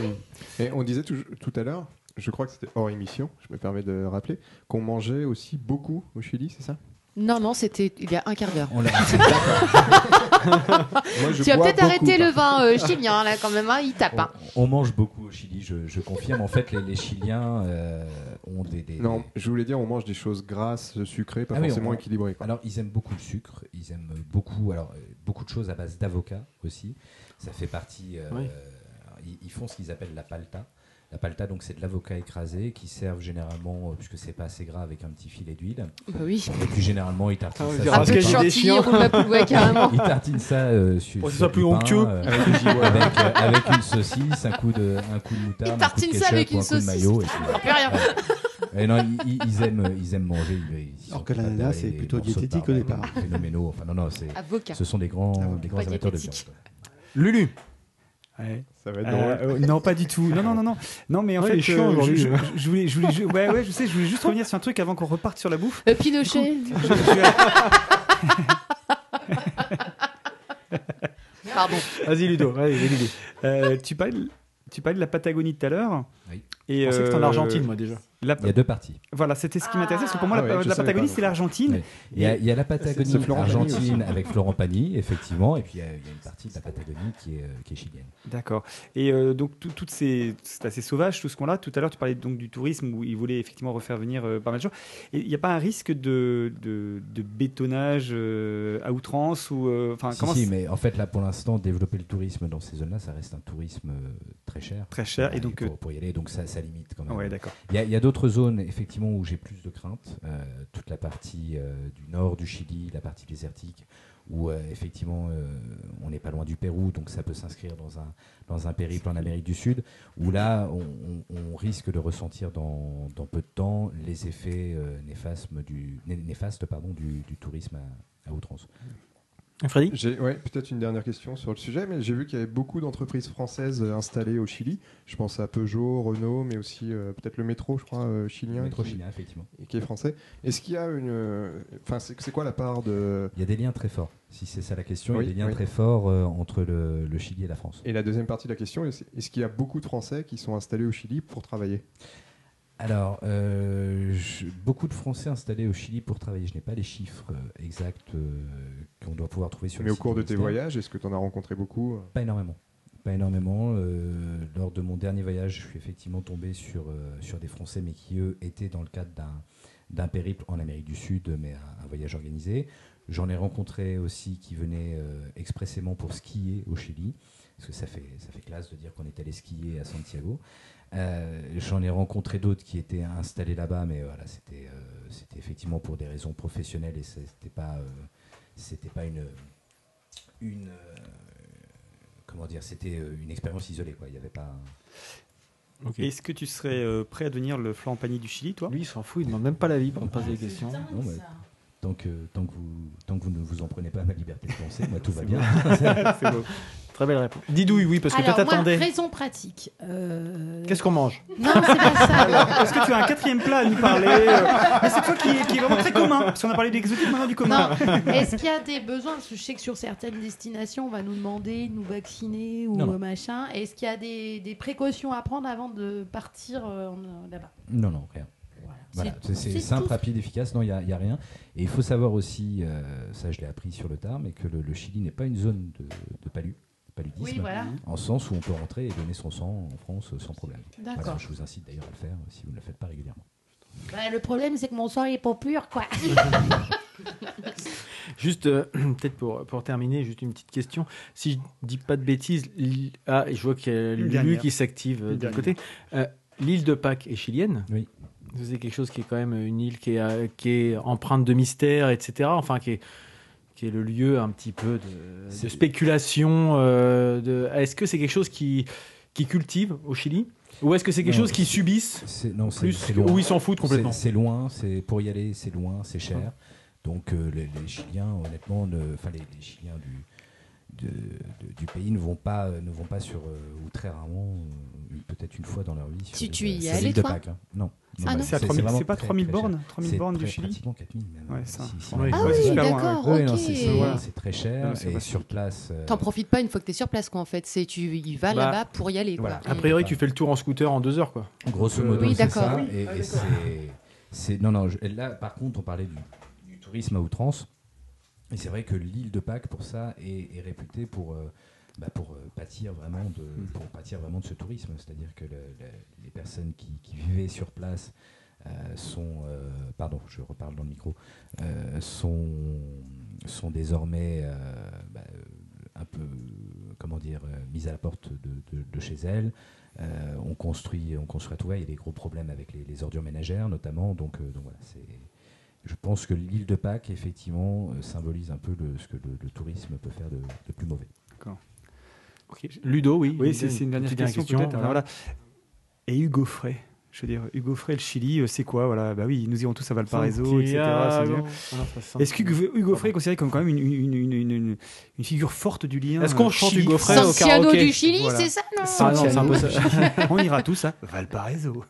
je- Et on disait tout, tout à l'heure, je crois que c'était hors émission, je me permets de rappeler, qu'on mangeait aussi beaucoup au Chili, c'est ça Non, non, c'était il y a un quart d'heure. On l'a- Moi, je Tu vas bois peut-être beaucoup, arrêter par le vin euh, chilien, là, quand même, hein, il tape. on, hein. on mange beaucoup au Chili, je, je confirme. En fait, les, les Chiliens euh, ont des. des- Non, je voulais dire, on mange des choses grasses, sucrées, pas Ah oui, forcément on- équilibrées. quoi. Alors, ils aiment beaucoup le sucre, ils aiment beaucoup, alors, euh, beaucoup de choses à base d'avocat aussi. Ça fait partie. euh, Oui. alors, ils, ils font ce qu'ils appellent la palta. La palta, donc, c'est de l'avocat écrasé qui servent généralement, euh, puisque c'est pas assez gras, avec un petit filet d'huile. Bah oui. Et puis généralement, ils tartinent Ah oui, ça. Un peu de chantilly, on va plus- ouais, carrément. Ils tartinent ça euh, sur. Pour que ce sur soit plus du pain, onctueux. euh, Avec du gigot. avec, euh, avec une saucisse, un coup de, un coup de moutarde. un coup de tartinent ça ketchup avec ou une un coup de saucisse. mayo, et Ah, puis, on plus rien. Ouais. Et non, ils, ils- ils aiment, euh, ils aiment manger. Ils, ils Alors que l'ananas, c'est plutôt diététique au départ. Ah Phénoménaux. Enfin, non, non, c'est. Avocat. Ce sont des grands, des grands Ah, Pas amateurs de viande. diététique. Lulu. Ça va être euh, drôle. Euh, non, pas du tout. Non, non, non, non. Non, mais en Ouais, il fait, est chiant euh, je, aujourd'hui. je, je voulais, je voulais, ju- ouais, ouais, je sais, je voulais juste revenir sur un truc avant qu'on reparte sur la bouffe. Euh, Pinochet. Pardon. Vas-y, Ludo. Vas-y, Euh, tu parlais, de- tu parlais de la Patagonie tout à l'heure. Oui. Et Je pensais que c'était en euh, Argentine, moi, déjà. la- Il y a deux parties. Voilà, c'était ce qui m'intéressait parce que pour moi, Ah la, ouais, je la savais Patagonie, pas, c'est l'Argentine. Ouais. Il y, a, il y a la Patagonie C'est- c'est Florent Pagny argentine aussi. avec Florent Pagny, effectivement, et puis il y, a, il y a une partie de la Patagonie qui est, euh, qui est chilienne. D'accord. Et euh, donc tout- toutes ces, c'est assez sauvage tout ce qu'on a. Tout à l'heure, tu parlais donc du tourisme où ils voulaient effectivement refaire venir euh, pas mal de gens. Et il n'y a pas un risque de, de, de bétonnage euh, à outrance ou euh, Ah, enfin Si, comment si, c'est- mais en fait, là, pour l'instant, développer le tourisme dans ces zones-là, ça reste un tourisme euh, très cher. Très cher, et donc, Ah pour, euh, pour y aller, donc ça, ça limite quand même. Ouais, d'accord. Il y a, il y a d'autres zones, effectivement, où j'ai plus de craintes. Euh, toute la partie euh, du nord du Chili, la partie désertique, où euh, effectivement, euh, on n'est pas loin du Pérou, donc ça peut s'inscrire dans un, dans un périple en Amérique du Sud, où là, on, on- on risque de ressentir dans, dans peu de temps les effets euh, néfasme du, né- néfastes pardon, du, du tourisme à, à outrance. Freddy J'ai ouais, peut-être une dernière question sur le sujet, mais j'ai vu qu'il y avait beaucoup d'entreprises françaises euh, installées au Chili. Je pense à Peugeot, Renault, mais aussi euh, peut-être le métro, je crois, euh, chilien, Métro qui, chilien, effectivement. et qui est français. Est-ce qu'il y a une, euh, enfin, c'est c'est quoi la part de Il y a des liens très forts, si c'est ça la question, il y a Oui, des liens oui. très forts euh, entre le, le Chili et la France. et la deuxième partie de la question, est-ce est-ce qu'il y a beaucoup de Français qui sont installés au Chili pour travailler Alors, euh, je- beaucoup de Français installés au Chili pour travailler. Je n'ai pas les chiffres euh, exacts euh, qu'on doit pouvoir trouver sur Mais le au site cours de tes ministère. voyages, est-ce que tu en as rencontré beaucoup euh Pas énormément. Pas énormément. Euh, lors de mon dernier voyage, je suis effectivement tombé sur, euh, sur des Français, mais qui, eux, étaient dans le cadre d'un, d'un périple en Amérique du Sud, mais un, un voyage organisé. J'en ai rencontré aussi qui venaient euh, expressément pour skier au Chili, parce que ça fait, ça fait classe de dire qu'on est allé skier à Santiago. Euh, j'en ai rencontré d'autres qui étaient installés là-bas, mais voilà, c'était, euh, c'était effectivement pour des raisons professionnelles et c'était pas, euh, c'était pas une, une, euh, comment dire, c'était euh, une expérience isolée, quoi. Il n'y avait pas. un- Est-ce que tu serais euh, prêt à devenir le flan panier du Chili, toi Lui, il s'en fout, il demande même pas l'avis pour me poser des questions. Non, mais tant que tant que vous tant que vous ne vous en prenez pas à ma liberté de penser, moi tout va bien. C'est beau. Très belle réponse. Didouille, oui, parce que toi, Alors, moi, t'attendais. raison pratique. Euh, Qu'est-ce qu'on mange Non, c'est pas ça. Est-ce que tu as un quatrième plat à nous parler euh, mais C'est toi qui, qui est vraiment très commun. Parce qu'on a parlé d'exotique, maintenant du commun. Non. Est-ce qu'il y a des besoins Parce que je sais que sur certaines destinations, on va nous demander de nous vacciner ou euh, Non, non. machin. Est-ce qu'il y a des, des précautions à prendre avant de partir euh, en- là-bas Non, non, rien. Voilà. Voilà, c'est- c'est c'est simple, tout. rapide, efficace. Non, il n'y a, il y a rien. Et il faut savoir aussi, euh, ça je l'ai appris sur le tard, mais que le, le Chili n'est pas une zone de, de palu- de paludisme, Oui, voilà. en sens où on peut rentrer et donner son sang en France euh, sans problème. D'accord. Voilà, je vous incite d'ailleurs à le faire euh, si vous ne le faites pas régulièrement. Bah, le problème, c'est que mon sang il est pas pur, quoi. Juste, euh, peut-être pour, pour terminer, juste une petite question. Si je dis pas de bêtises, l'île- ah, et je vois qu'il y a Lulu dernière. qui s'active euh, Une de l'autre dernière. côté. Euh, L'île de Pâques est chilienne. Oui. C'est quelque chose qui est quand même une île qui est, euh, qui est empreinte de mystère, etc. Enfin, qui est, qui est le lieu un petit peu de, de C'est- spéculation. euh, de- Est-ce que c'est quelque chose qui, qui cultive au Chili Ou est-ce que c'est quelque Non, chose qu'ils c'est- subissent C'est- Non, c'est- plus c'est loin. Ou ils s'en foutent complètement C'est c'est loin, c'est pour y aller, c'est loin, c'est cher. Donc euh, les, les Chiliens, honnêtement, ne- enfin les, les Chiliens du, de- de- du pays ne vont pas, euh, ne vont pas sur euh, ou très rarement, euh, peut-être une fois dans leur vie. Sur Tu- des- tu y sur es l'île allé, de toi Pâques, hein. Non. Ah non. C'est à c'est 3000, vraiment c'est pas très, 3000 très cher. bornes 3000 C'est bornes du très- Chili pratiquement 4000 même. Ouais, ça. Si, si, Ouais. si. Ah Ouais, oui, c'est pas loin. d'accord, Ouais, non, ok. c'est- Ouais. C'est c'est très cher Non, c'est et pas sur place. euh, T'en profites pas une fois que t'es sur place, quoi, en fait. C'est tu y vas Bah, là-bas pour y aller, quoi. voilà. A priori, tu fais le tour en scooter en deux heures, quoi. Grosso Euh, modo, oui, c'est d'accord. ça. Oui, et et c'est, c'est- non, non. je- là, par contre, on parlait du, du tourisme à outrance. Et c'est vrai que l'île de Pâques, pour ça, est, est réputée pour, euh, bah, pour, euh, pâtir vraiment de, Mm. pour pâtir vraiment de ce tourisme. C'est-à-dire que le- le- les personnes qui, qui vivaient sur place euh, sont, euh, pardon, je reparle dans le micro, euh, sont, sont désormais euh, bah, euh, un peu, comment dire, euh, mise à la porte de, de- de chez elle. Euh, on construit, on construit à tout va. Il y a des gros problèmes avec les, les ordures ménagères, notamment. Donc, euh, donc voilà, c'est. Je pense que l'île de Pâques, effectivement, euh, symbolise un peu le- ce que le, le tourisme peut faire de, de plus mauvais. Ludo, oui. Ludo, Oui, c'est c'est une une dernière petite question, dernière question, hein. peut-être. Alors, voilà. voilà. Et Hugo Frey je veux dire, Hugo Frey, le Chili, euh, c'est quoi voilà, Bah oui, nous irons tous à Valparaiso, etc. Santiago. c'est Ah bien. non, ça sent- Est-ce que Hugo- Hugo Frey est considéré comme quand même une, une- une- une- une- une figure forte du lien Est-ce qu'on euh, chante Chili- Hugo Frey au Santiago karaoké du Chili, c'est ça, non Ah non, c'est Santiago. impossible. On ira tous à Valparaiso.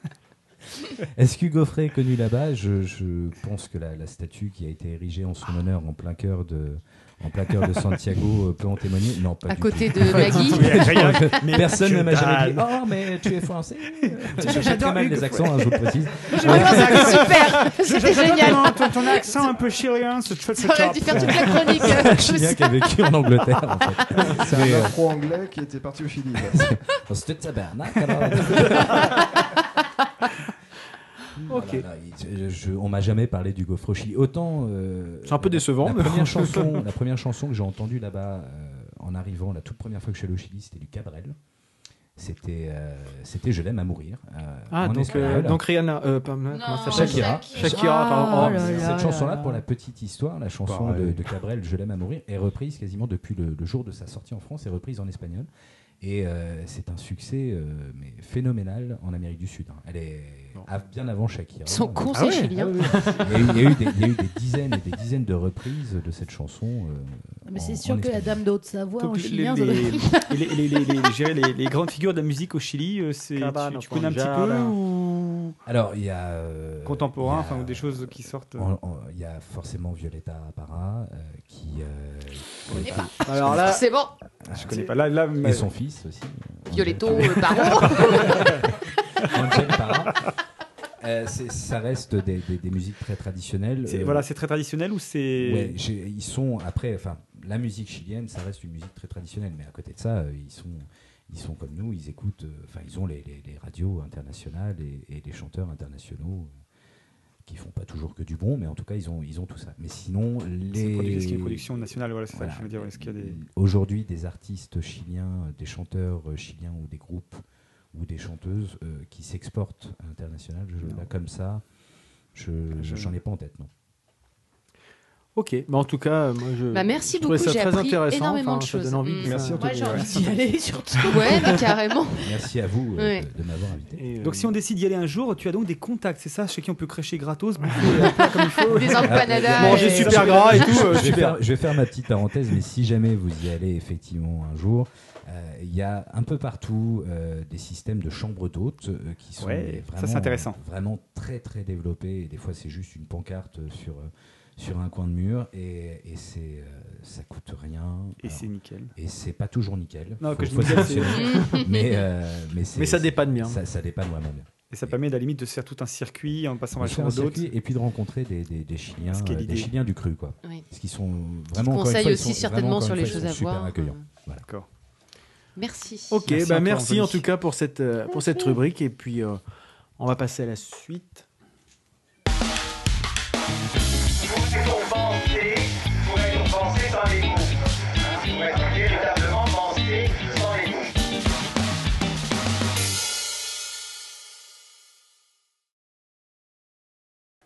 Est-ce qu'Hugo Frey est connu là-bas je, je pense que la, la statue qui a été érigée en son honneur en plein cœur de, en plein cœur de Santiago euh, peut en témoigner. Non, pas À du côté tout. de Nagui Non, je- Mais Personne que ne m'a jamais dit dalle. Oh, mais tu es français J'adore J'ai très mal Hugo les Frey. accents, hein, je vous le précise. J'adore Euh, cet accent. Je- C'était j'adore génial. ton- Ton, ton accent un peu chérien, ce Ça aurait dû faire toute la chronique. euh, Je comme suis ça. qui a vécu en Angleterre, en fait. C'est Mais, un euh, afro-anglais qui était parti au Chili. Dans ce tabarnak, alors. Ok. Voilà, Oh il- je- je- on m'a jamais parlé du gaufre au Chili. Autant. euh, C'est un peu la- décevant, La mais- première chanson, la première chanson que j'ai entendue là-bas euh, en arrivant, la toute première fois que je suis allé au Chili, c'était du Cabrel. C'était, euh, c'était Je l'aime à mourir. euh, Ah, en donc, espagnol. euh, donc Rihanna, euh, pas- comment ça s'appelle Shakira. Shakira, pardon. Oh, Cette là, là, chanson-là, là. pour la petite histoire, la Bah, chanson de, de Cabrel, Je l'aime à mourir, est reprise quasiment depuis le, le jour de sa sortie en France, est reprise en espagnol. Et euh, c'est un succès euh, mais phénoménal en Amérique du Sud. hein. Elle est à- bien avant Shakira. Ils sont cons, Ah ces ouais, Chiliens. ah oui. il, y a eu, il y a eu des, il y a eu des dizaines et des dizaines de reprises de cette chanson. euh, Mais en- c'est en sûr que la espagnol. dame de Haute-Savoie en Donc, les, chilien, ça doit- les- et les- les- les- les- je dirais les- les grandes figures de la musique au Chili, euh, c'est, tu, Cabana, tu connais un petit peu Panjala. ou Alors, il y a. euh, contemporain, il y a- enfin, ou des choses qui sortent. euh, en- en- Il y a forcément Violetta Parra euh, qui. euh, connais pas. Alors là, C'est bon. Ah, Je connais pas. Là, là, Et mais- son fils aussi. euh, Violetto Angel euh, Parra. Baron. Angel Parra. Euh, c'est- ça reste des, des- des musiques très traditionnelles. c'est, euh, voilà, c'est très traditionnel ou c'est ouais, j'ai- ils sont après, enfin, la musique chilienne, ça reste une musique très traditionnelle, mais à côté de ça, euh, ils sont, ils sont comme nous, ils écoutent, euh, enfin, ils ont les, les- les radios internationales et, et les chanteurs internationaux euh, qui font pas toujours que du bon, mais en tout cas, ils ont, ils ont tout ça. Mais sinon, c'est une production, les est-ce qu'il y a une production nationale Voilà, c'est ça que je veux dire. Est-ce qu'il y a des... aujourd'hui des artistes chiliens, euh, des chanteurs euh, chiliens ou des groupes ou des chanteuses euh, qui s'exportent à l'international je- Non. là, comme ça je je- j'en ai pas en tête non. ok. Mais en tout cas, euh, moi je. Bah, merci je trouvais beaucoup, ça j'ai très appris intéressant. énormément enfin, de ça donne choses. envie. Mm. Enfin, Merci, Moi, j'ai Anthony. envie hein. d'y aller, surtout. Ouais, mais carrément. Merci à vous euh, Ouais. de, de m'avoir invité. et, euh, Donc si on décide d'y aller un jour, tu as donc des contacts, c'est ça Chez qui on peut crécher gratos, bouffer un plat comme il faut. Des empanadas. Ah, Manger et- super gras et tout, euh, je, vais super. faire, je vais faire ma petite parenthèse, mais si jamais vous y allez effectivement un jour, euh, il y a un peu partout euh, des systèmes de chambres d'hôtes euh, qui sont Ouais, mais ça, vraiment, euh, c'est intéressant. vraiment très très développés. Et des fois, c'est juste une pancarte sur, euh, sur un coin de mur et, et c'est, euh, ça coûte rien. Et Alors, c'est nickel. et c'est pas toujours nickel. Non, Faut- que je faut me disais, être c'est- patient. mais, euh, mais, c'est- Mais ça dépanne bien. Ça, ça dépanne vraiment bien. Et ça permet à la limite de se faire tout un circuit en passant On par fait la un chambre d'hôte. circuit et puis de rencontrer des, des, des Chiliens, Ce qui est euh, des l'idée. Chiliens du cru, quoi. Oui. Parce qu'ils sont vraiment. encore une conseille fois, ils aussi sont certainement vraiment, encore sur une les fois, ils choses à sont super voir. accueillants. Voilà. D'accord. Merci. Ok, Merci bah à toi, merci Anthony. en tout cas pour cette, euh, pour cette rubrique. Et puis, euh, on va passer à la suite. Pour être pensé, pour être pensé sans les mots. Pour être véritablement pensé sans les mots.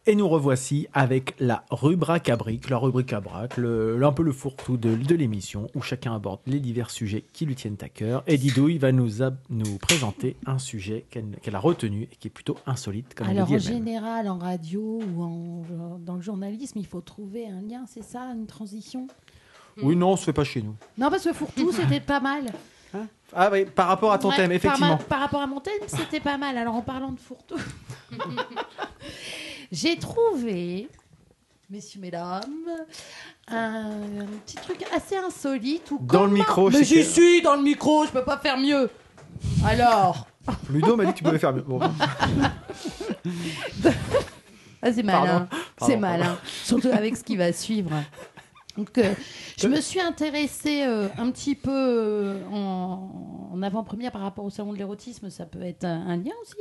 Et nous revoici avec la rubrique à briques, la rubrique à braque, le- un peu le fourre-tout de, de l'émission où chacun aborde les divers sujets qui lui tiennent à cœur. Et Didouille va nous, ab- nous présenter un sujet qu'elle qu'elle a retenu et qui est plutôt insolite, comme Alors, en elle le dit elle-même. général, en radio ou en, dans le journalisme, il faut trouver un lien, c'est ça, une transition Oui, non, on se fait pas chez nous. Non, parce que Fourtou, c'était pas mal. Ah oui, par rapport à ton Ouais, thème, par effectivement. ma- Par, rapport à mon thème, c'était pas mal. Alors, en parlant de fourre-tout, j'ai trouvé, messieurs, mesdames, un, un petit truc assez insolite. Où Dans le comment- micro, je Mais sais j'y que- suis, dans le micro, je peux pas faire mieux. Alors, Ludo m'a dit que tu pouvais faire mieux. Bon, ah, c'est Pardon. Pardon. malin. Ah, C'est malin. Surtout avec ce qui va suivre. Donc, euh, je me suis intéressée euh, un petit peu euh, en, en avant-première par rapport au salon de l'érotisme, ça peut être un, un lien aussi,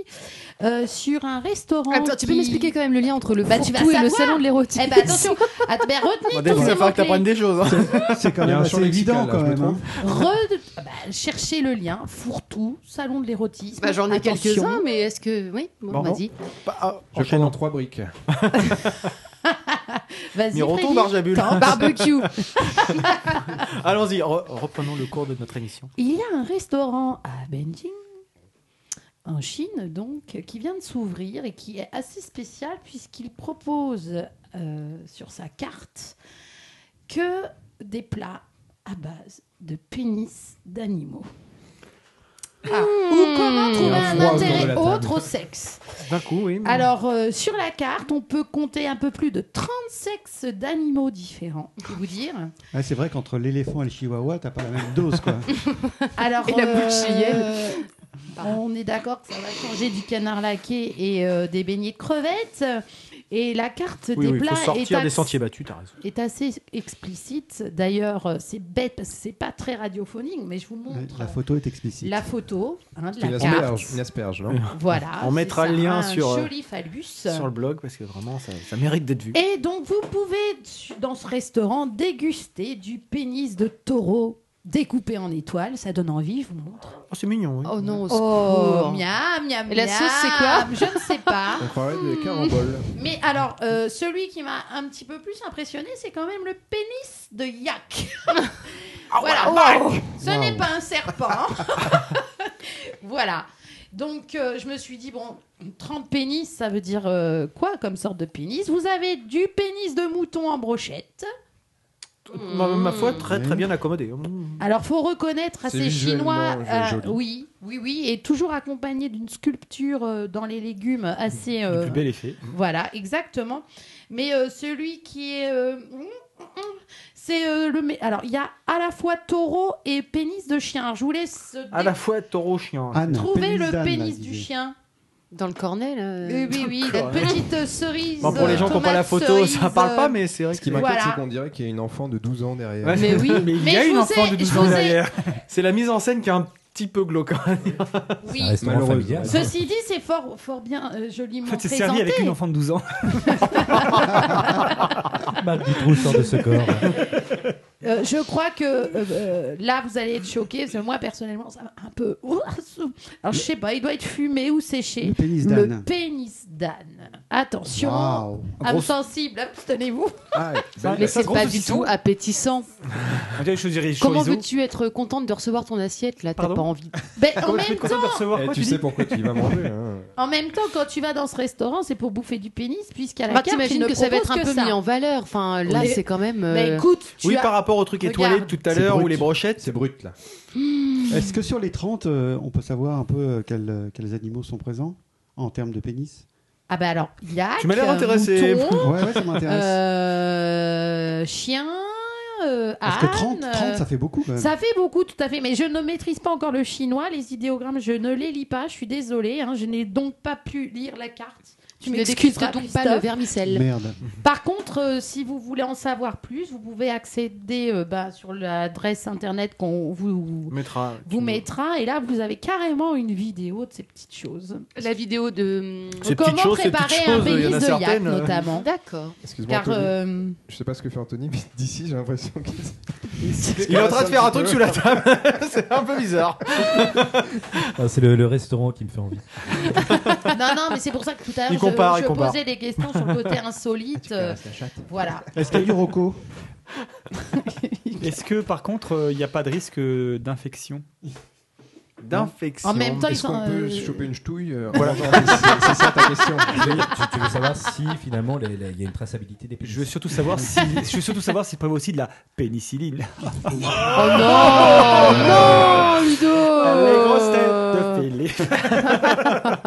euh, sur un restaurant. Attends, tu peux m'expliquer quand même le lien entre le Bah, fourre-tout tu et vas le savoir. salon de l'érotisme Eh ben, attention, Ah, ben, Bah, retenez tous ces mots-clés. des choses. hein. Ah, C'est quand même assez évident, quand même. hein. Re- ah bah, cherchez le lien, fourre-tout, salon de l'érotisme. Bah, J'en ai Attention. quelques-uns, mais est-ce que. Oui, bon, Bon, vas-y. Ah, Je vais prendre en trois briques. Vas-y, Miroton, Freddy. Barjabul. T'as un barbecue. Allons-y, re- reprenons le cours de notre émission. Il y a un restaurant à Beijing, en Chine donc, qui vient de s'ouvrir et qui est assez spécial puisqu'il propose euh, sur sa carte que des plats à base de pénis d'animaux. Ah, ou comment Mmh. trouver Il y a un un froid autour de intérêt la table. autre au sexe D'un coup, oui. Alors, euh, sur la carte, on peut compter un peu plus de 30 sexes d'animaux différents. Je vais vous dire. Ouais, c'est vrai qu'entre l'éléphant et le chihuahua, t'as pas la même dose, quoi. Alors, Et la boule euh, bah, chilienne. On est d'accord que ça va changer du canard laqué et euh, des beignets de crevettes. Et la carte Oui, des oui, il faut plats est, sortir des axe- sentiers battus, t'as raison. est assez explicite. D'ailleurs, euh, c'est bête parce que c'est pas très radiophonique, mais je vous montre La euh, photo est explicite. la photo hein, de C'était une la asperge, carte. une asperge, non Voilà. On mettra c'est le ça, lien un sur, euh, joli phallus. Sur le blog, parce que vraiment, ça, ça mérite d'être vu. Et donc, vous pouvez, su- dans ce restaurant, déguster du pénis de taureau découpé en étoiles. Ça donne envie, je vous montre. Oh, c'est mignon, oui. Oh non, au secours. Oh, miam, miam, Et la miam. sauce, c'est quoi Je ne sais pas. On parlait des caramboles. Mais alors, euh, celui qui m'a un petit peu plus impressionné, c'est quand même le pénis de yak. voilà, Oh. ce Waouh. n'est pas un serpent. voilà. Donc, euh, je me suis dit, bon, 30 pénis, ça veut dire euh, quoi comme sorte de pénis Vous avez du pénis de mouton en brochette. Ma, ma foi, très très bien accommodé. Alors, faut reconnaître à C'est ces Chinois, visuellement, euh, joli. oui, oui, oui, et toujours accompagné d'une sculpture euh, dans les légumes assez. Le euh, plus bel effet. Voilà, exactement. Mais euh, celui qui est. euh, mm, mm, mm, c'est euh, le. mé- Alors, il y a à la fois taureau et pénis de chien. Alors, je vous laisse euh, À la fois taureau chien. Anne, trouver pénis le d'âne, là, pénis du disait. chien. Dans le cornet, là. Eh Oui, oui, oui, Euh, D'accord. la petite euh, cerise. Bon, pour les euh, gens qui n'ont pas la tomate photo, cerise, ça parle pas, euh, mais c'est vrai Ce qui que m'inquiète, Voilà. c'est qu'on dirait qu'il y a une enfant de 12 ans derrière. Ouais, Mais oui, mais il mais y a je une vous enfant ai- de 12 je ans vous ai- derrière. C'est la mise en scène qui est un petit peu glauque. Oui. Un restaurant Malheureusement. familial. Ceci dit, c'est fort, fort bien euh, joliment En fait, c'est servi présenté. avec une enfant de 12 ans. Mal du trou sort de ce corps. Euh, je crois que euh, euh, là, vous allez être choqués, parce que moi, personnellement, ça m'a un peu. Alors, je sais pas, il doit être fumé ou séché. Le pénis Le d'âne. pénis d'âne. Attention, Waouh. âme Grosse- sensible, hein, abstenez-vous. Ah, belle- Mais c'est grosse pas du saucisson. tout appétissant. On dirait que je dirais Comment chorizo. veux-tu être contente de recevoir ton assiette, là T'as Pardon pas envie. Mais Ben, en Comment Ah, je vais même, être content de recevoir Eh, quoi, tu tu sais dis pourquoi tu y vas manger. hein. en même temps, quand tu vas dans ce restaurant, c'est pour bouffer du pénis, puisqu'à la Enfin, carte, ils Bah, T'imagines ne que ça va être proposent un peu que ça. mis en valeur. Enfin, là, Oui. c'est quand même. euh, Mais écoute, tu Oui, as- par rapport au truc Regarde. étoilé de tout à C'est l'heure brut. ou les brochettes. C'est brut là. Est-ce que sur les 30, euh, on peut savoir un peu euh, quels, euh, quels animaux sont présents en termes de pénis Ah bah alors, yak, Tu m'as l'air euh, intéressé. mouton, Ouais, ouais, ça m'intéresse. euh, chien, euh, Parce que âne, 30, 30, ça fait beaucoup quand même. Ça fait beaucoup, tout à fait, mais je ne maîtrise pas encore le chinois. Les idéogrammes, je ne les lis pas, je suis désolée. hein, je n'ai donc pas pu lire la carte. Tu n'excuses donc pas le vermicelle. Merde. Par contre, euh, si vous voulez en savoir plus, vous pouvez accéder euh, bah, sur l'adresse internet qu'on vous, Mettra, tu- vous mettra. Et là, vous avez carrément une vidéo de ces petites choses. La vidéo Hum, de. Ces petites Comment choses, ces préparer petites un choses, il y en pénis a de yak, certaines. euh. notamment. D'accord. Excuse-moi, Car Anthony. euh, Je sais pas ce que fait Anthony, mais d'ici, j'ai l'impression qu'il. Il est en train de faire un truc sous la table. c'est un peu bizarre. Ah, c'est le, le restaurant qui me fait envie. non, non, mais c'est pour ça que tout à Il l'heure, je, compare, il je compare. Ah, posais des questions sur le côté insolite. euh, voilà. Est-ce qu'il y a du roco Est-ce que par contre, euh, il n'y a pas de risque euh, d'infection D'infection. En même temps, ils Est-ce sont. qu'on peut euh, se choper une ch'touille euh, Voilà. en mangeant C'est c'est ça ta question. Tu, tu- tu veux savoir si finalement les- les- il y a une traçabilité des pénis Je veux surtout savoir si, je veux surtout savoir s'il prévoit aussi de la pénicilline. Oh Oh non Non, Ludo Les grosses têtes de Philippe.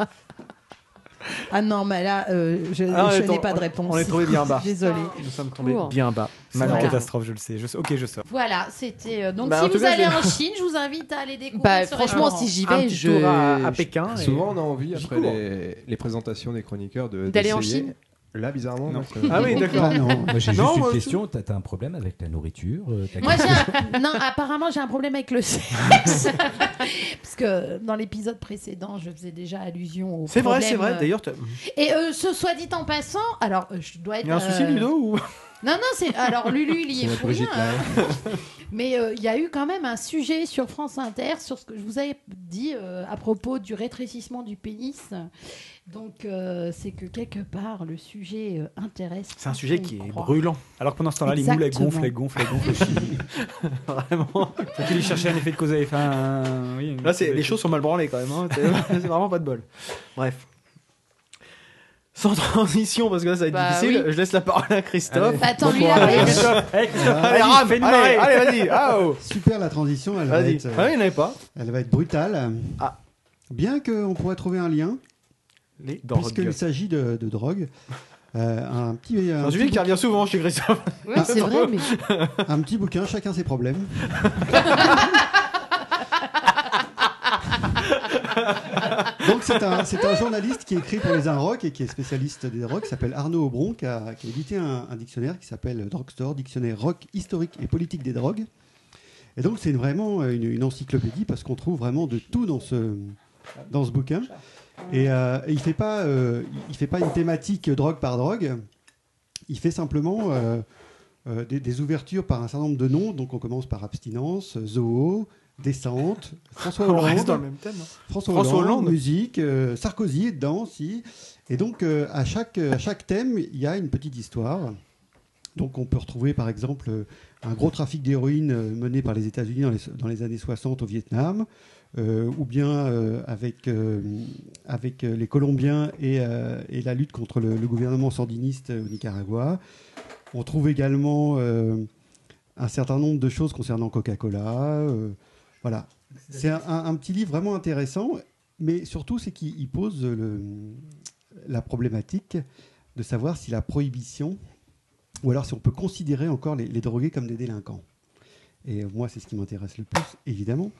Ah non, mais là, euh, je, Ah, on je est n'ai en- pas de réponse. on est tombé bien bas. Désolée. Nous sommes tombés Cours. bien bas. C'est une Voilà. catastrophe, je le sais. Je sais- Ok, je sors. Voilà, c'était. euh, donc, Bah, en si tout vous cas, allez j'ai- en Chine, je vous invite à aller découvrir. Bah, ce franchement, restaurant. si j'y Un vais, petit je. tour à, à Pékin. et- Souvent, on a envie, Ah J'y après cours. les, les présentations des chroniqueurs, de- D'aller en d'essayer. Chine Là, bizarrement. euh, Non. ouais, c'est- Ah oui, d'accord. Moi, j'ai juste Non, une moi, question. T'as t'as un problème avec la nourriture euh, t'as Moi, quelque- j'ai un- non, apparemment, j'ai un problème avec le sexe. Parce que dans l'épisode précédent, je faisais déjà allusion au C'est vrai, problème, c'est vrai. euh, D'ailleurs, t'as- Et euh, ce soit dit en passant, alors euh, je dois être. il y a un souci, euh, Ludo ou... Non, non, c'est. Alors Lulu, il y C'est est la pour Brigitte, rien. là, hein. Mais euh, il y a eu quand même un sujet sur France Inter sur ce que je vous avais dit euh, à propos du rétrécissement du pénis. Donc euh, c'est que quelque part le sujet euh, intéresse. C'est un sujet qui est croit. brûlant. Alors que pendant ce temps-là, les moules, elles Exactement. gonflent, elles gonflent, elles gonflent. Vraiment. Faut qu'il y cherchait un effet de cause à effet. un- oui, une- Là, c'est, les choses sont mal branlées quand même. hein. C'est, c'est vraiment pas de bol. Bref. Sans transition, parce que là, ça va être Bah, difficile. oui. Je laisse la parole à Christophe. Allez. Bah, attends, lui, là, Allez, oui. Christophe. Allez, Christophe. Ah, Allez, vas-y, rame. fais une Allez, maille. allez, vas-y. Ah, oh. Super la transition, elle va Vas-y. être. euh, Ah, il n'y en avait pas. Elle va être brutale. Bien qu'on pourrait trouver un lien, Les puisqu'il s'agit de, de drogue. Euh, un petit, C'est un un petit sujet qui revient souvent chez Christophe. Ouais, c'est vrai, mais- un petit bouquin, chacun ses problèmes. Donc c'est un, c'est un journaliste qui écrit pour les Inrocks et qui est spécialiste des rock, qui s'appelle Arnaud Aubron, qui a, qui a édité un, un dictionnaire qui s'appelle Drugstore, dictionnaire rock historique et politique des drogues. Et donc c'est vraiment euh, une, une encyclopédie parce qu'on trouve vraiment de tout dans ce, dans ce bouquin. Et, euh, et il fait pas, euh, il- il fait pas une thématique drogue par drogue. Il fait simplement euh, euh, des, des ouvertures par un certain nombre de noms. Donc on commence par abstinence, zoo, descente, François On Hollande. reste dans le même thème, hein. François, François Hollande, Hollande. musique, euh, Sarkozy est dedans aussi. Et donc euh, à, chaque, à chaque thème, il y a une petite histoire. Donc on peut retrouver par exemple euh, un gros trafic d'héroïne euh, mené par les États-Unis dans les, dans les années 60 au Vietnam, euh, ou bien euh, avec, euh, avec euh, les Colombiens et, euh, et la lutte contre le, le gouvernement sandiniste euh, au Nicaragua. On trouve également euh, un certain nombre de choses concernant Coca-Cola. euh, voilà. C'est un, un- un petit livre vraiment intéressant, mais surtout c'est qu'il il pose le- la problématique de savoir si la prohibition ou alors si on peut considérer encore les, les drogués comme des délinquants. Et moi, c'est ce qui m'intéresse le plus, évidemment,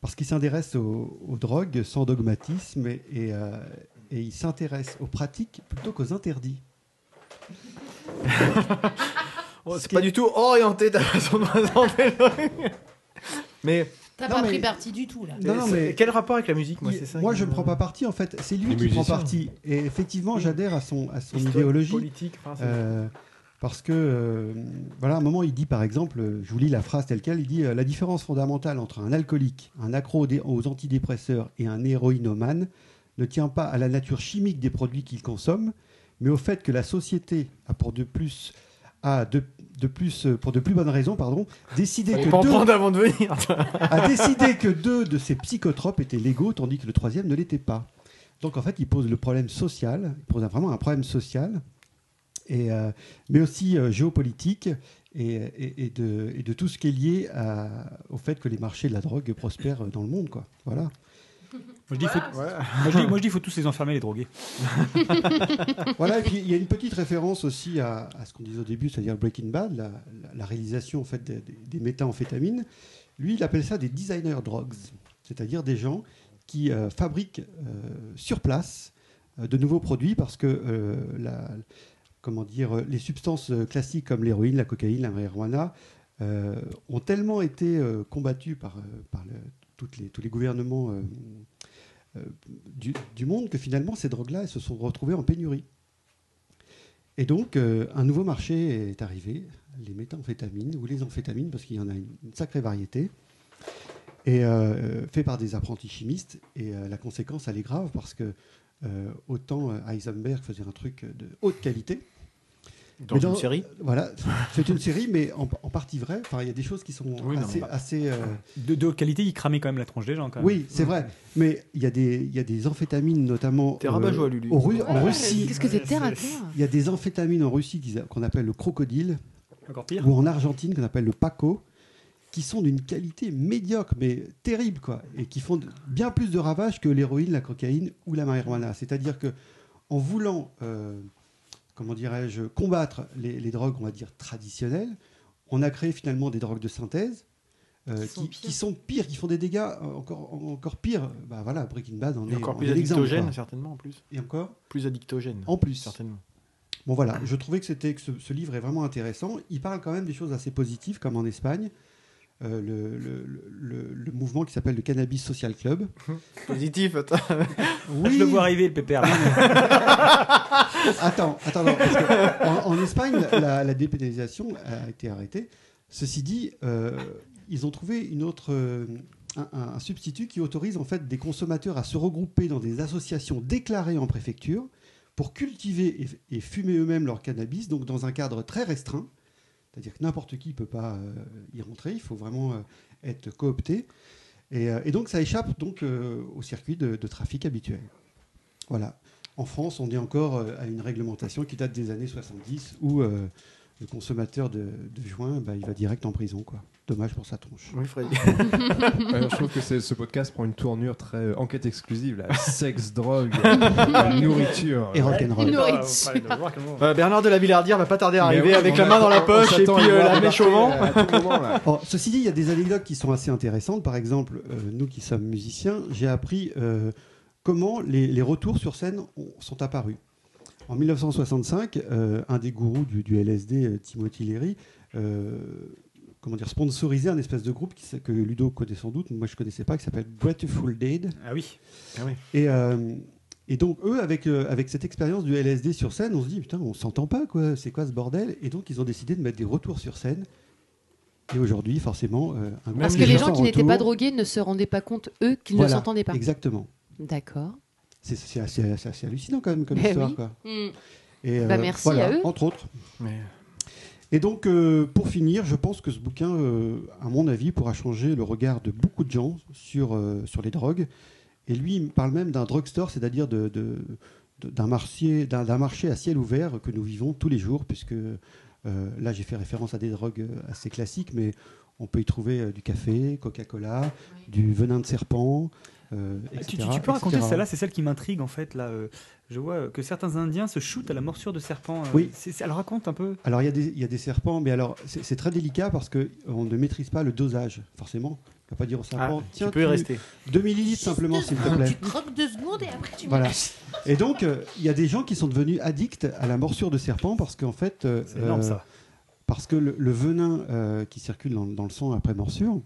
parce qu'il s'intéresse aux, aux drogues sans dogmatisme et, et, euh, et il s'intéresse aux pratiques plutôt qu'aux interdits. Oh, c'est pas du tout orienté ta façon de présenter le truc. Mais. T'as Non, pas mais- pris parti du tout là. Non, non, mais- Quel rapport avec la musique, moi, c'est ça Moi, qui je me- ne prends pas parti. En fait, c'est lui Les qui prend musiciens. parti. Et effectivement, j'adhère à son, à son Historique, idéologie. politique, enfin, c'est- Euh, parce que, euh, voilà, à un moment, il dit, par exemple, euh, je vous lis la phrase telle quelle, il dit euh, La différence fondamentale entre un alcoolique, un accro aux dé- aux antidépresseurs et un héroïnomane ne tient pas à la nature chimique des produits qu'il consomme, mais au fait que la société a pour de plus a de, de plus euh, pour de plus bonnes raisons pardon décidé Fallait que pas en deux- prendre avant de venir. a décidé que deux de ces psychotropes étaient légaux, tandis que le troisième ne l'était pas. Donc en fait, il pose le problème social, il pose un- vraiment un problème social, et, euh, mais aussi euh, géopolitique, et, et- et de, et de tout ce qui est lié à- au fait que les marchés de la drogue prospèrent dans le monde. Quoi. Voilà. Moi, je dis, faut... Voilà. moi, je dis- moi, je dis, faut tous les enfermer, les drogués. voilà, et puis il y a une petite référence aussi à, à ce qu'on disait au début, c'est-à-dire Breaking Bad, la, la- la réalisation en fait des, des- des méthamphétamines. Lui, il appelle ça des designer drugs, c'est-à-dire des gens qui euh, fabriquent euh, sur place euh, de nouveaux produits parce que euh, la- comment dire, euh, les substances euh, classiques comme l'héroïne, la cocaïne, la marijuana euh, ont tellement été euh, combattues par, euh, par le- toutes les, tous les gouvernements euh, euh, du, du monde que finalement ces drogues-là elles se sont retrouvées en pénurie. Et donc, euh, un nouveau marché est arrivé, les méthamphétamines ou les amphétamines, parce qu'il y en a une, une sacrée variété, et euh, fait par des apprentis chimistes. Et euh, la conséquence, elle est grave, parce que euh, autant euh, Heisenberg faisait un truc de haute qualité. Dans mais une série Voilà, c'est une série, mais en, en partie vraie. Enfin, il y a des choses qui sont Oui, non, assez. mais- assez, euh, De, de haute qualité, ils cramaient quand même la tronche des gens. Quand même. oui, c'est vrai. Mais il y, a des- il y a des amphétamines, notamment T'es rabat-joie, Lulu. au Ru- Ouais, en Russie. qu'est-ce que t'es terre à terre Il y a des amphétamines en Russie qu'ils a- qu'on appelle le crocodile, Encore pire. ou en Argentine qu'on appelle le paco, qui sont d'une qualité médiocre, mais terrible, quoi, et qui font de- bien plus de ravages que l'héroïne, la cocaïne ou la marijuana. C'est-à-dire que en voulant, euh, comment dirais-je, combattre les, les drogues, on va dire traditionnelles, on a créé finalement des drogues de synthèse. euh, qui, qui sont pires, qui font des dégâts euh, encore, encore pires. Bah voilà, Breaking Bad en Et est encore en plus est l'exemple, addictogène, quoi. certainement, en plus. Et encore Plus addictogène. En plus. Certainement. Bon voilà, je trouvais que, c'était, que ce, ce livre est vraiment intéressant. Il parle quand même des choses assez positives, comme en Espagne. euh, le, le- le- le mouvement qui s'appelle le Cannabis Social Club. Positif, attends. Oui. Ah, Je le vois arriver, le pépère. là. attends, attends, non, parce que en, en Espagne, la, la dépénalisation a été arrêtée. Ceci dit, euh, ils ont trouvé une autre, euh, un, un- un substitut qui autorise en fait des consommateurs à se regrouper dans des associations déclarées en préfecture pour cultiver et, et fumer eux-mêmes leur cannabis, donc dans un cadre très restreint. C'est-à-dire que n'importe qui ne peut pas euh, y rentrer, il faut vraiment euh, être coopté. Et, euh, et donc ça échappe donc euh, au circuit de- de trafic habituel. Voilà. En France, on est encore euh, à une réglementation qui date des années 70 où euh, le consommateur de, de joint, bah, il va direct en prison. quoi. Dommage pour sa tronche. Oui, Freddy. Alors, je trouve que c'est- ce podcast prend une tournure très euh, enquête exclusive, là. Sexe, drogue, euh, nourriture. Et rock'n'roll. Nourriture. Euh, Bernard de la Villardière va pas tarder à Mais arriver oui, avec on la main dans la attend- on poche et puis s'attend à le euh, voir la mèche au vent. débarquer, euh, à tout moment, là. Alors, ceci dit, il y a des anecdotes qui sont assez intéressantes. Par exemple, euh, nous qui sommes musiciens, j'ai appris euh, comment les, les retours sur scène ont- sont apparus. En 1965, euh, un des gourous du, du LSD, euh, Timothy Leary, euh, comment dire, sponsorisait un espèce de groupe qui s- que Ludo connaît sans doute, mais moi je ne connaissais pas, qui s'appelle Grateful Dead. Ah oui. Ah oui. Et, euh, et donc, eux, avec, euh, avec cette expérience du LSD sur scène, on se dit, putain, on s'entend pas, quoi, c'est quoi ce bordel Et donc, ils ont décidé de mettre des retours sur scène. Et aujourd'hui, forcément, euh, un groupe Parce de que les gens qui sans n'étaient pas retour- drogués ne se rendaient pas compte, eux, qu'ils ne Voilà, s'entendaient pas. Exactement. D'accord. C'est c'est assez, c'est assez hallucinant, quand même, comme Eh histoire, oui. quoi. Mm. Et, euh, Bah, merci voilà, à eux. Entre autres. Et donc, euh, pour finir, je pense que ce bouquin, euh, à mon avis, pourra changer le regard de beaucoup de gens sur, euh, sur les drogues. Et lui, il me parle même d'un drugstore, c'est-à-dire de- de- de- d'un marché, d'un d'un marché à ciel ouvert que nous vivons tous les jours, puisque euh, là, j'ai fait référence à des drogues euh, assez classiques, mais on peut y trouver euh, du café, Coca-Cola, du venin de serpent, euh, Ah, Tu, etc. tu- tu peux raconter etc.. celle-là, c'est celle qui m'intrigue en fait. Là, euh, je vois euh, que certains Indiens se shootent à la morsure de serpent. euh, Oui. c'est- c'est- elle raconte un peu. Alors il y, a des- il y a des serpents, mais alors c'est c'est très délicat parce que on ne maîtrise pas le dosage, forcément. On ne va pas dire au serpent, Ah, tiens, tu peux y rester. 2 millilitres simplement, s'il te plaît. Tu croques deux secondes et après tu me Voilà. lâches. Et donc, euh, il y a des gens qui sont devenus addicts à la morsure de serpent parce qu'en fait. euh, C'est énorme, ça. Parce que le, le venin euh, qui circule dans, dans le sang après morsure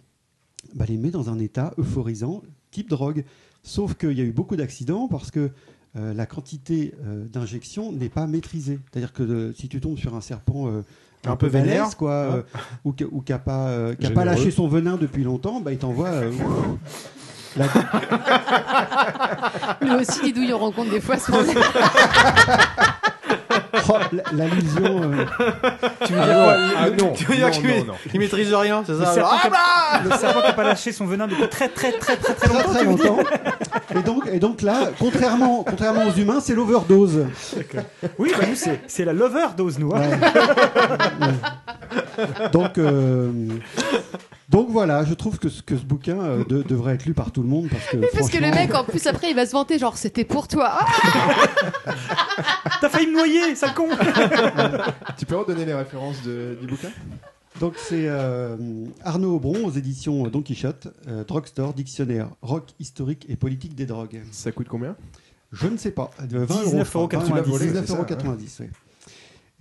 bah, les met dans un état euphorisant, type drogue. Sauf qu'il y a eu beaucoup d'accidents parce que euh, la quantité euh, d'injection n'est pas maîtrisée. C'est-à-dire que euh, si tu tombes sur un serpent. euh, Un peu vénère, hein. balèze, quoi, euh, ou qui n'a pas, euh, qui a pas Généreux. lâché son venin depuis longtemps, bah, il t'envoie euh, la, Lui aussi, Didou, il rencontre des fois ce problème. Oh, l- l'allusion. euh, Tu veux dire Ah quoi non, Le- ah non, Tu veux dire non, qu'il non, non. il maîtrise rien, c'est Le ça serpent alors, qui a- Ah bah le serpent qui n'a pas lâché son venin depuis très très très très très très longtemps. très tu me dis longtemps. Et donc, et donc là, contrairement, contrairement aux humains, c'est l'overdose. Oui, bah, nous c'est c'est la lover dose nous. hein. Donc, euh, donc voilà, je trouve que ce, que ce bouquin euh, de- devrait être lu par tout le monde parce que. Parce que le franchement, mec, en plus, après, il va se vanter, genre, c'était pour toi. Ah T'as failli me noyer, sale con. Tu peux redonner les références de- du bouquin Donc c'est euh, Arnaud Aubron aux éditions Don Quichotte, euh, Drugstore, Dictionnaire, Rock historique et politique des drogues. Ça coûte combien Je ne sais pas. Euh, 20 euros, 19,90 je crois. Tu l'as volé, 19,90 c'est ça, oui.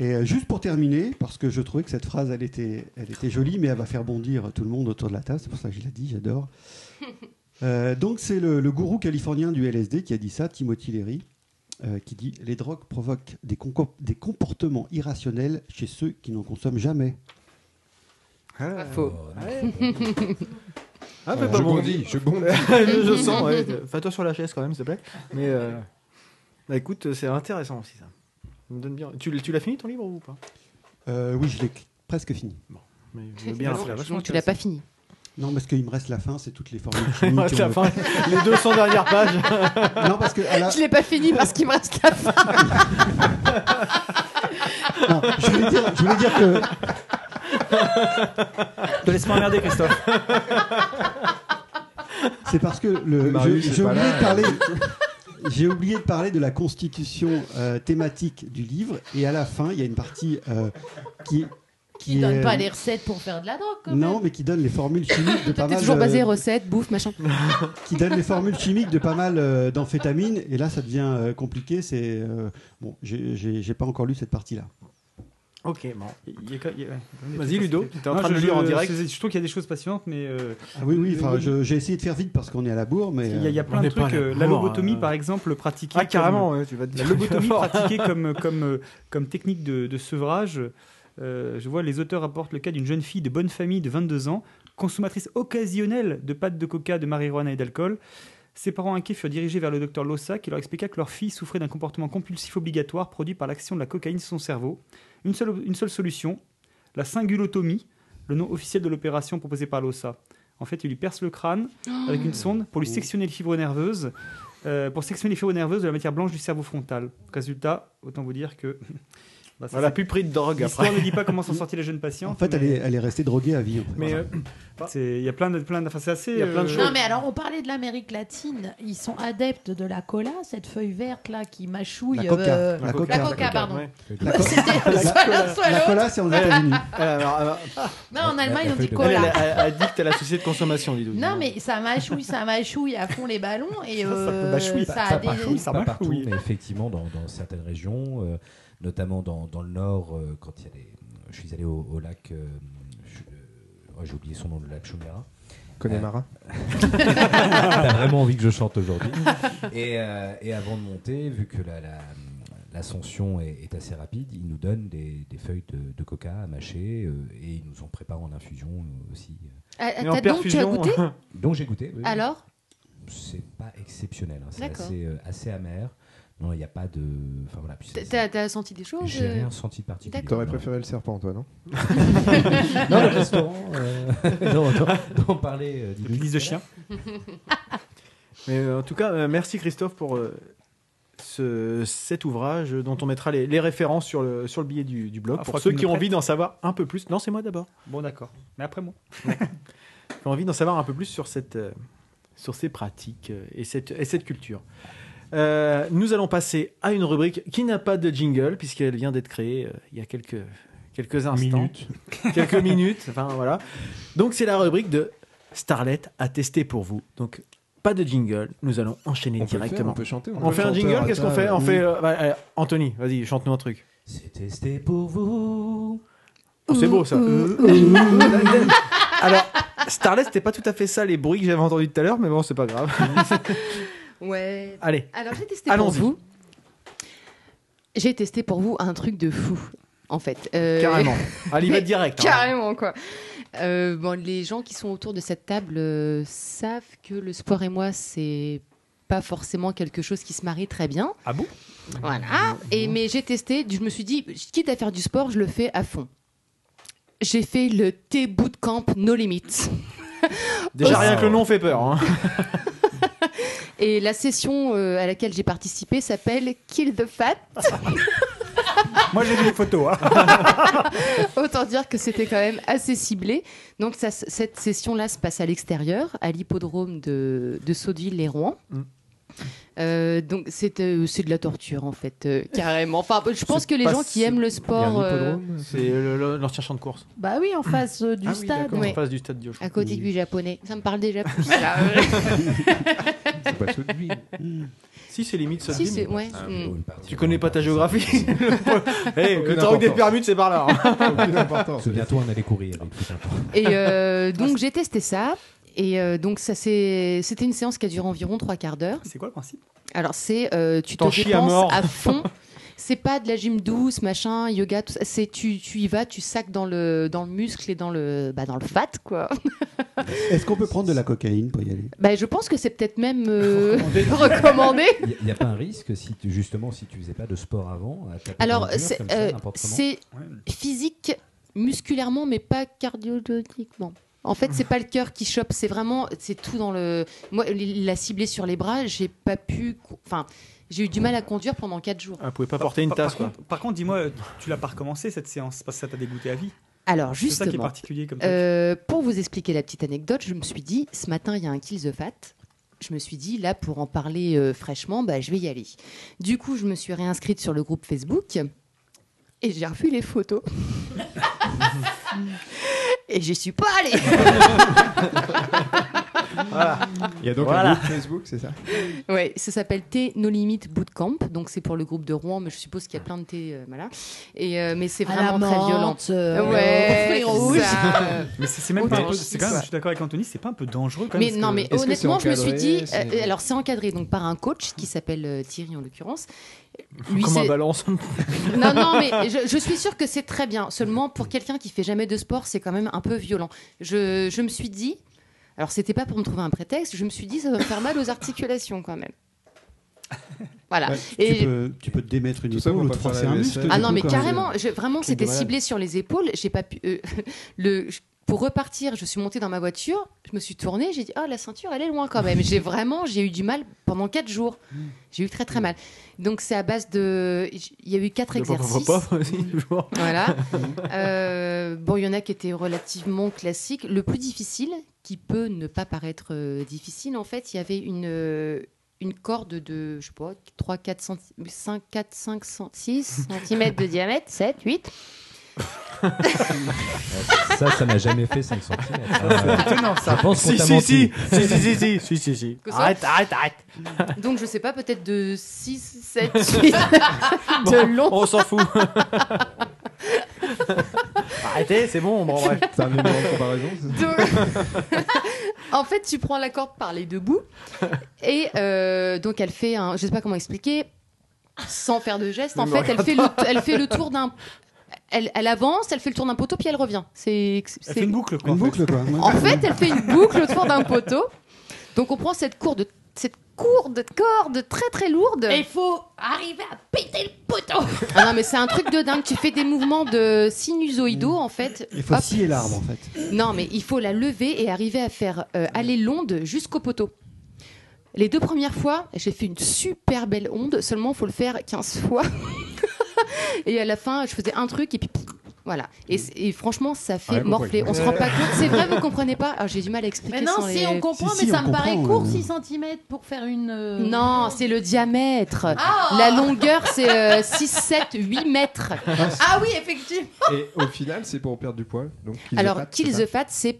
Et euh, juste pour terminer, parce que je trouvais que cette phrase, elle était, elle était jolie, mais elle va faire bondir tout le monde autour de la table. C'est pour ça que je l'ai dit, j'adore. Euh, donc c'est le, le gourou californien du LSD qui a dit ça, Timothy Leary, euh, qui dit les drogues provoquent des, conco- des comportements irrationnels chez ceux qui n'en consomment jamais. Pas faux. Euh, Ah, Voilà. mais pas Euh, Je bon. bondis, je bondis. je, je sens, ouais. Fais-toi sur la chaise quand même, s'il te plaît. Mais euh, bah, écoute, c'est intéressant aussi ça. Ça me donne bien. Tu, l- tu l'as fini ton livre ou pas Euh, oui, je l'ai presque fini. Mais je veux bien Donc, la fin. Donc, tu l'as pas fini. Non, parce qu'il me reste la fin, c'est toutes les formules Il chimiques, me reste la euh, fin. Les 200 dernières pages. Non, parce que à la- Je l'ai pas fini parce qu'il me reste la fin. non, je, voulais dire, je voulais dire que Te laisse pas emmerder, Christophe. C'est parce que le, Marius je- est j'ai pas oublié, là, de parler- j'ai oublié de parler de la constitution euh, thématique du livre. Et à la fin, il y a une partie euh, qui, qui est- donne pas les recettes pour faire de la drogue. Quand Non, même. mais qui donne les formules chimiques de pas T'es mal. toujours euh, basé recette, bouffe, machin. qui donne les formules chimiques de pas mal euh, d'amphétamines. Et là, ça devient euh, compliqué. C'est euh, bon, j'ai- j'ai j'ai pas encore lu cette partie-là. Ok, bon. Vas-y, Ludo. T'es en train de le lire en direct. Je trouve qu'il y a des choses passionnantes, mais. euh, Ah oui, oui. le- Enfin, je- j'ai essayé de faire vite parce qu'on est à la bourre, mais Il y a, il y a euh, plein de trucs. euh, la lobotomie, Oh. par exemple, pratiquée. Ah, carrément, comme- ouais, tu vas te La dire. lobotomie pratiquée comme, comme, euh, comme technique de, de sevrage. euh, je vois, les auteurs apportent le cas d'une jeune fille de bonne famille de 22 ans, consommatrice occasionnelle de pâtes de coca, de marijuana et d'alcool. Ses parents inquiets furent dirigés vers le docteur Lossa qui leur expliqua que leur fille souffrait d'un comportement compulsif obligatoire produit par l'action de la cocaïne sur son cerveau. Une seule, une seule solution, la cingulotomie, le nom officiel de l'opération proposée par Lossa. En fait, il lui perce le crâne avec une sonde pour lui sectionner les fibres nerveuses, euh, pour sectionner les fibres nerveuses de la matière blanche du cerveau frontal. Résultat, autant vous dire que. Bah, ça, Voilà, c'est- plus pris de drogue L'histoire après. ne dit pas comment s'en sortir les jeunes patients. en fait, elle est, elle est restée droguée à vie. en fait. Mais euh, c'est- il y a plein de, plein de, enfin, c'est assez. euh, Il y a plein de Non, mais alors on parlait de l'Amérique latine. Ils sont adeptes de la cola, cette feuille verte là qui mâchouille. La coca. euh, La coca. pardon. Ouais. Bah, C'était La soit l'un, soit La l'autre. cola, c'est aux États-Unis. Non, en Allemagne, on dit Ah, Elle cola. est a- addict à la société de consommation, dis donc. Non, mais ça mâchouille, ça mâchouille à fond les ballons et Ça, ça peut euh, mâchouiller. ça pas, a pas des- partout, ça pas marche, partout, oui. mais effectivement dans, dans certaines régions, euh, notamment dans, dans le nord, euh, quand il y a des- je suis allé au, au lac, euh, je- euh, ouais, j'ai oublié son nom, le lac Chumera. Connemara. T'as vraiment envie que je chante aujourd'hui. Et, euh, et avant de monter, vu que la- la- l'ascension est, est assez rapide, ils nous donnent des, des feuilles de, de coca à mâcher euh, et ils nous en préparent en infusion euh, aussi. Ah, ah, Mais en t'as donc- tu as perfusion. goûté Donc j'ai goûté. oui. Alors C'est pas exceptionnel, hein, c'est D'accord. assez, euh, assez amer. Non, il n'y a pas de. Enfin voilà. puis c'est- T'as t'as senti des choses J'ai euh rien senti de particulier. T'aurais non. préféré le serpent, toi, non non, le restaurant. euh, non, non, d'en parler. euh, dis-nous. de chien. Mais euh, en tout cas, euh, merci Christophe pour euh, ce, cet ouvrage dont on mettra les, les références sur le, sur le billet du, du blog Ah, pour faudra ceux que tu qui nous ont envie prêtes. d'en savoir un peu plus. Non, c'est moi d'abord. Bon, d'accord. Mais après moi. J'ai envie d'en savoir un peu plus sur, cette, euh, sur ces pratiques euh, et cette, et cette culture. Euh, nous allons passer à une rubrique qui n'a pas de jingle puisqu'elle vient d'être créée euh, il y a quelques, quelques instants. Minutes. quelques minutes. Enfin voilà. Donc c'est la rubrique de Starlet à tester pour vous. Donc pas de jingle, nous allons enchaîner On peut le directement. faire, on peut chanter, on On, peut le fait un chanter jingle, à qu'est-ce qu'on table, fait On oui. fait euh, bah, allez, Anthony, vas-y, chante-nous un truc. C'est testé pour vous. Euh, Oh, c'est beau ça. euh, Alors, Starlet, c'était pas tout à fait ça les bruits que j'avais entendus tout à l'heure, mais bon, c'est pas grave. euh, Ouais. Allez. Alors j'ai testé pour Allons-y. vous. J'ai testé pour vous un truc de fou, en fait. Euh, Carrément. Allez, y va mais direct, hein. Carrément, quoi. Euh, bon, les gens qui sont autour de cette table euh, savent que le sport et moi, c'est pas forcément quelque chose qui se marie très bien. Ah bon Voilà. Et mais j'ai testé. Je me suis dit, quitte à faire du sport, je le fais à fond. J'ai fait le thé bootcamp No Limits. Déjà rien que le nom fait peur. hein. Et la session euh, à laquelle j'ai participé s'appelle Kill the Fat. Moi, j'ai vu les photos. hein. Autant dire que c'était quand même assez ciblé. Donc ça, cette session-là se passe à l'extérieur, à l'hippodrome de, de Sotville-les-Rouen. Mm. Euh, donc c'est euh, c'est de la torture en fait euh, carrément. Enfin je pense que les gens qui aiment le sport euh, C'est le- le- l'ancien champ de course. Bah oui, en face euh, du Ah oui, stade. d'accord, ouais. en face du stade Dieu. à côté du japonais, ça me parle déjà plus. là. C'est pas ceux de lui. Si c'est limite ça. si, c'est- ouais, Ah, Oh, mm. Tu connais pas ta géographie. hey, Aucune Eh, le truc des importance. permutes c'est par là. hein. Aucune importance. Parce que bientôt on allait courir. et tout un temps. Et euh, donc j'ai testé ça. Et euh, donc ça c'est- c'était une séance qui a duré environ trois quarts d'heure. C'est quoi le principe Alors c'est euh, tu te T'en chies à dépenses mort. à, fond. C'est pas de la gym douce, machin, yoga, tout ça. C'est tu, tu y vas, tu sacs dans le dans le muscle et dans le bah dans le fat quoi. Est-ce qu'on peut prendre de la cocaïne pour y aller Bah je pense que c'est peut-être même euh, recommandé. Il n'y a, pas un risque si tu- justement si tu faisais pas de sport avant. à taper dans Alors le mur c'est comme ça, euh, n'importe comment. c'est Ouais. physique musculairement mais pas cardiologiquement. En fait, c'est pas le cœur qui chope, c'est vraiment c'est tout dans le moi il l'a ciblé sur les bras, j'ai pas pu co- enfin, j'ai eu du mal à conduire pendant quatre jours. Ah, vous pouvez pas porter une Par- tasse par, quoi. contre- par contre, dis-moi, euh, tu l'as pas recommencé cette séance parce que ça t'a dégoûté à vie. Alors C'est ça qui est justement, particulier comme truc. Euh, pour vous expliquer la petite anecdote, je me suis dit, ce matin, il y a un Kill the Fat. Je me suis dit, là, pour en parler euh, fraîchement, bah, je vais y aller. Du coup, je me suis réinscrite sur le groupe Facebook et j'ai revu les photos. Et j'y suis pas allée. Voilà. Il y a donc Voilà. un groupe Facebook, c'est ça Ouais, ça s'appelle T No Limit Bootcamp, donc c'est pour le groupe de Rouen, mais je suppose qu'il y a plein de thé, euh, voilà. Et euh, mais c'est À vraiment la très menthe, violent. euh, ouais, aux fruits rouges. ça, euh, Mais c'est c'est même pas. un peu- orange, C'est quand même. Je suis d'accord avec Anthony, c'est pas un peu dangereux quand mais même, parce non, que- mais honnêtement, je me suis dit, euh, alors c'est encadré donc par un coach qui s'appelle euh, Thierry en l'occurrence. Lui, Comme un c'est- balance. non, non, mais je, je suis sûre que c'est très bien. Seulement, pour quelqu'un qui fait jamais de sport, c'est quand même un peu violent. Je, je me suis dit, alors c'était pas pour me trouver un prétexte, je me suis dit, ça va me faire mal aux articulations quand même. Voilà. Ouais, Et- tu, peux, tu peux te démettre une Tout ça épaule pour ou te pas faire forcer la un vaisselle. muscle. Ah du non, coup, mais quoi. carrément, je- vraiment, Truc c'était de malade. ciblé sur les épaules. J'ai pas pu. euh, le, je- pour repartir, je suis montée dans ma voiture, je me suis tournée, j'ai dit ah la ceinture, elle est loin quand même. j'ai vraiment, j'ai eu du mal pendant quatre jours. Hmm. J'ai eu très très mal. Donc c'est à base de, il y a eu quatre De exercices. pop, pop, pop, aussi, toujours. Voilà. Euh, bon, il y en a qui étaient relativement classiques. Le plus difficile, qui peut ne pas paraître euh, difficile, en fait, il y avait une, euh, une corde de, je sais pas, 3, 4, 5, 4, 5, 6 cm de diamètre, 7, 8. Ça, ça n'a jamais fait 5 cm. étonnant, ça. Je pense qu'on Si, t'a si, menti. si, si, si, si, si, si, si. Que ça Arrête, arrête, arrête. Donc, je sais pas, peut-être de 6, 7, 8 de long. On s'en fout. Arrêtez, c'est bon, bon, bref. C'est un élément de comparaison. c'est- Donc- en fait, tu prends la corde par les deux bouts et euh, donc elle fait un, je sais pas comment expliquer, sans faire de geste. Ne En me fait, elle regarde fait, le, elle fait le tour d'un, elle, elle avance, elle fait le tour d'un poteau puis elle revient. C'est, Elle c'est- fait une boucle quoi. Une en fait. boucle, quoi. en fait, elle fait une boucle autour d'un poteau. Donc on prend cette courde, cette courde corde très très lourde. Et il faut arriver à péter le poteau. Ah non mais c'est un truc de dingue. Tu fais des mouvements de sinusoïdaux en fait. Il faut Hop. scier l'arbre, en fait. Non, mais il faut la lever et arriver à faire euh, aller l'onde jusqu'au poteau. Les deux premières fois, j'ai fait une super belle onde, seulement faut le faire 15 fois. et à la fin, je faisais un truc et puis voilà. Et, c- et franchement, ça fait Rien compris. morfler. On se rend pas compte. C'est vrai, vous comprenez pas Ah, J'ai du mal à expliquer. Mais non, sans si les- on comprend, Si, mais si, ça on me paraît comprend, court euh. ouais. 6 cm pour faire une. euh, Non, c'est le diamètre. Ah La longueur, c'est euh, 6, 7, 8 mètres. Ah oui, effectivement. Et au final, c'est pour perdre du poids. Donc, Kill the Fat, Alors, c'est kill ça. the fat, c'est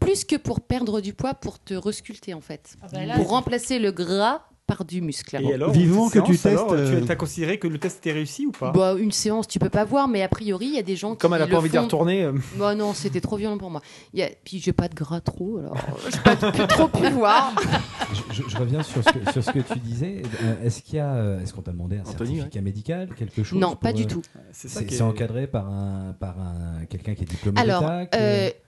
plus que pour perdre du poids, pour te resculpter en fait. Ah bah là, pour remplacer le gras par du muscle. Et alors, Vivement cette que tu séance, alors, testes, euh, Tu as considéré que le test était réussi ou pas Bah, une séance, tu peux pas voir, mais a priori, il y a des gens qui. Comme elle a le pas envie d'y font. retourner. euh, Bah non, c'était trop violent pour moi. Il Y a... Puis j'ai pas de gras trop, alors euh, j'ai pas pu- trop pu voir. Je, je- je reviens sur ce, que, sur ce que tu disais. Euh, Est-ce qu'il y a, euh, est-ce qu'on t'a demandé un Anthony, certificat médical, quelque chose Non, pour, pas du euh, tout. C'est ça C'est qui est- c'est encadré par un, par un quelqu'un qui est diplômé Alors, d'État, qui euh, est-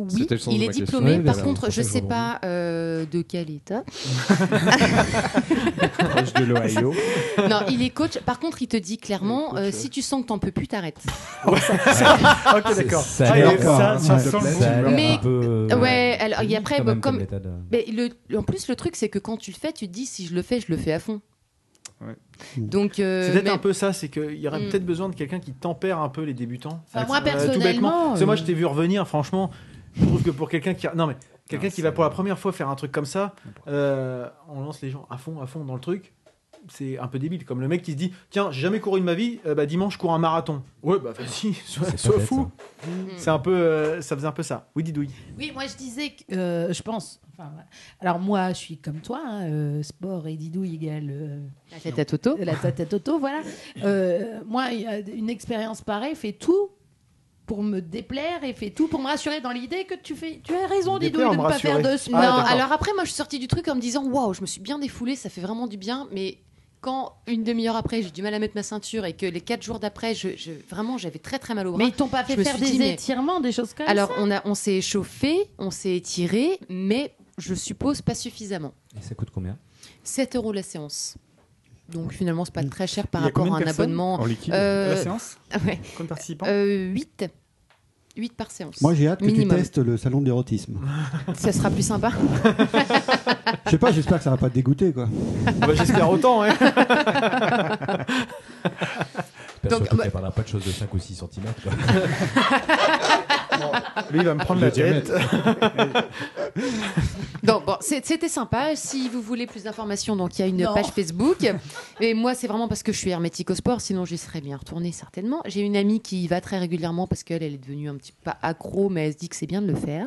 oui, C'était le sens il de est ma question. diplômé. Oui, Par voilà, contre, c'est je pour ça que sais je pas euh, de quel état. proche de l'Ohio. Non, il est coach. Par contre, il te dit clairement, coach, euh, ouais. si tu sens que t'en peux plus, t'arrêtes. ok, d'accord. Ça a Ah, l'air et ça, fort, ça hein, sent le ouais. bon ça a l'air humeur. Mais- un peu, Ouais, alors, il y a après, quand bon, même comme- état de- Mais le, en plus, le truc, c'est que quand tu le fais, tu te dis, si je le fais, je le fais à fond. Ouais. Donc, euh, C'est peut-être mais- un peu ça, c'est qu'il y aurait Hmm. peut-être besoin de quelqu'un qui tempère un peu les débutants. Enfin, moi, Euh, tout bêtement. personnellement, Parce que moi euh, je t'ai vu revenir, franchement, je trouve que pour quelqu'un qui. Non mais, quelqu'un Non, qui va c'est- pour la première fois faire un truc comme ça, euh, on lance les gens à fond, à fond dans le truc. C'est un peu débile, comme le mec qui se dit Tiens, j'ai jamais couru de ma vie, euh, bah dimanche, je cours un marathon. Ouais, bah vas-y, sois, C'est sois pas bête, fou. C'est un peu. euh, ça faisait un peu ça. Oui, didouille. Oui, moi je disais que euh, je pense. enfin, voilà. alors moi, je suis comme toi, hein, euh, sport et didouille égale euh, La tête à Toto. la tête à Toto, voilà. Euh, moi, une expérience pareille fait tout pour me déplaire et fait tout pour me rassurer dans l'idée que tu fais, tu as raison, Déplaire ou didouille, de me ne pas faire rassurer de Ah, sport. non, d'accord. alors après, moi, je suis sortie du truc en me disant Waouh, je me suis bien défoulée, ça fait vraiment du bien. Mais quand une demi-heure après, j'ai du mal à mettre ma ceinture et que les quatre jours d'après, je, je- vraiment, j'avais très très mal au bras. mais ils t'ont pas Je fait me faire suis des dit, mais- étirements, des choses comme alors, ça. on, a- on s'est échauffé, on s'est étiré, mais je suppose pas suffisamment. Et ça coûte combien 7 euros la séance. Donc finalement, c'est pas très cher par Hmm. Il y a rapport à combien un de personnes Ah. abonnement. En liquide. La Euh, séance ouais, Comme participant euh, 8. 8 par séance. Moi, j'ai hâte que Minimum. tu testes le salon de l'érotisme. Ça sera plus sympa. Je sais pas, j'espère que ça va pas te dégoûter, quoi. Ah bah, J'espère autant, hein. J'espère Donc, surtout bah- qu'elle parlera pas de choses de 5 ou 6 cm. Lui, il va me prendre la Le tête. Donc bon, c'est- c'était sympa. Si vous voulez plus d'informations, donc il y a une Non. page Facebook. Et moi, c'est vraiment parce que je suis hermétique au sport, sinon j'y serais bien retournée certainement. J'ai une amie qui y va très régulièrement parce qu'elle, elle est devenue un petit peu pas accro, mais elle se dit que c'est bien de le faire.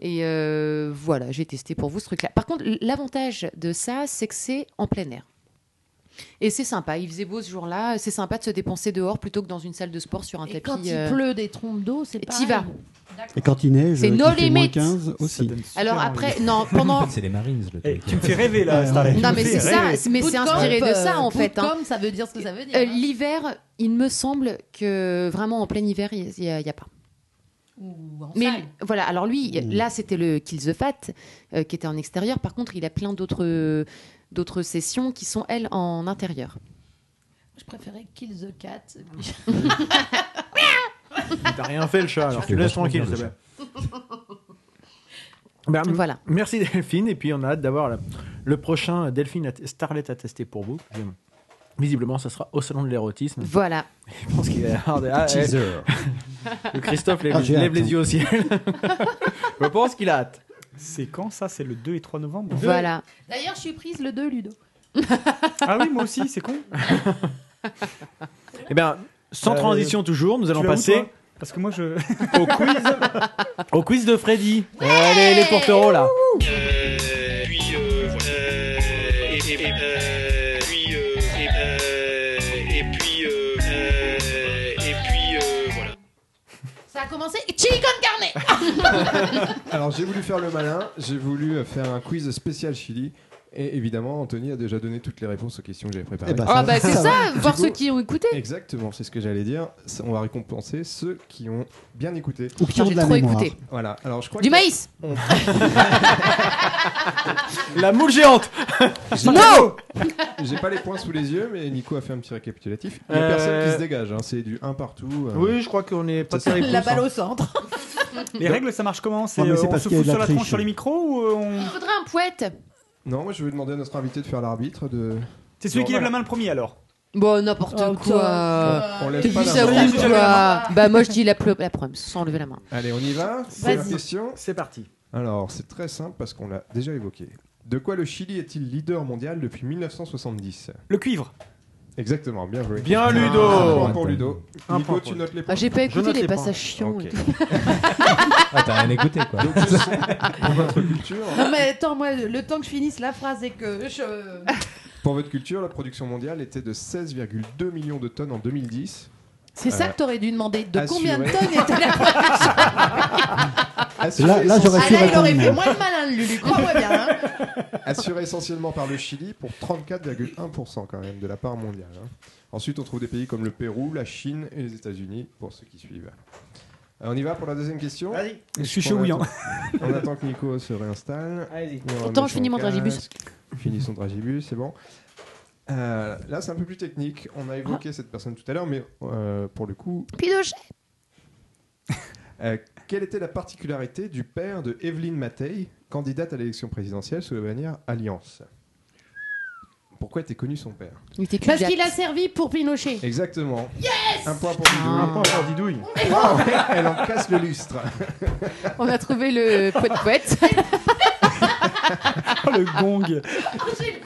Et euh, voilà, j'ai testé pour vous ce truc-là. Par contre, l'avantage de ça, c'est que c'est en plein air. Et c'est sympa. Il faisait beau ce jour-là. C'est sympa de se dépenser dehors plutôt que dans une salle de sport sur un Et tapis. quand il euh, pleut des trompes d'eau, c'est pas. t'y vas. Et quand il neige, C'est euh, qu'il no fait moins limits. 15 aussi. Alors après, non, pendant. C'est les Marines, le Eh, truc. Eh, Tu me fais rêver Euh, là, Starlet. Non, mais c'est ça, mais c'est inspiré de euh, ça en fait. hein. Comme ça veut dire ce que ça veut dire. Euh, hein. L'hiver, il me semble que vraiment en plein hiver, il n'y a, il y a pas. Ou en Mais salle. voilà, alors lui, là c'était le Kill the Fat euh, qui était en extérieur. Par contre, il a plein d'autres d'autres sessions qui sont elles en intérieur. Je préférais Kill the Cat. T'as rien fait le chat, alors Ça tu fait laisses vachement tranquille. bien, le c'est Ah bien. Ben, Voilà. Merci Delphine, et puis on a hâte d'avoir la- le prochain Delphine à- Starlet à tester pour vous. Visiblement, ça sera au salon de l'érotisme. Voilà. Je pense qu'il a l'air de- ah, eh, Teaser. le Christophe lève, Ah, j'ai lève hâte, hein. les yeux au ciel. Je pense qu'il a hâte. C'est quand ça C'est le 2 et 3 novembre Voilà. D'ailleurs, je suis prise le 2, Ludo. Ah oui, moi aussi, c'est con. Eh bien, sans Euh, transition toujours, nous allons Tu vas où, passer toi Parce que moi, je. au quiz, au quiz de Freddy. Euh, les, les tourtereaux là. puis, euh, voilà. Euh, et, et- et- euh, puis, euh, et, euh, et puis, euh, euh, et puis, euh, voilà. Ça a commencé. Chili con carne Alors j'ai voulu faire le malin, j'ai voulu euh, faire un quiz spécial Chili. Et évidemment, Anthony a déjà donné toutes les réponses aux questions que j'avais préparées. Eh ben, Ah ça- bah c'est ça ça, voir coup- ceux qui ont écouté. Exactement, c'est ce que j'allais dire. Ça, On va récompenser ceux qui ont bien écouté. Ou qui Putain, ont J'ai de la trop mémoire. écouté. Voilà. Alors je crois Du que maïs La moule géante. Non j'ai pas les points sous les yeux, mais Nico a fait un petit récapitulatif. Il y a Euh, personne qui se dégage. hein, C'est du 1 partout. euh. Oui, je crois qu'on est pas Ça, terrible. La balle au centre. Les règles, ça marche comment C'est Ouais, mais euh, c'est on parce se qu'il y a fout de la sur la triche. tronche sur les micros ou euh, on... Il faudrait un poète. Non, moi je vais demander à notre invité de faire l'arbitre. De. C'est celui Non, qui voilà. lève la main le premier alors. Bon, n'importe Oh, quoi. on T'as lève vu pas ça la ou main. J'ai levé quoi Bah moi je dis la, plo- la première, sans lever la main. Allez, on y va. Première Vas-y. question. C'est parti. Alors, c'est très simple parce qu'on l'a déjà évoqué. De quoi le Chili est-il leader mondial depuis 1970 Le cuivre. Exactement, bien joué. Bien Un Ludo. point pour Ludo. Un Nico, point tu pour notes les points. Ah, j'ai pas écouté note les les points. passages chiants. Ok. et tout. Ah, t'as rien écouté, quoi. Donc, je sais, pour votre culture, Non, mais attends, moi, le temps que je finisse la phrase et que je. pour votre culture, la production mondiale était de 16,2 millions de tonnes en 2010, C'est ça que t'aurais dû demander. De combien de assuré. tonnes était la phrase assurée, Là- là, essentiellement- j'aurais Ah su là, il répondre, aurait fait mais- moins le malin, le Lulu. Crois-moi bien. hein. assurée essentiellement par le Chili pour 34,1% quand même de la part mondiale. hein. Ensuite, on trouve des pays comme le Pérou, la Chine et les États-Unis pour ceux qui suivent. Alors, on y va pour la deuxième question. Vas-y. Je suis On chaud hein. bouillant. attend- On attend que Nico se réinstalle. Allez-y. On Autant remet je finis son mon dragibus. casque, Finis son dragibus, c'est bon. Euh, là, c'est un peu plus technique. On a évoqué Ah. cette personne tout à l'heure, mais euh, pour le coup, Pinochet. euh, quelle était la particularité du père de Evelyne Matei, candidate à l'élection présidentielle sous la bannière Alliance Pourquoi était connu son père Il était Parce cul-jatte. qu'il a servi pour Pinochet. Exactement. un point pour Didouille. Ah. Un point pour Didouille. Wow, Elle en casse le lustre. On a trouvé le poète poète. Oh, le gong.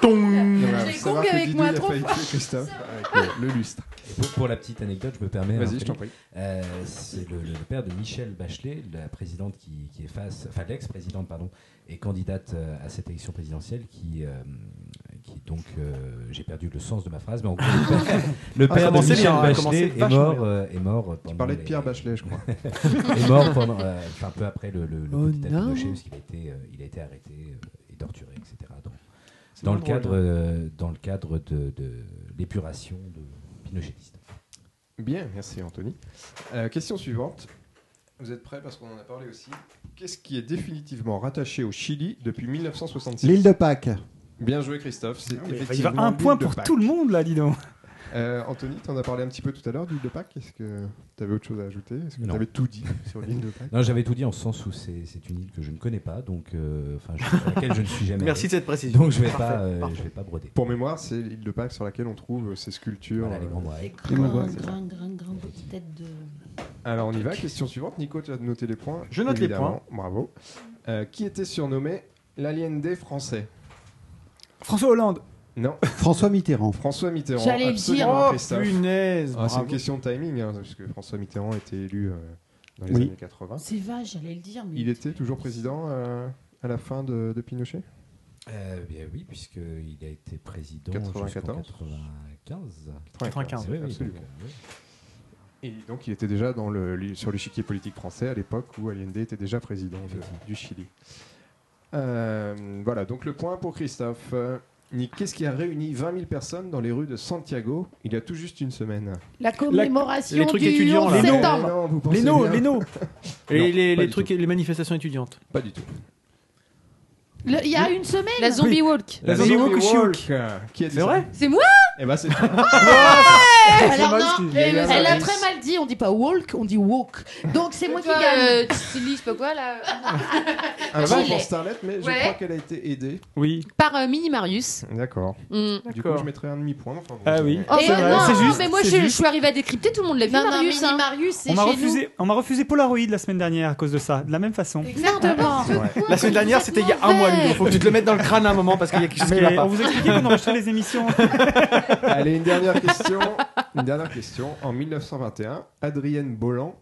Voilà, J'ai faut savoir compris que avec moi, Didouille a trop failli tuer Christophe avec le, le lustre. Pour, pour la petite anecdote, je me permets. Vas-y, hein, je t'en prie. Euh, c'est le, le- le père de Michel Bachelet, la présidente qui, qui est face, enfin l'ex-présidente pardon, et candidate euh, à cette élection présidentielle qui, euh, qui donc euh, j'ai perdu le sens de ma phrase, mais en gros le père, le Ah, père de commencez Michel bien, hein, commencez Bachelet est vachement mort, bien. euh, est mort. Tu pendant parlais de les- Pierre Bachelet, je crois. Est mort pendant, euh, enfin peu après le, le, le Oh coup d'État de non. Pinochet, parce qu'il a été, euh, il a été arrêté euh, et torturé, etc. Dans, C'est dans pas le drôle, cadre, euh, dans le cadre de, de l'épuration de Pinochetiste. Bien, merci Anthony. Euh, question suivante. Vous êtes prêts parce qu'on en a parlé aussi. Qu'est-ce qui est définitivement rattaché au Chili depuis 1966 L'île de Pâques. Bien joué Christophe. C'est Il va effectivement un l'île point de pour Pâques. tout le monde là, dis donc. Euh, Anthony, t'en as parlé un petit peu tout à l'heure d'île de Pâques. Est-ce que t'avais autre chose à ajouter Est-ce que Non. t'avais tout dit sur l'île de Pâques Non, j'avais tout dit en ce sens où c'est c'est une île que je ne connais pas, donc euh, enfin je- sur laquelle je ne suis jamais. Merci de allé. cette précision. Donc je vais Parfait, pas, euh, parfait. je vais pas broder. Pour mémoire, c'est l'île de Pâques sur laquelle on trouve euh, ces sculptures. Voilà les euh, grands mois. Des moi, grands, ouais. grands, grands, grands petites têtes de. Alors on y va, question suivante. Nico, tu as noté les points. Je note les Évidemment, Bravo. Euh, qui était surnommé l'alien des Français François Hollande. Non. François Mitterrand. François Mitterrand. J'allais le absolument, dire. Oh, Ah, Christophe. punaise, Ah, C'est bravo. une question de timing, hein, parce que François Mitterrand a été élu euh, dans les Oui. années 80. C'est vache, j'allais le dire. Mais... Il était toujours président euh, à la fin de, de Pinochet Euh, bien oui, puisqu'il a été président 94. jusqu'en 95. 95, Oui, oui, absolument. donc, euh, oui. Et donc il était déjà dans le, li- sur l'échiquier politique français à l'époque où Allende était déjà président de- du Chili. Euh, voilà, donc le point pour Christophe. Euh, Nick, qu'est-ce qui a réuni 20 000 personnes dans les rues de Santiago il y a tout juste une semaine La commémoration La- les trucs du étudiants, 11 là. septembre. Eh non, vous pensez Les noms, bien. les noms. Et Non, les, pas les du trucs, tout. et les manifestations étudiantes. Pas du tout. Le- Il y a une semaine. La zombie walk. La zombie walk, walk. euh, Qui a dit C'est ça vrai C'est moi Eh ben c'est Alors Thomas non, qui- elle Léla elle a Maris. très mal dit. On dit pas walk, on dit walk. Donc c'est moi qui gagne. Euh, tu lis, je sais pas quoi là. un vin Gilet. pour Starlet, mais je Ouais. crois qu'elle a été aidée. Oui. Par euh, Mini Marius. D'accord. Mm. Du coup, D'accord. je mettrai un demi-point. enfin, bon, Ah c'est- oui. Oh, Et euh, c'est vrai, non, c'est non, juste, mais moi c'est je, je juste. suis arrivé à décrypter, tout le monde l'a vu. Non, non, Marius, Mini hein. Marius, c'est On m'a chez refusé, on m'a refusé Polaroid la semaine dernière à cause de ça, de la même façon. nous. Exactement. La semaine dernière, c'était il y a un mois, Ludo. Faut que tu te le mettes dans le crâne à un moment parce qu'il y a quelque chose qui va Mais on pas. vous expliquait qu'on enregistrait les émissions. Allez, une dernière question. Une dernière question. En 1921, Adrienne Bolland,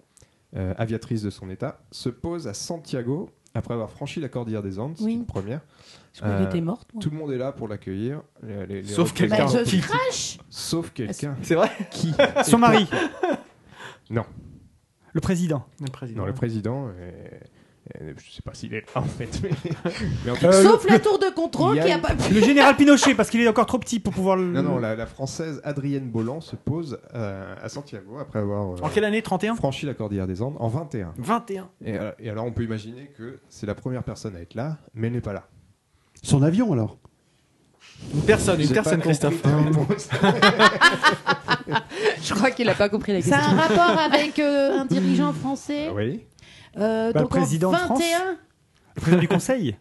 euh, aviatrice de son état, se pose à Santiago après avoir franchi la cordillère des Andes, c'est Oui. une première. Je croyais qu'elle Euh, était morte. moi. Tout le monde est là pour l'accueillir. Les- les- les Sauf représentants quelqu'un. Bah, je politiques. crache. Sauf quelqu'un. C'est vrai Qui Son mari. Non. Le président. Le président. Non, le président. euh, euh, je sais pas s'il est là en fait. Mais, mais en tout Euh, cas, Sauf la tour de contrôle il y a qui a une- pas pu. Le général Pinochet, parce qu'il est encore trop petit pour pouvoir le. non, non, la, la française Adrienne Bolland se pose euh, à Santiago après avoir euh, En quelle année 31 franchi la cordillère des Andes en 21. 21. Et, euh, et alors, on peut imaginer que c'est la première personne à être là, mais elle n'est pas là. Son avion alors Une personne, une J'ai pas personne, compris Christophe. ta réponse. Je crois qu'il a pas compris la Ça a question. un rapport avec euh, un dirigeant français. oui. Euh, Bah, donc président en de France. 21. Le président du conseil.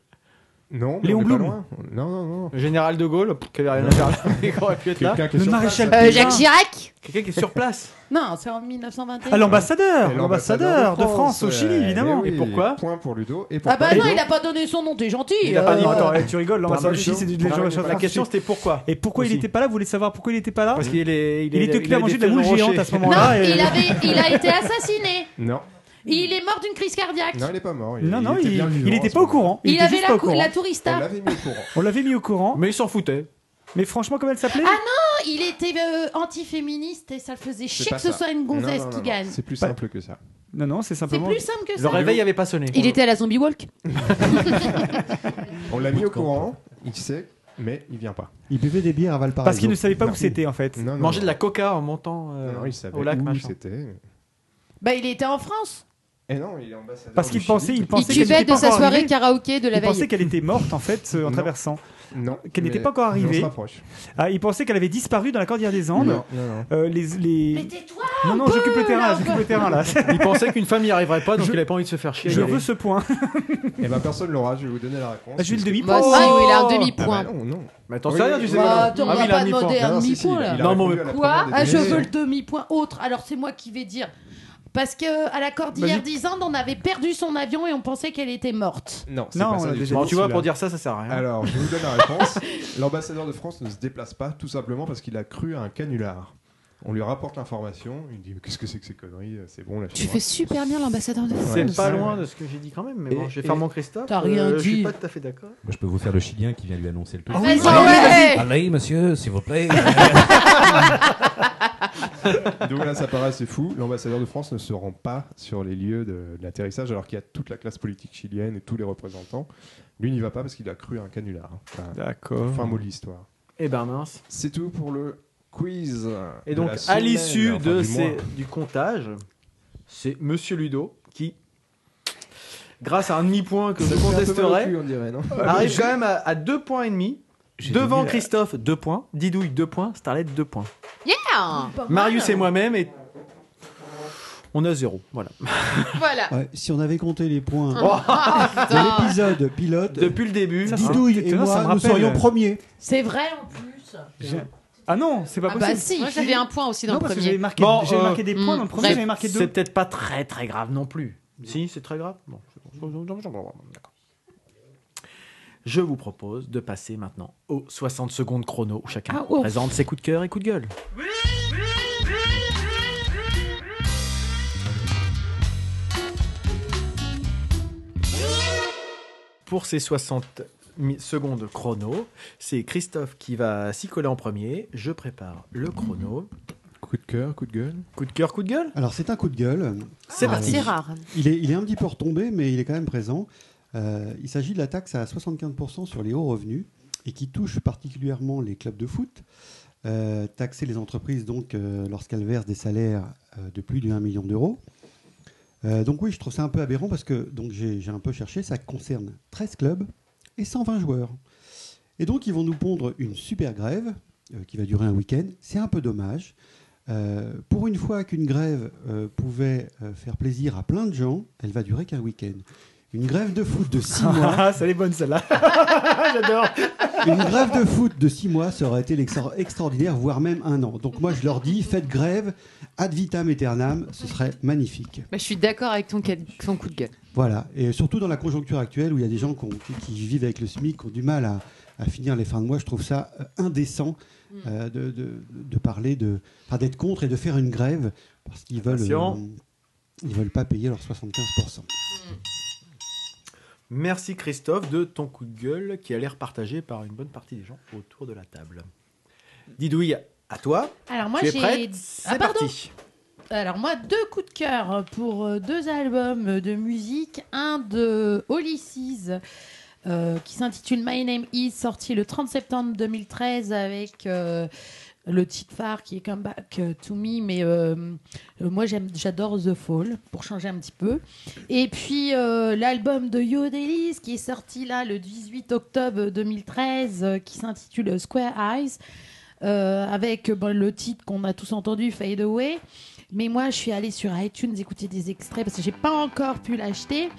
Non, mais Léon on est pas Blum. loin. Non, non, non. Le général de Gaulle, pff, qui avait rien à faire là, mais qui aurait pu être là. Quelqu'un qui est Le sur maréchal place, Pétain. Euh, Jacques Chirac Quelqu'un qui est sur place. Non, c'est en 1921. Ah, l'ambassadeur. Et L'ambassadeur de France au Chili, euh, évidemment. mais oui, Et pourquoi Point pour Ludo. Et Ah pourquoi bah non, Ludo il a pas donné son nom, t'es gentil. Il a pas euh, dit, Attends, eh, tu rigoles, l'ambassadeur Pardon, du Chili, c'est du- Ludo. des gens Pardon, qui La question, c'était pourquoi Et pourquoi il Aussi. était pas là Vous voulez savoir pourquoi il était pas là Parce qu'il est, Ah, il Il est- était occupé à avait manger de fait le la boule rocher. géante à ce Non, moment-là. et- il, avait, il a été assassiné. Non, Il est mort d'une crise cardiaque. non, il n'est pas mort. Non, non, était il bien vivant il était à ce pas au moment-là. courant. Il, était avait juste la, pas au cou- la courant. Ah, On tourista. l'avait mis au courant. On l'avait mis au courant. Mais il s'en foutait. Mais franchement, comment elle s'appelait Ah non, il était euh, antiféministe et ça le faisait C'est chier pas que ce ça. soit une Non, non, gonzesse non, qui non, gagne. C'est plus Pas- simple que ça. Non, non, c'est C'est simplement. plus simple que Le ça. réveil avait pas sonné. Il était à la zombie walk On l'a mis au courant, il sait, mais il vient pas. Il buvait des bières à Valparaiso. Parce qu'il ne savait pas où Non. c'était en fait. Non, non, Manger non. de la coca en montant euh, Non, non, Ah il savait au lac, où machin. c'était. Bah, il était en France. Et non, il est ambassadeur. Parce du qu'il pensait, Chili. il Il pensait qu'elle cuvait n'était de pas sa encore soirée arrivée. karaoké de la Il pensait veille. qu'elle était morte en fait euh, en Non. traversant. Non. qu'elle n'était mais- pas encore mais On arrivée. se rapproche. Ah, il pensait qu'elle avait disparu dans la Cordillère des Andes. Non, non, non. Euh, les, Mais les... tais-toi Non, non, j'occupe le terrain, là, j'occupe le terrain là. Il pensait qu'une femme n'y arriverait pas, donc Je- il avait pas envie de se faire chier. Je Il veux allait- ce point. Eh ben personne l'aura, je vais vous donner la réponse. J'ai eu le demi-point. Moi aussi, Oh oui, il a un Ah bah demi-point. non, non. Mais attends, Oui, ça, rien, oui, tu sais oui. pas. Bah, non. attends, Ah on oui, il va a pas un demander demi-point. un Non, si, si, demi-point il a là. Non, répondu mais- à la Quoi première des Ah, je données. veux le demi-point autre. Alors, c'est moi qui vais dire. Parce que à la Cordillère Vas-y. d'Isande, on avait perdu son avion et on pensait qu'elle était morte. Non, c'est Non, pas on ça l'a du déjà tout. Bon, tu vois, celui-là. pour dire ça, ça sert à rien. Alors, je vous donne la réponse. L'ambassadeur de France ne se déplace pas, tout simplement parce qu'il a cru à un canular. On lui rapporte l'information, il dit Mais qu'est-ce que c'est que ces conneries euh, C'est bon, Tu lâchez-moi. fais super bien l'ambassadeur de France. C'est Ouais, pas c'est- loin de ce que j'ai dit quand même, mais bon, Et- je vais et- faire mon Christophe. T'as rien Euh, Je dit. suis pas tout à fait d'accord. Moi, je peux vous faire le Chilien qui vient lui annoncer le truc. Vas-y, Ah ouais. Allez, monsieur, s'il vous plaît. Donc là, ça paraît assez fou. L'ambassadeur de France ne se rend pas sur les lieux de, de l'atterrissage, alors qu'il y a toute la classe politique chilienne et tous les représentants. Lui n'y va pas parce qu'il a cru à un canular. Enfin, D'accord. fin mot de l'histoire. Eh ben mince. C'est tout pour le quiz. Et de donc, la semaine, à l'issue enfin, de du mois. ces, du comptage, c'est Monsieur Ludo qui, grâce à un demi-point que je Ça fait un peu mal au contesterai, cul, Ah, on dirait, non arrive quand même à, à deux points et demi. Devant Christophe, deux points. Didouille, deux points. Starlet, deux points. Yeah Pas mal. Marius et moi-même, et on a zéro. Voilà. Voilà. Ouais, si on avait compté les points Oh, de l'épisode pilote, Depuis le début, Ça, hein, euh, c'est- Didouille et Putain, ça me moi, nous rappelle- serions premiers. C'est vrai en plus. J'ai- Ah non, c'est pas Ah bah possible. si. Moi, j'avais un point aussi dans Non, le parce que premier. j'avais marqué, Bon, j'avais euh, marqué des points hmm, dans le premier, j'avais bref. marqué deux. C'est peut-être pas très très grave non plus. Si, c'est très grave. Bon, c'est bon, c'est bon, c'est bon, c'est bon, d'accord. Je vous propose de passer maintenant aux 60 secondes chrono où chacun Ah, ouf. présente ses coups de cœur et coups de gueule. Pour ces 60 mi- secondes chrono, c'est Christophe qui va s'y coller en premier. Je prépare le chrono. Coup de cœur, coup de gueule. Coup de cœur, coup de gueule Alors, c'est un coup de gueule. Ah, C'est parti. Ah, c'est rare. Il est, il est un petit peu retombé, mais il est quand même présent. Euh, il s'agit de la taxe à 75% sur les hauts revenus et qui touche particulièrement les clubs de foot. Euh, taxer les entreprises donc euh, lorsqu'elles versent des salaires euh, de plus de 1 million d'euros. Euh, donc oui, je trouve ça un peu aberrant parce que donc j'ai j'ai un peu cherché, ça concerne 13 clubs et 120 joueurs. Et donc ils vont nous pondre une super grève euh, qui va durer un week-end. C'est un peu dommage. Euh, pour une fois qu'une grève euh, pouvait euh, faire plaisir à plein de gens, elle va durer qu'un week-end. Une grève de foot de 6 mois. Ah, ça elle est bonne celle-là. J'adore. Une grève de foot de 6 mois, ça aurait été l'extra- extraordinaire, voire même un an. Donc moi, je leur dis, faites grève, ad vitam aeternam, ce serait magnifique. Bah, je suis d'accord avec ton, ca- ton coup de gueule. Voilà, et surtout dans la conjoncture actuelle où il y a des gens qui, ont- qui- qui vivent avec le SMIC, qui ont du mal à, à finir les fins de mois, je trouve ça euh, indécent Mm. euh, de, de- de parler, de, enfin, d'être contre et de faire une grève parce qu'ils veulent, Attention. euh, ils veulent pas payer leurs 75%. Merci Christophe de ton coup de gueule qui a l'air partagé par une bonne partie des gens autour de la table. Didouille, à toi. Alors moi tu es j'ai prête C'est Ah, pardon. parti. Alors moi deux coups de cœur pour euh, deux albums de musique, un de Holy Seas, euh, qui s'intitule My Name Is sorti le 30 septembre 2013 avec euh, le titre phare qui est Come Back to Me mais euh, euh, moi j'aime j'adore The Fall pour changer un petit peu. Et puis euh, l'album de Yo Delis qui est sorti là le 18 octobre 2013 euh, qui s'intitule Square Eyes. euh, avec euh, bon, le titre qu'on a tous entendu, Fade Away. Mais moi, je suis allée sur iTunes écouter des extraits parce que j'ai pas encore pu l'acheter.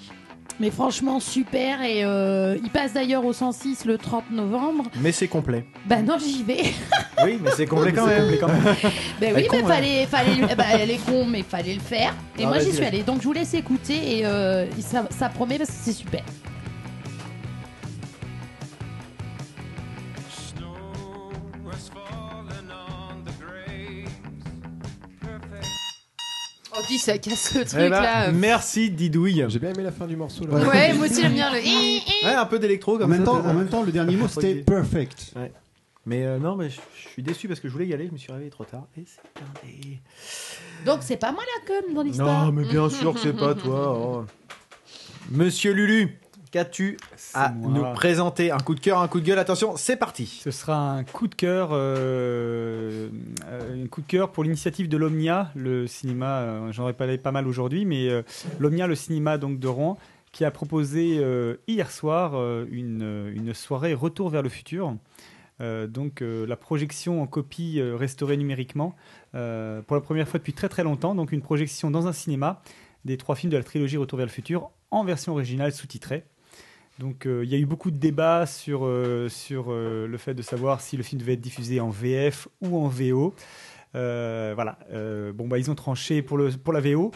Mais franchement, super. Et euh, il passe d'ailleurs au 106 le 30 novembre. Mais c'est complet. Bah non, j'y vais. Oui, mais c'est complet quand même. Ben Elle oui, est mais con, hein. fallait, fallait, le- bah, elle est con, mais fallait le faire. Et Ah, moi, j'y vas-y, suis vas-y. allée. Donc, je vous laisse écouter et euh, ça, ça promet parce que c'est super. Oh, dis, ça casse le truc Eh ben, là. merci Didouille. J'ai bien aimé la fin du morceau. Ouais, Ouais, moi aussi j'aime bien le. Hi, hi. Ouais, un peu d'électro En comme même, ça, temps, t'as- en même temps, le dernier mot, c'était Ok. perfect. Ouais. Mais euh, non, mais je je suis déçu parce que je voulais y aller, je me suis réveillé trop tard. Et c'est blindé. Donc, c'est pas moi la conne dans l'histoire. Non, mais bien sûr que c'est pas toi. oh. Monsieur Lulu, qu'as-tu à moi. nous présenter Un coup de cœur, un coup de gueule. Attention, c'est parti. Ce sera un coup de cœur, euh, euh, un coup de cœur pour l'initiative de l'Omnia, le cinéma. euh, J'en ai parlé pas mal aujourd'hui, mais euh, l'Omnia, le cinéma donc de Rouen, qui a proposé euh, hier soir euh, une, euh, une soirée retour vers le futur. Euh, donc euh, la projection en copie euh, restaurée numériquement euh, pour la première fois depuis très très longtemps. Donc une projection dans un cinéma des trois films de la trilogie Retour vers le futur en version originale sous-titrée. Donc euh, il y a eu beaucoup de débats sur, euh, sur euh, le fait de savoir si le film devait être diffusé en VF ou en VO. Euh, voilà, Euh, bon bah ils ont tranché pour, le, pour la VO.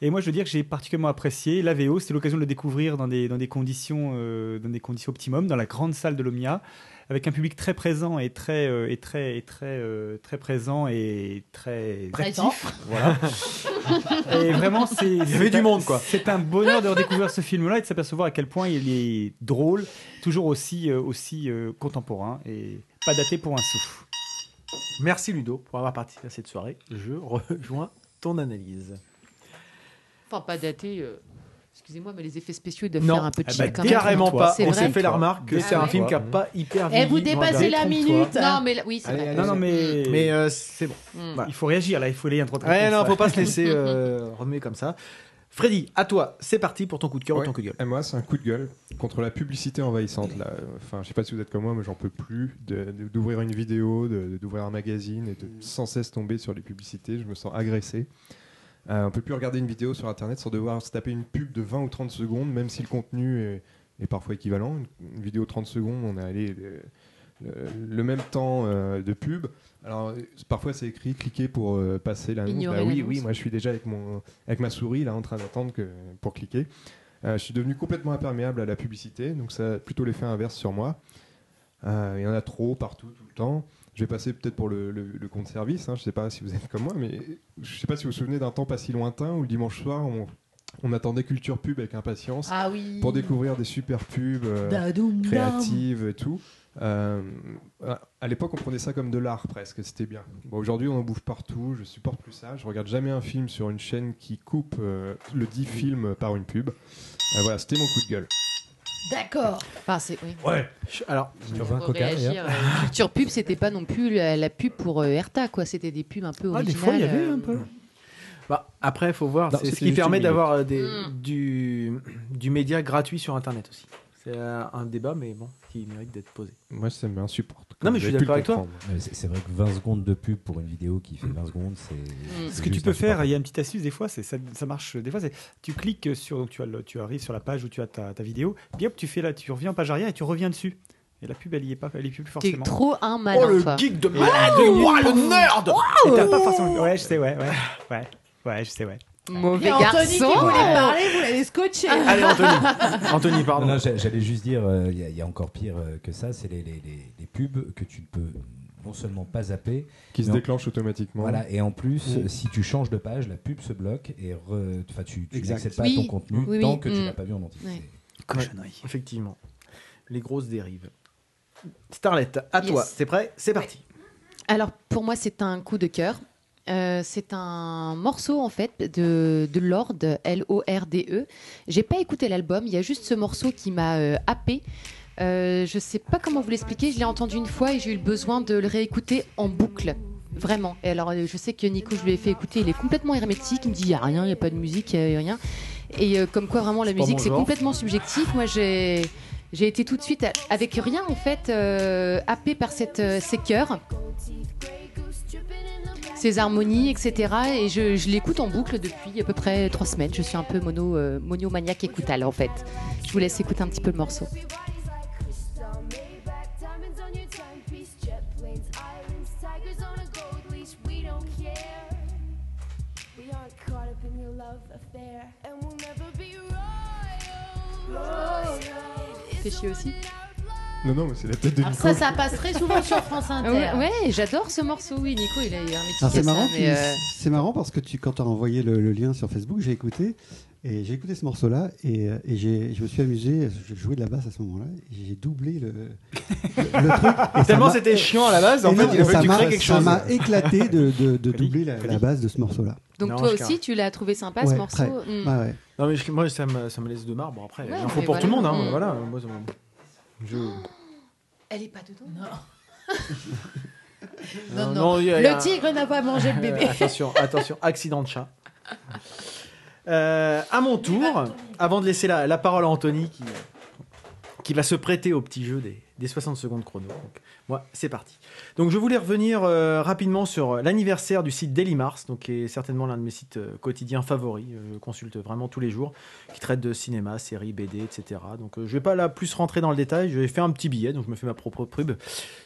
Et moi je veux dire que j'ai particulièrement apprécié la VO, c'était l'occasion de le découvrir dans des, dans, des conditions, euh, dans des conditions optimum, dans la grande salle de l'Omnia, avec un public très présent et très, euh, et très, et très, euh, très présent et très Présent. actif. Voilà. Et vraiment, c'est. Il y c'est avait du un- monde, quoi. C'est un bonheur de redécouvrir ce film-là et de s'apercevoir à quel point il est drôle, toujours aussi, euh, aussi euh, contemporain et pas daté pour un souffle. Merci Ludo pour avoir participé à cette soirée. Je rejoins ton analyse. Enfin, pas daté. euh, Excusez-moi, mais les effets spéciaux ils doivent Non, faire un peu ah cheap bah, quand carrément même. pas. C'est On vrai s'est fait la remarque que Ah c'est un ouais. film qui n'a pas hyper Eh, vieilli. vous loin de dépassez là. la minute. Non, mais là- oui, c'est vrai. Non, non, mais. Mais euh, c'est bon. Mm. Voilà. Il faut réagir là, il faut aller un droit de Ouais, réponse, non, là. faut pas se laisser euh, remuer comme ça. Freddy, à toi, c'est parti pour ton coup de cœur ou Ouais. ton coup de gueule. Et moi, c'est un coup de gueule contre la publicité envahissante. Là. Enfin, je sais pas si vous êtes comme moi, mais j'en peux plus de- de- d'ouvrir une vidéo, de- d'ouvrir un magazine et de sans cesse tomber sur les publicités. Je me sens agressé. Euh, on peut plus regarder une vidéo sur Internet sans devoir se taper une pub de 20 ou 30 secondes, même si le contenu est, est parfois équivalent. Une, une vidéo 30 secondes, on est allé euh, le, le même temps euh, de pub. Alors euh, parfois c'est écrit cliquez pour euh, passer l'annonce. Ignorer Bah oui, l'annonce. oui, moi je suis déjà avec mon avec ma souris là en train d'attendre que pour cliquer. Euh, je suis devenu complètement imperméable à la publicité, donc ça a plutôt l'effet inverse sur moi. Euh, Il y en a trop partout, tout le temps. Je vais passer peut-être pour le, le- le compte service. hein, je ne sais pas si vous êtes comme moi, mais je ne sais pas si vous vous souvenez d'un temps pas si lointain où le dimanche soir, on, on attendait Culture Pub avec impatience Ah oui. pour découvrir des super pubs Mmh. euh, Dadoum, créatives et tout. Euh, à- à l'époque, on prenait ça comme de l'art presque, c'était bien. Bon, Aujourd'hui, on en bouffe partout, je supporte plus ça. Je regarde jamais un film sur une chaîne qui coupe euh, le dit film par une pub. Euh, voilà, c'était mon coup de gueule. D'accord. Enfin, c'est oui. Ouais. Alors, Pour réagir, euh, culture pub, c'était pas non plus la, la pub pour euh, Erta, quoi. C'était des pubs un peu Ah, originales. des fois, il y avait euh, un peu. Bah, après, il faut voir. Non, C'est ce c'était qui juste permet une d'avoir euh, des- Mm. du, du média gratuit sur Internet aussi. C'est euh, un débat, mais bon, qui mérite d'être posé. Moi, ça m'insupporte. Non, mais je suis d'accord avec toi. Ouais, Euh, C'est c'est vrai que 20 secondes de pub pour une vidéo qui fait 20 secondes, Mm. c'est. Ce que tu peux faire, il y a une petite astuce des fois, c'est ça, ça marche. Des fois, c'est tu cliques sur donc tu, as le- tu arrives sur la page où tu as ta, ta vidéo, puis hop, tu fais là, tu reviens en page arrière et tu reviens dessus. Et la pub, elle y est pas, elle y est plus T'es forcément. trop un malin. Oh, le toi. geek de malade, ouah, le nerd Et t'as pas forcément- Ouais, je sais, ouais, ouais, ouais, ouais, je sais, ouais. Mauvais Et Anthony qui garçon. Ah, voulait parler, vous l'avez scotché. Allez, Anthony, pardon. Non, non, j'a- J'allais juste dire, euh, il y, a- il y a encore pire euh, que ça, c'est les, les- les- les pubs que tu ne peux non seulement pas zapper, Qui se mais en- déclenche automatiquement. Voilà, et en plus, Oui. si tu changes de page, la pub se bloque et re- enfin, tu, tu Exact. n'accèdes pas Oui. à ton contenu Oui, tant oui. que tu Mm. l'as pas vu en entier. Ouais. Cochonnerie. Effectivement. Les grosses dérives. Starlet, à Yes. toi. C'est prêt C'est parti. Alors pour moi c'est un coup de cœur. Euh, c'est un morceau en fait de, de Lorde, L-O-R-D-E. E. J'ai pas écouté l'album, il y a juste ce morceau qui m'a euh, happé. Euh, je sais pas comment vous l'expliquer, je l'ai entendu une fois et j'ai eu le besoin de le réécouter en boucle. Vraiment. Et alors, euh, je sais que Nico, je lui ai fait écouter, il est complètement hermétique, il me dit il n'y a rien, il n'y a pas de musique, il n'y a rien. Et euh, comme quoi, vraiment, la C'est pas musique, mon c'est genre. complètement subjectif. Moi, j'ai. J'ai été tout de suite, à- avec rien en fait, euh, happée par cette, euh, ces chœurs ses harmonies, etc. Et je, je l'écoute en boucle depuis à peu près trois semaines. Je suis un peu mono, euh, monomaniaque écoutale en fait. Je vous laisse écouter un petit peu le morceau. We aren't caught up in your love affair, and we'll never be royal. T'es chier aussi Non, non, mais c'est la tête de Alors Nico. Ah, ça, ça passe très souvent sur France Inter. Ah Ouais, ouais, j'adore ce morceau. Oui, Nico, il a eu un métier. Alors, Ah, c'est à ça, marrant, mais, qu'il- euh, c'est marrant parce que tu, quand tu as envoyé le, le lien sur Facebook, j'ai écouté et j'ai écouté ce morceau-là et, euh, et j'ai- je me suis amusé. Je jouais de la basse à ce moment-là. et J'ai doublé le, le- le truc. Tellement et ça m'a- c'était chiant à la base, en Et fait, non, il a fallu ça que tu m'a- crées quelque ça chose. m'a éclaté de, de- de doubler la, la base de ce morceau-là. Donc Non, toi je aussi, caresse. tu l'as trouvé sympa ce Ouais, morceau. très. Mm. Ouais, ouais. Non, mais je- moi, ça me, ça me laisse de marbre. Après, il Ouais, en faut mais pour tout le monde. voilà. Hein, Mm. voilà. Moi, ça me- je- Elle est pas dedans. Non, Non. non, non, il y a- il y a Le tigre n'a pas mangé le bébé. Euh, attention, attention, accident de chat. Euh, à mon tour, avant de laisser la, la parole à Anthony qui, qui va se prêter au petit jeu des, des 60 secondes chrono. Donc, moi, c'est parti. Donc, je voulais revenir euh, rapidement sur l'anniversaire du site Daily Mars, donc, qui est certainement l'un de mes sites euh, quotidiens favoris. Euh, Je le consulte vraiment tous les jours, qui traite de cinéma, séries, BD, etc. Donc, euh, je vais pas là plus rentrer dans le détail. J'ai fait un petit billet, donc je me fais ma propre pub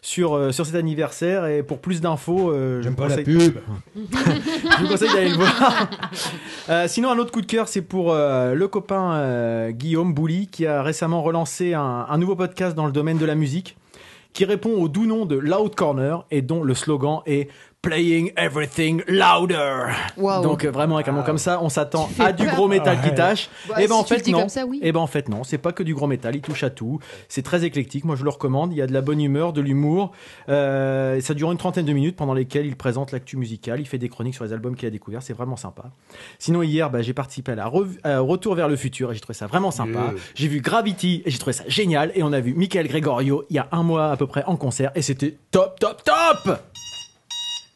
sur, euh, sur cet anniversaire. Et pour plus d'infos, euh, je vous pas la conseille- pub. je vous conseille d'aller le voir. Euh, sinon, un autre coup de cœur, c'est pour euh, le copain euh, Guillaume Bouli, qui a récemment relancé un, un nouveau podcast dans le domaine de la musique, qui répond au doux nom de Loud Corner et dont le slogan est Playing Everything Louder. Waouh. Ah. Donc euh, vraiment avec un nom comme ça, on s'attend fais à du peur. gros métal qui Ouais. tâche. Bah, et ben si en tu le fait dis non. comme ça, oui. Et ben en fait non, c'est pas que du gros métal, il touche à tout. C'est très éclectique, moi je le recommande. Il y a de la bonne humeur, de l'humour. Euh, ça dure une trentaine de minutes pendant lesquelles il présente l'actu musicale, il fait des chroniques sur les albums qu'il a découverts, c'est vraiment sympa. Sinon hier, bah, j'ai participé à la rev- à Retour vers le futur et j'ai trouvé ça vraiment sympa. Yeah. J'ai vu Gravity et j'ai trouvé ça génial. Et on a vu Michael Gregorio il y a un mois à peu près en concert et c'était top, top, top.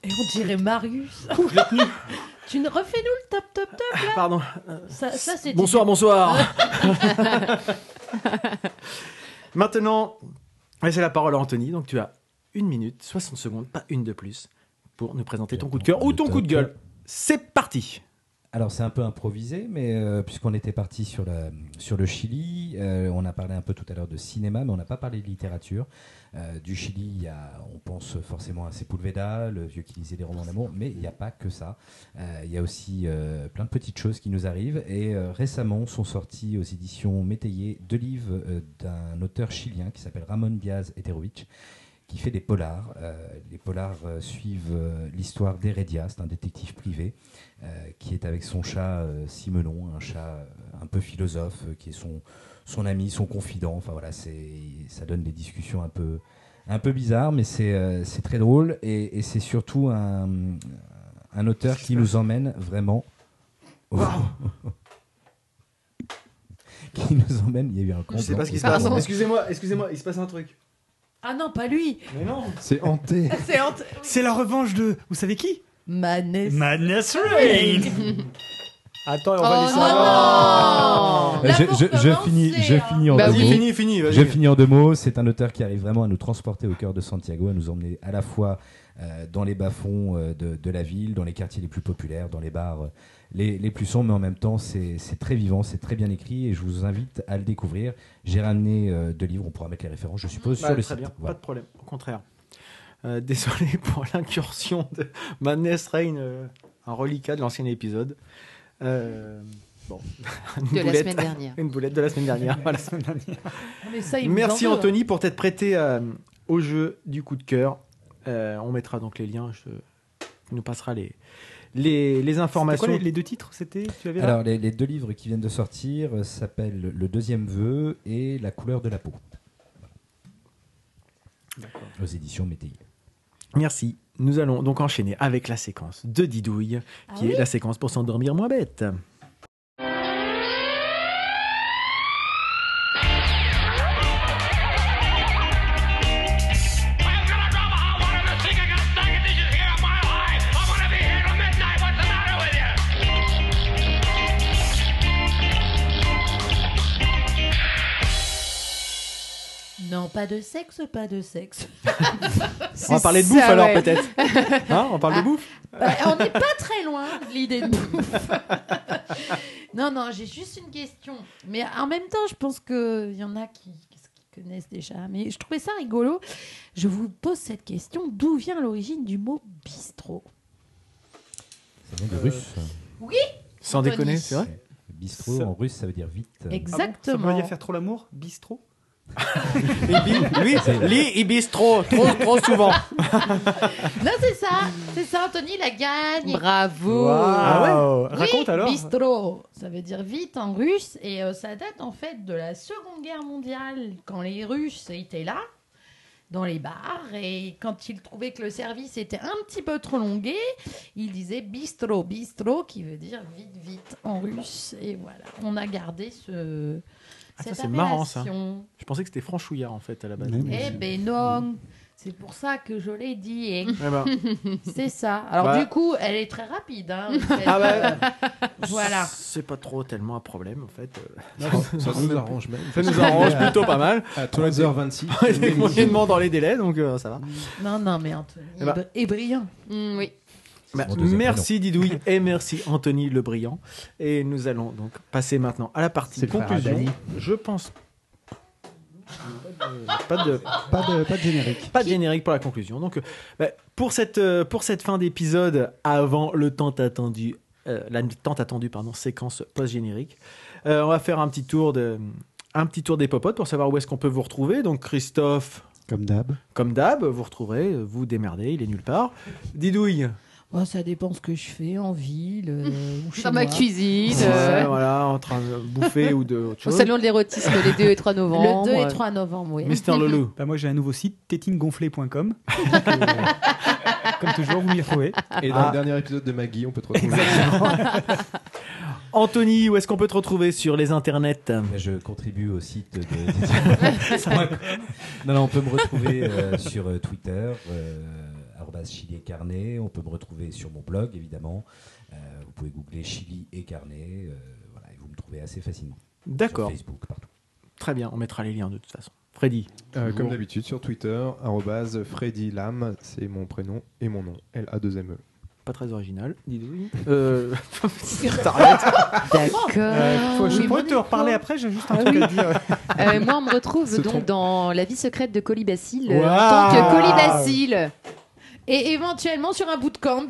Et on dirait Marius. tu ne refais nous le top top top là. Pardon. Ça, ça c'est. Bonsoir, bonsoir. Maintenant, on va laisser la parole à Anthony. Donc, tu as une minute, 60 secondes, pas une de plus, pour nous présenter ton coup de cœur ou ton coup de gueule. C'est parti. Alors c'est un peu improvisé, mais euh, puisqu'on était parti sur, la- sur le Chili, euh, on a parlé un peu tout à l'heure de cinéma, mais on n'a pas parlé de littérature. Euh, du Chili, il y a- on pense forcément à Sepulveda, le vieux qui lisait des romans d'amour, mais il n'y a pas que ça. Euh, Il y a aussi euh, plein de petites choses qui nous arrivent. Et euh, récemment sont sortis aux éditions Métayer deux livres euh, d'un auteur chilien qui s'appelle Ramon Diaz Eterovich qui fait des polars. Euh, les polars euh, suivent euh, l'histoire d'Heredia, c'est un détective privé euh, qui est avec son chat euh, Simenon, un chat euh, un peu philosophe euh, qui est son, son ami, son confident. Enfin voilà, c'est, ça donne des discussions un peu, un peu bizarres, mais c'est, euh, c'est très drôle et, et c'est surtout un, un auteur qui nous emmène vraiment. au- qui nous emmène. Il y a eu un Je sais pas ce qui se passe. Excusez-moi, excusez-moi, il se passe un truc. Ah non, pas lui. Mais non. C'est hanté. C'est honte. C'est la revanche de. Vous savez qui Madness. Madness Reign Attends, on va Oh laisser. non Euh, je, je- je finis, je finis en Bah deux oui. mots. Fini, fini, vas-y. je finis en deux mots. C'est un auteur qui arrive vraiment à nous transporter au cœur de Santiago, à nous emmener à la fois euh, dans les bas-fonds euh, de, de la ville, dans les quartiers les plus populaires, dans les bars euh, les, les plus sombres, mais en même temps, c'est c'est très vivant, c'est très bien écrit et je vous invite à le découvrir. J'ai ramené euh, deux livres, on pourra mettre les références, je suppose, Bah, sur le très site. bien, Voilà. pas de problème, au contraire. Euh, désolé pour l'incursion de Madness Reign, euh, un reliquat de l'ancien épisode. Euh, bon, une De la semaine dernière. Une boulette de la semaine dernière. voilà. On essaye, il nous Merci hein. en veut, Anthony pour t'être prêté euh, au jeu du coup de cœur. Euh, on mettra donc les liens, je... tu nous passera les, les, les C'était informations. quoi les, les deux titres C'était. Tu avais là Alors, les, les deux livres qui viennent de sortir euh, s'appellent Le deuxième vœu et La couleur de la peau. Aux éditions Météi. Merci. Nous allons donc enchaîner avec la séquence de Didouille, qui est la séquence pour s'endormir moins bête. Non, pas de sexe, pas de sexe. On va parler de ça, bouffe alors ouais. peut-être. Hein, on parle de bouffe Bah, on n'est pas très loin de l'idée de bouffe. non, non, j'ai juste une question. Mais en même temps, je pense qu'il y en a qui, qui connaissent déjà. Mais je trouvais ça rigolo. Je vous pose cette question. D'où vient l'origine du mot bistrot Ça vient de Euh, russe. Oui Sans Anthony. déconner, c'est vrai Bistrot Ça- en russe, ça veut dire vite. Ah bon Ça Exactement. veut dire faire trop l'amour Bistrot Lui, lui, il bise trop, trop, trop souvent. non, c'est ça. C'est ça, Anthony, la gagne. Bravo. Ah ouais Oui, Raconte alors Bistro, ça veut dire vite en russe et euh, ça date en fait de la Seconde Guerre mondiale quand les Russes étaient là dans les bars et quand ils trouvaient que le service était un petit peu trop longué, ils disaient bistro, bistro qui veut dire vite vite en russe et voilà, on a gardé ce Ah, ça, cette c'est marrant, ça. appellation. Je pensais que c'était franchouillard en fait à la base. Oui, Mais- Eh ben non, c'est pour ça que je l'ai dit. et Eh ben, c'est ça. Alors Bah. du coup, elle est très rapide. hein, cette- Ah bah, Voilà. C'est pas trop tellement un problème en fait. Euh, Ça nous arrange même. Ça nous arrange plutôt pas mal. À 3h26. On est moyennement dans les délais donc euh, ça va. Non, non, mais Anthony Eh ben. est brillant. Mm, oui. Bah, mon deuxième merci Didouille et merci Anthony Le Brillant. Et nous allons donc passer maintenant à la partie C'est le frère conclusion. Adali. Je pense. Pas de, Pas de, pas de générique. pas de générique pour la conclusion. Donc, euh, bah, pour, cette, euh, pour cette fin d'épisode, avant le temps attendu, euh, la tant attendue pardon, séquence post-générique, euh, on va faire un petit tour de un petit tour des popotes pour savoir où est-ce qu'on peut vous retrouver. Donc Christophe, Comme d'hab. comme d'hab, vous retrouverez, euh, vous démerdez, il est nulle part. Didouille, Moi, ça dépend ce que je fais en ville euh, ou chez Dans moi. ma cuisine. Ouais, euh, voilà, en train de bouffer ou de autre Au chose. salon de l'érotisme les 2 et 3 novembre. Le 2 et 3 novembre, oui. Mister Loulou. Bah, moi j'ai un nouveau site, tétinegonflée.com. Donc, euh, Comme toujours, vous m'y retrouvez. Et dans Ah. le dernier épisode de Maggie, on peut te retrouver. Anthony, où est-ce qu'on peut te retrouver sur les internets Mais Je contribue au site de. non, non, on peut me retrouver euh, sur euh, Twitter, euh, arobase Chili et Carnet. On peut me retrouver sur mon blog, évidemment. Euh, vous pouvez googler Chili et Carnet. euh, voilà, et vous me trouvez assez facilement. Sur D'accord, Facebook, partout. très bien, on mettra les liens de toute façon. Freddy, Euh, Toujours. comme E. d'habitude, sur Twitter, arrobase Freddy Lam, c'est mon prénom et mon nom, L-A-2-M-E. pas très original, dis-donc. Euh, Starlet. D'accord. Euh, faut- je Oui, pourrais te Monaco. reparler après, j'ai juste un Ah truc oui. à dire. Euh, moi, on me retrouve Se donc trompe. dans La vie secrète de Colibacille euh, en tant Waouh. que Colibacille. Et éventuellement sur un bootcamp.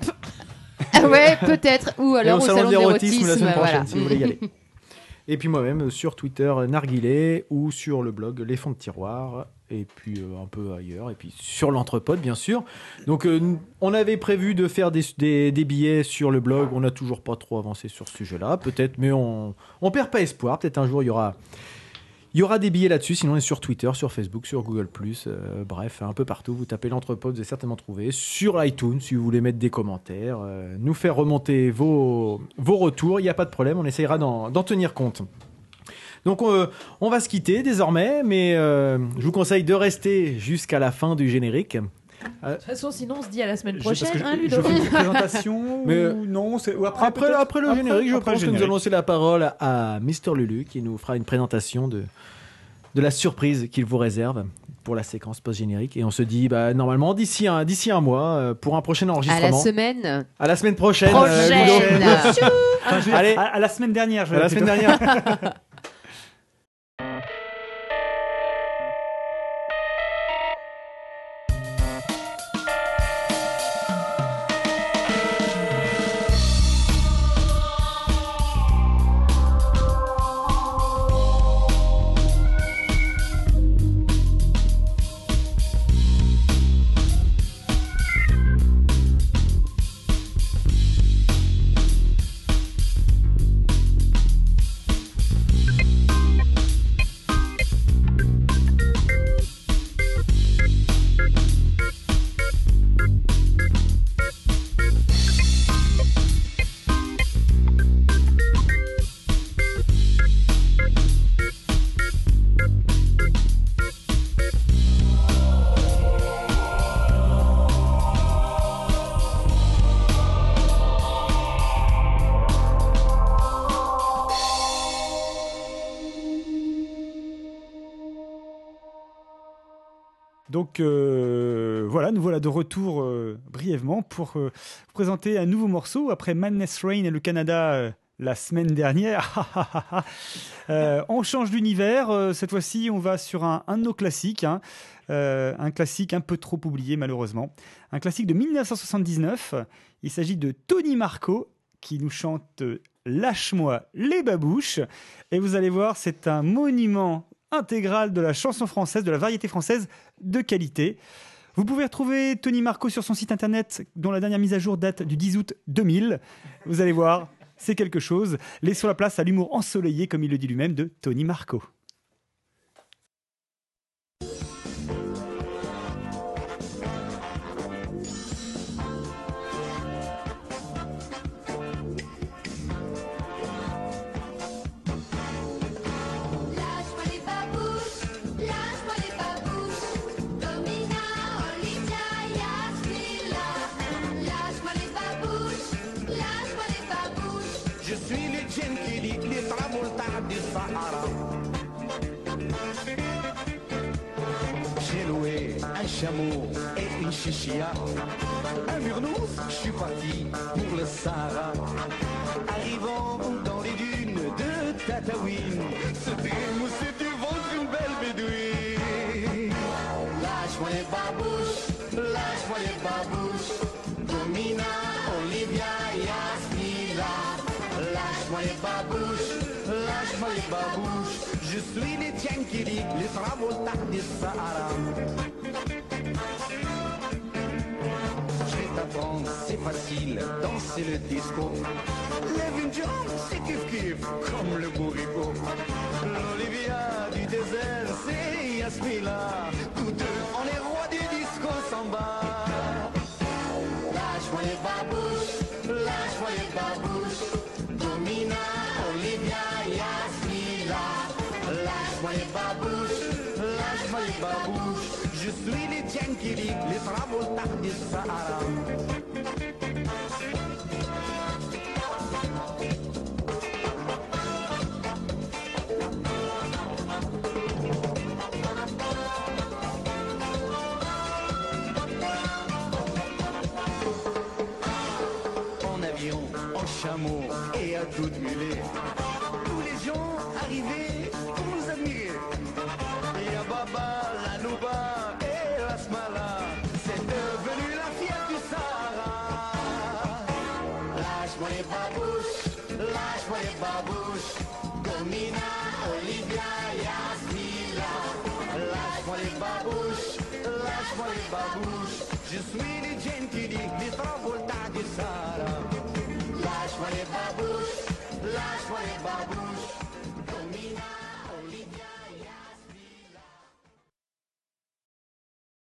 Ah ouais, peut-être. Ou alors au salon, de l'érotisme. la semaine prochaine, voilà. si vous voulez y aller. Et puis moi-même euh, sur Twitter euh, Narguilé ou sur le blog Les Fonds de Tiroir et puis euh, un peu ailleurs et puis sur l'entrepode bien sûr. Donc euh, nous- on avait prévu de faire des, des- des billets sur le blog, on n'a toujours pas trop avancé sur ce sujet-là peut-être mais on on perd pas espoir, peut-être un jour il y aura il y aura des billets là-dessus, sinon on est sur Twitter, sur Facebook, sur Google+, euh, bref, un peu partout. Vous tapez l'entrepôt, vous allez certainement trouver. Sur iTunes, si vous voulez mettre des commentaires, euh, nous faire remonter vos, vos retours, il n'y a pas de problème, on essayera d'en d'en tenir compte. Donc euh, on va se quitter désormais, mais euh, je vous conseille de rester jusqu'à la fin du générique. Euh, toute façon, sinon, on se dit à la semaine Je- parce prochaine. que je- hein, je Ludo fais une présentation Mais- euh, ou non c'est- ou après, après, peut-être après le générique, je après pense le que nous générique. allons laisser la parole à Mister Lulu qui nous fera une présentation de, de la surprise qu'il vous réserve pour la séquence post-générique. Et on se dit bah, normalement d'ici un, d'ici un mois euh, pour un prochain À enregistrement. la semaine. À la semaine prochaine. euh, Prochaine. Ludo. Chou. Enfin, je veux dire, Allez, à, à la semaine dernière. je À la vais dire semaine plutôt. Donc euh, voilà, nous voilà de retour euh, brièvement pour euh, vous présenter un nouveau morceau après Madness Rain et le Canada euh, la semaine dernière. Euh, on change d'univers, euh, cette fois-ci on va sur un, un de nos classiques, hein. Euh, un classique un peu trop oublié malheureusement, un classique de 1979, il s'agit de Tony Marco qui nous chante euh, Lâche-moi les babouches. Et vous allez voir, c'est un monument intégral de la chanson française, de la variété française de qualité. Vous pouvez retrouver Tony Marco sur son site internet, dont la dernière mise à jour date du 10 août 2000. Vous allez voir, c'est quelque chose. Laissons la place à l'humour ensoleillé, comme il le dit lui-même, de Tony Marco. Lâche-moi les babouches, lâche-moi les babouches, Domina, Olivia, Yasmila. Lâche-moi les babouches, lâche-moi les babouches. Je suis le djinn qui dit les travolta du Sahara. J'ai loué un chameau et une chichia. Un murnous, je suis parti pour le Sahara. Arrivant dans les dunes de Tataouine, c'était moussé du ventre une belle bédouine. Lâche-moi les babouches, lâche-moi les babouches. Domina, Olivia, Yasmila. Lâche-moi les babouches, lâche-moi les babouches. Je suis les Tchankiri, les Travolta du Sahara. Je vais t'apprendre, c'est facile, danser le disco. Lève une jambe, c'est kiff-kiff, comme le bourrico. L'Olivia du désert, c'est Yasmila. Tous deux, on est rois du disco samba. Lâche-moi les babouches, lâche-moi les babouches. Domina, Olivia, Yasmila. Lâche-moi les babouches, lâche-moi les babouches. Je suis les Tchankiri, les Travolta du Sahara. chameaux et à toutes mulets. Tous les gens arrivés pour nous admirer. Il y a Baba, la Nouba et la Smala. C'est devenu la fière du Sahara. Lâche-moi les babouches, lâche-moi les babouches. Domina, Olivia, Yasmila. Lâche-moi les babouches, lâche-moi les babouches. Je suis le gentil des travaux.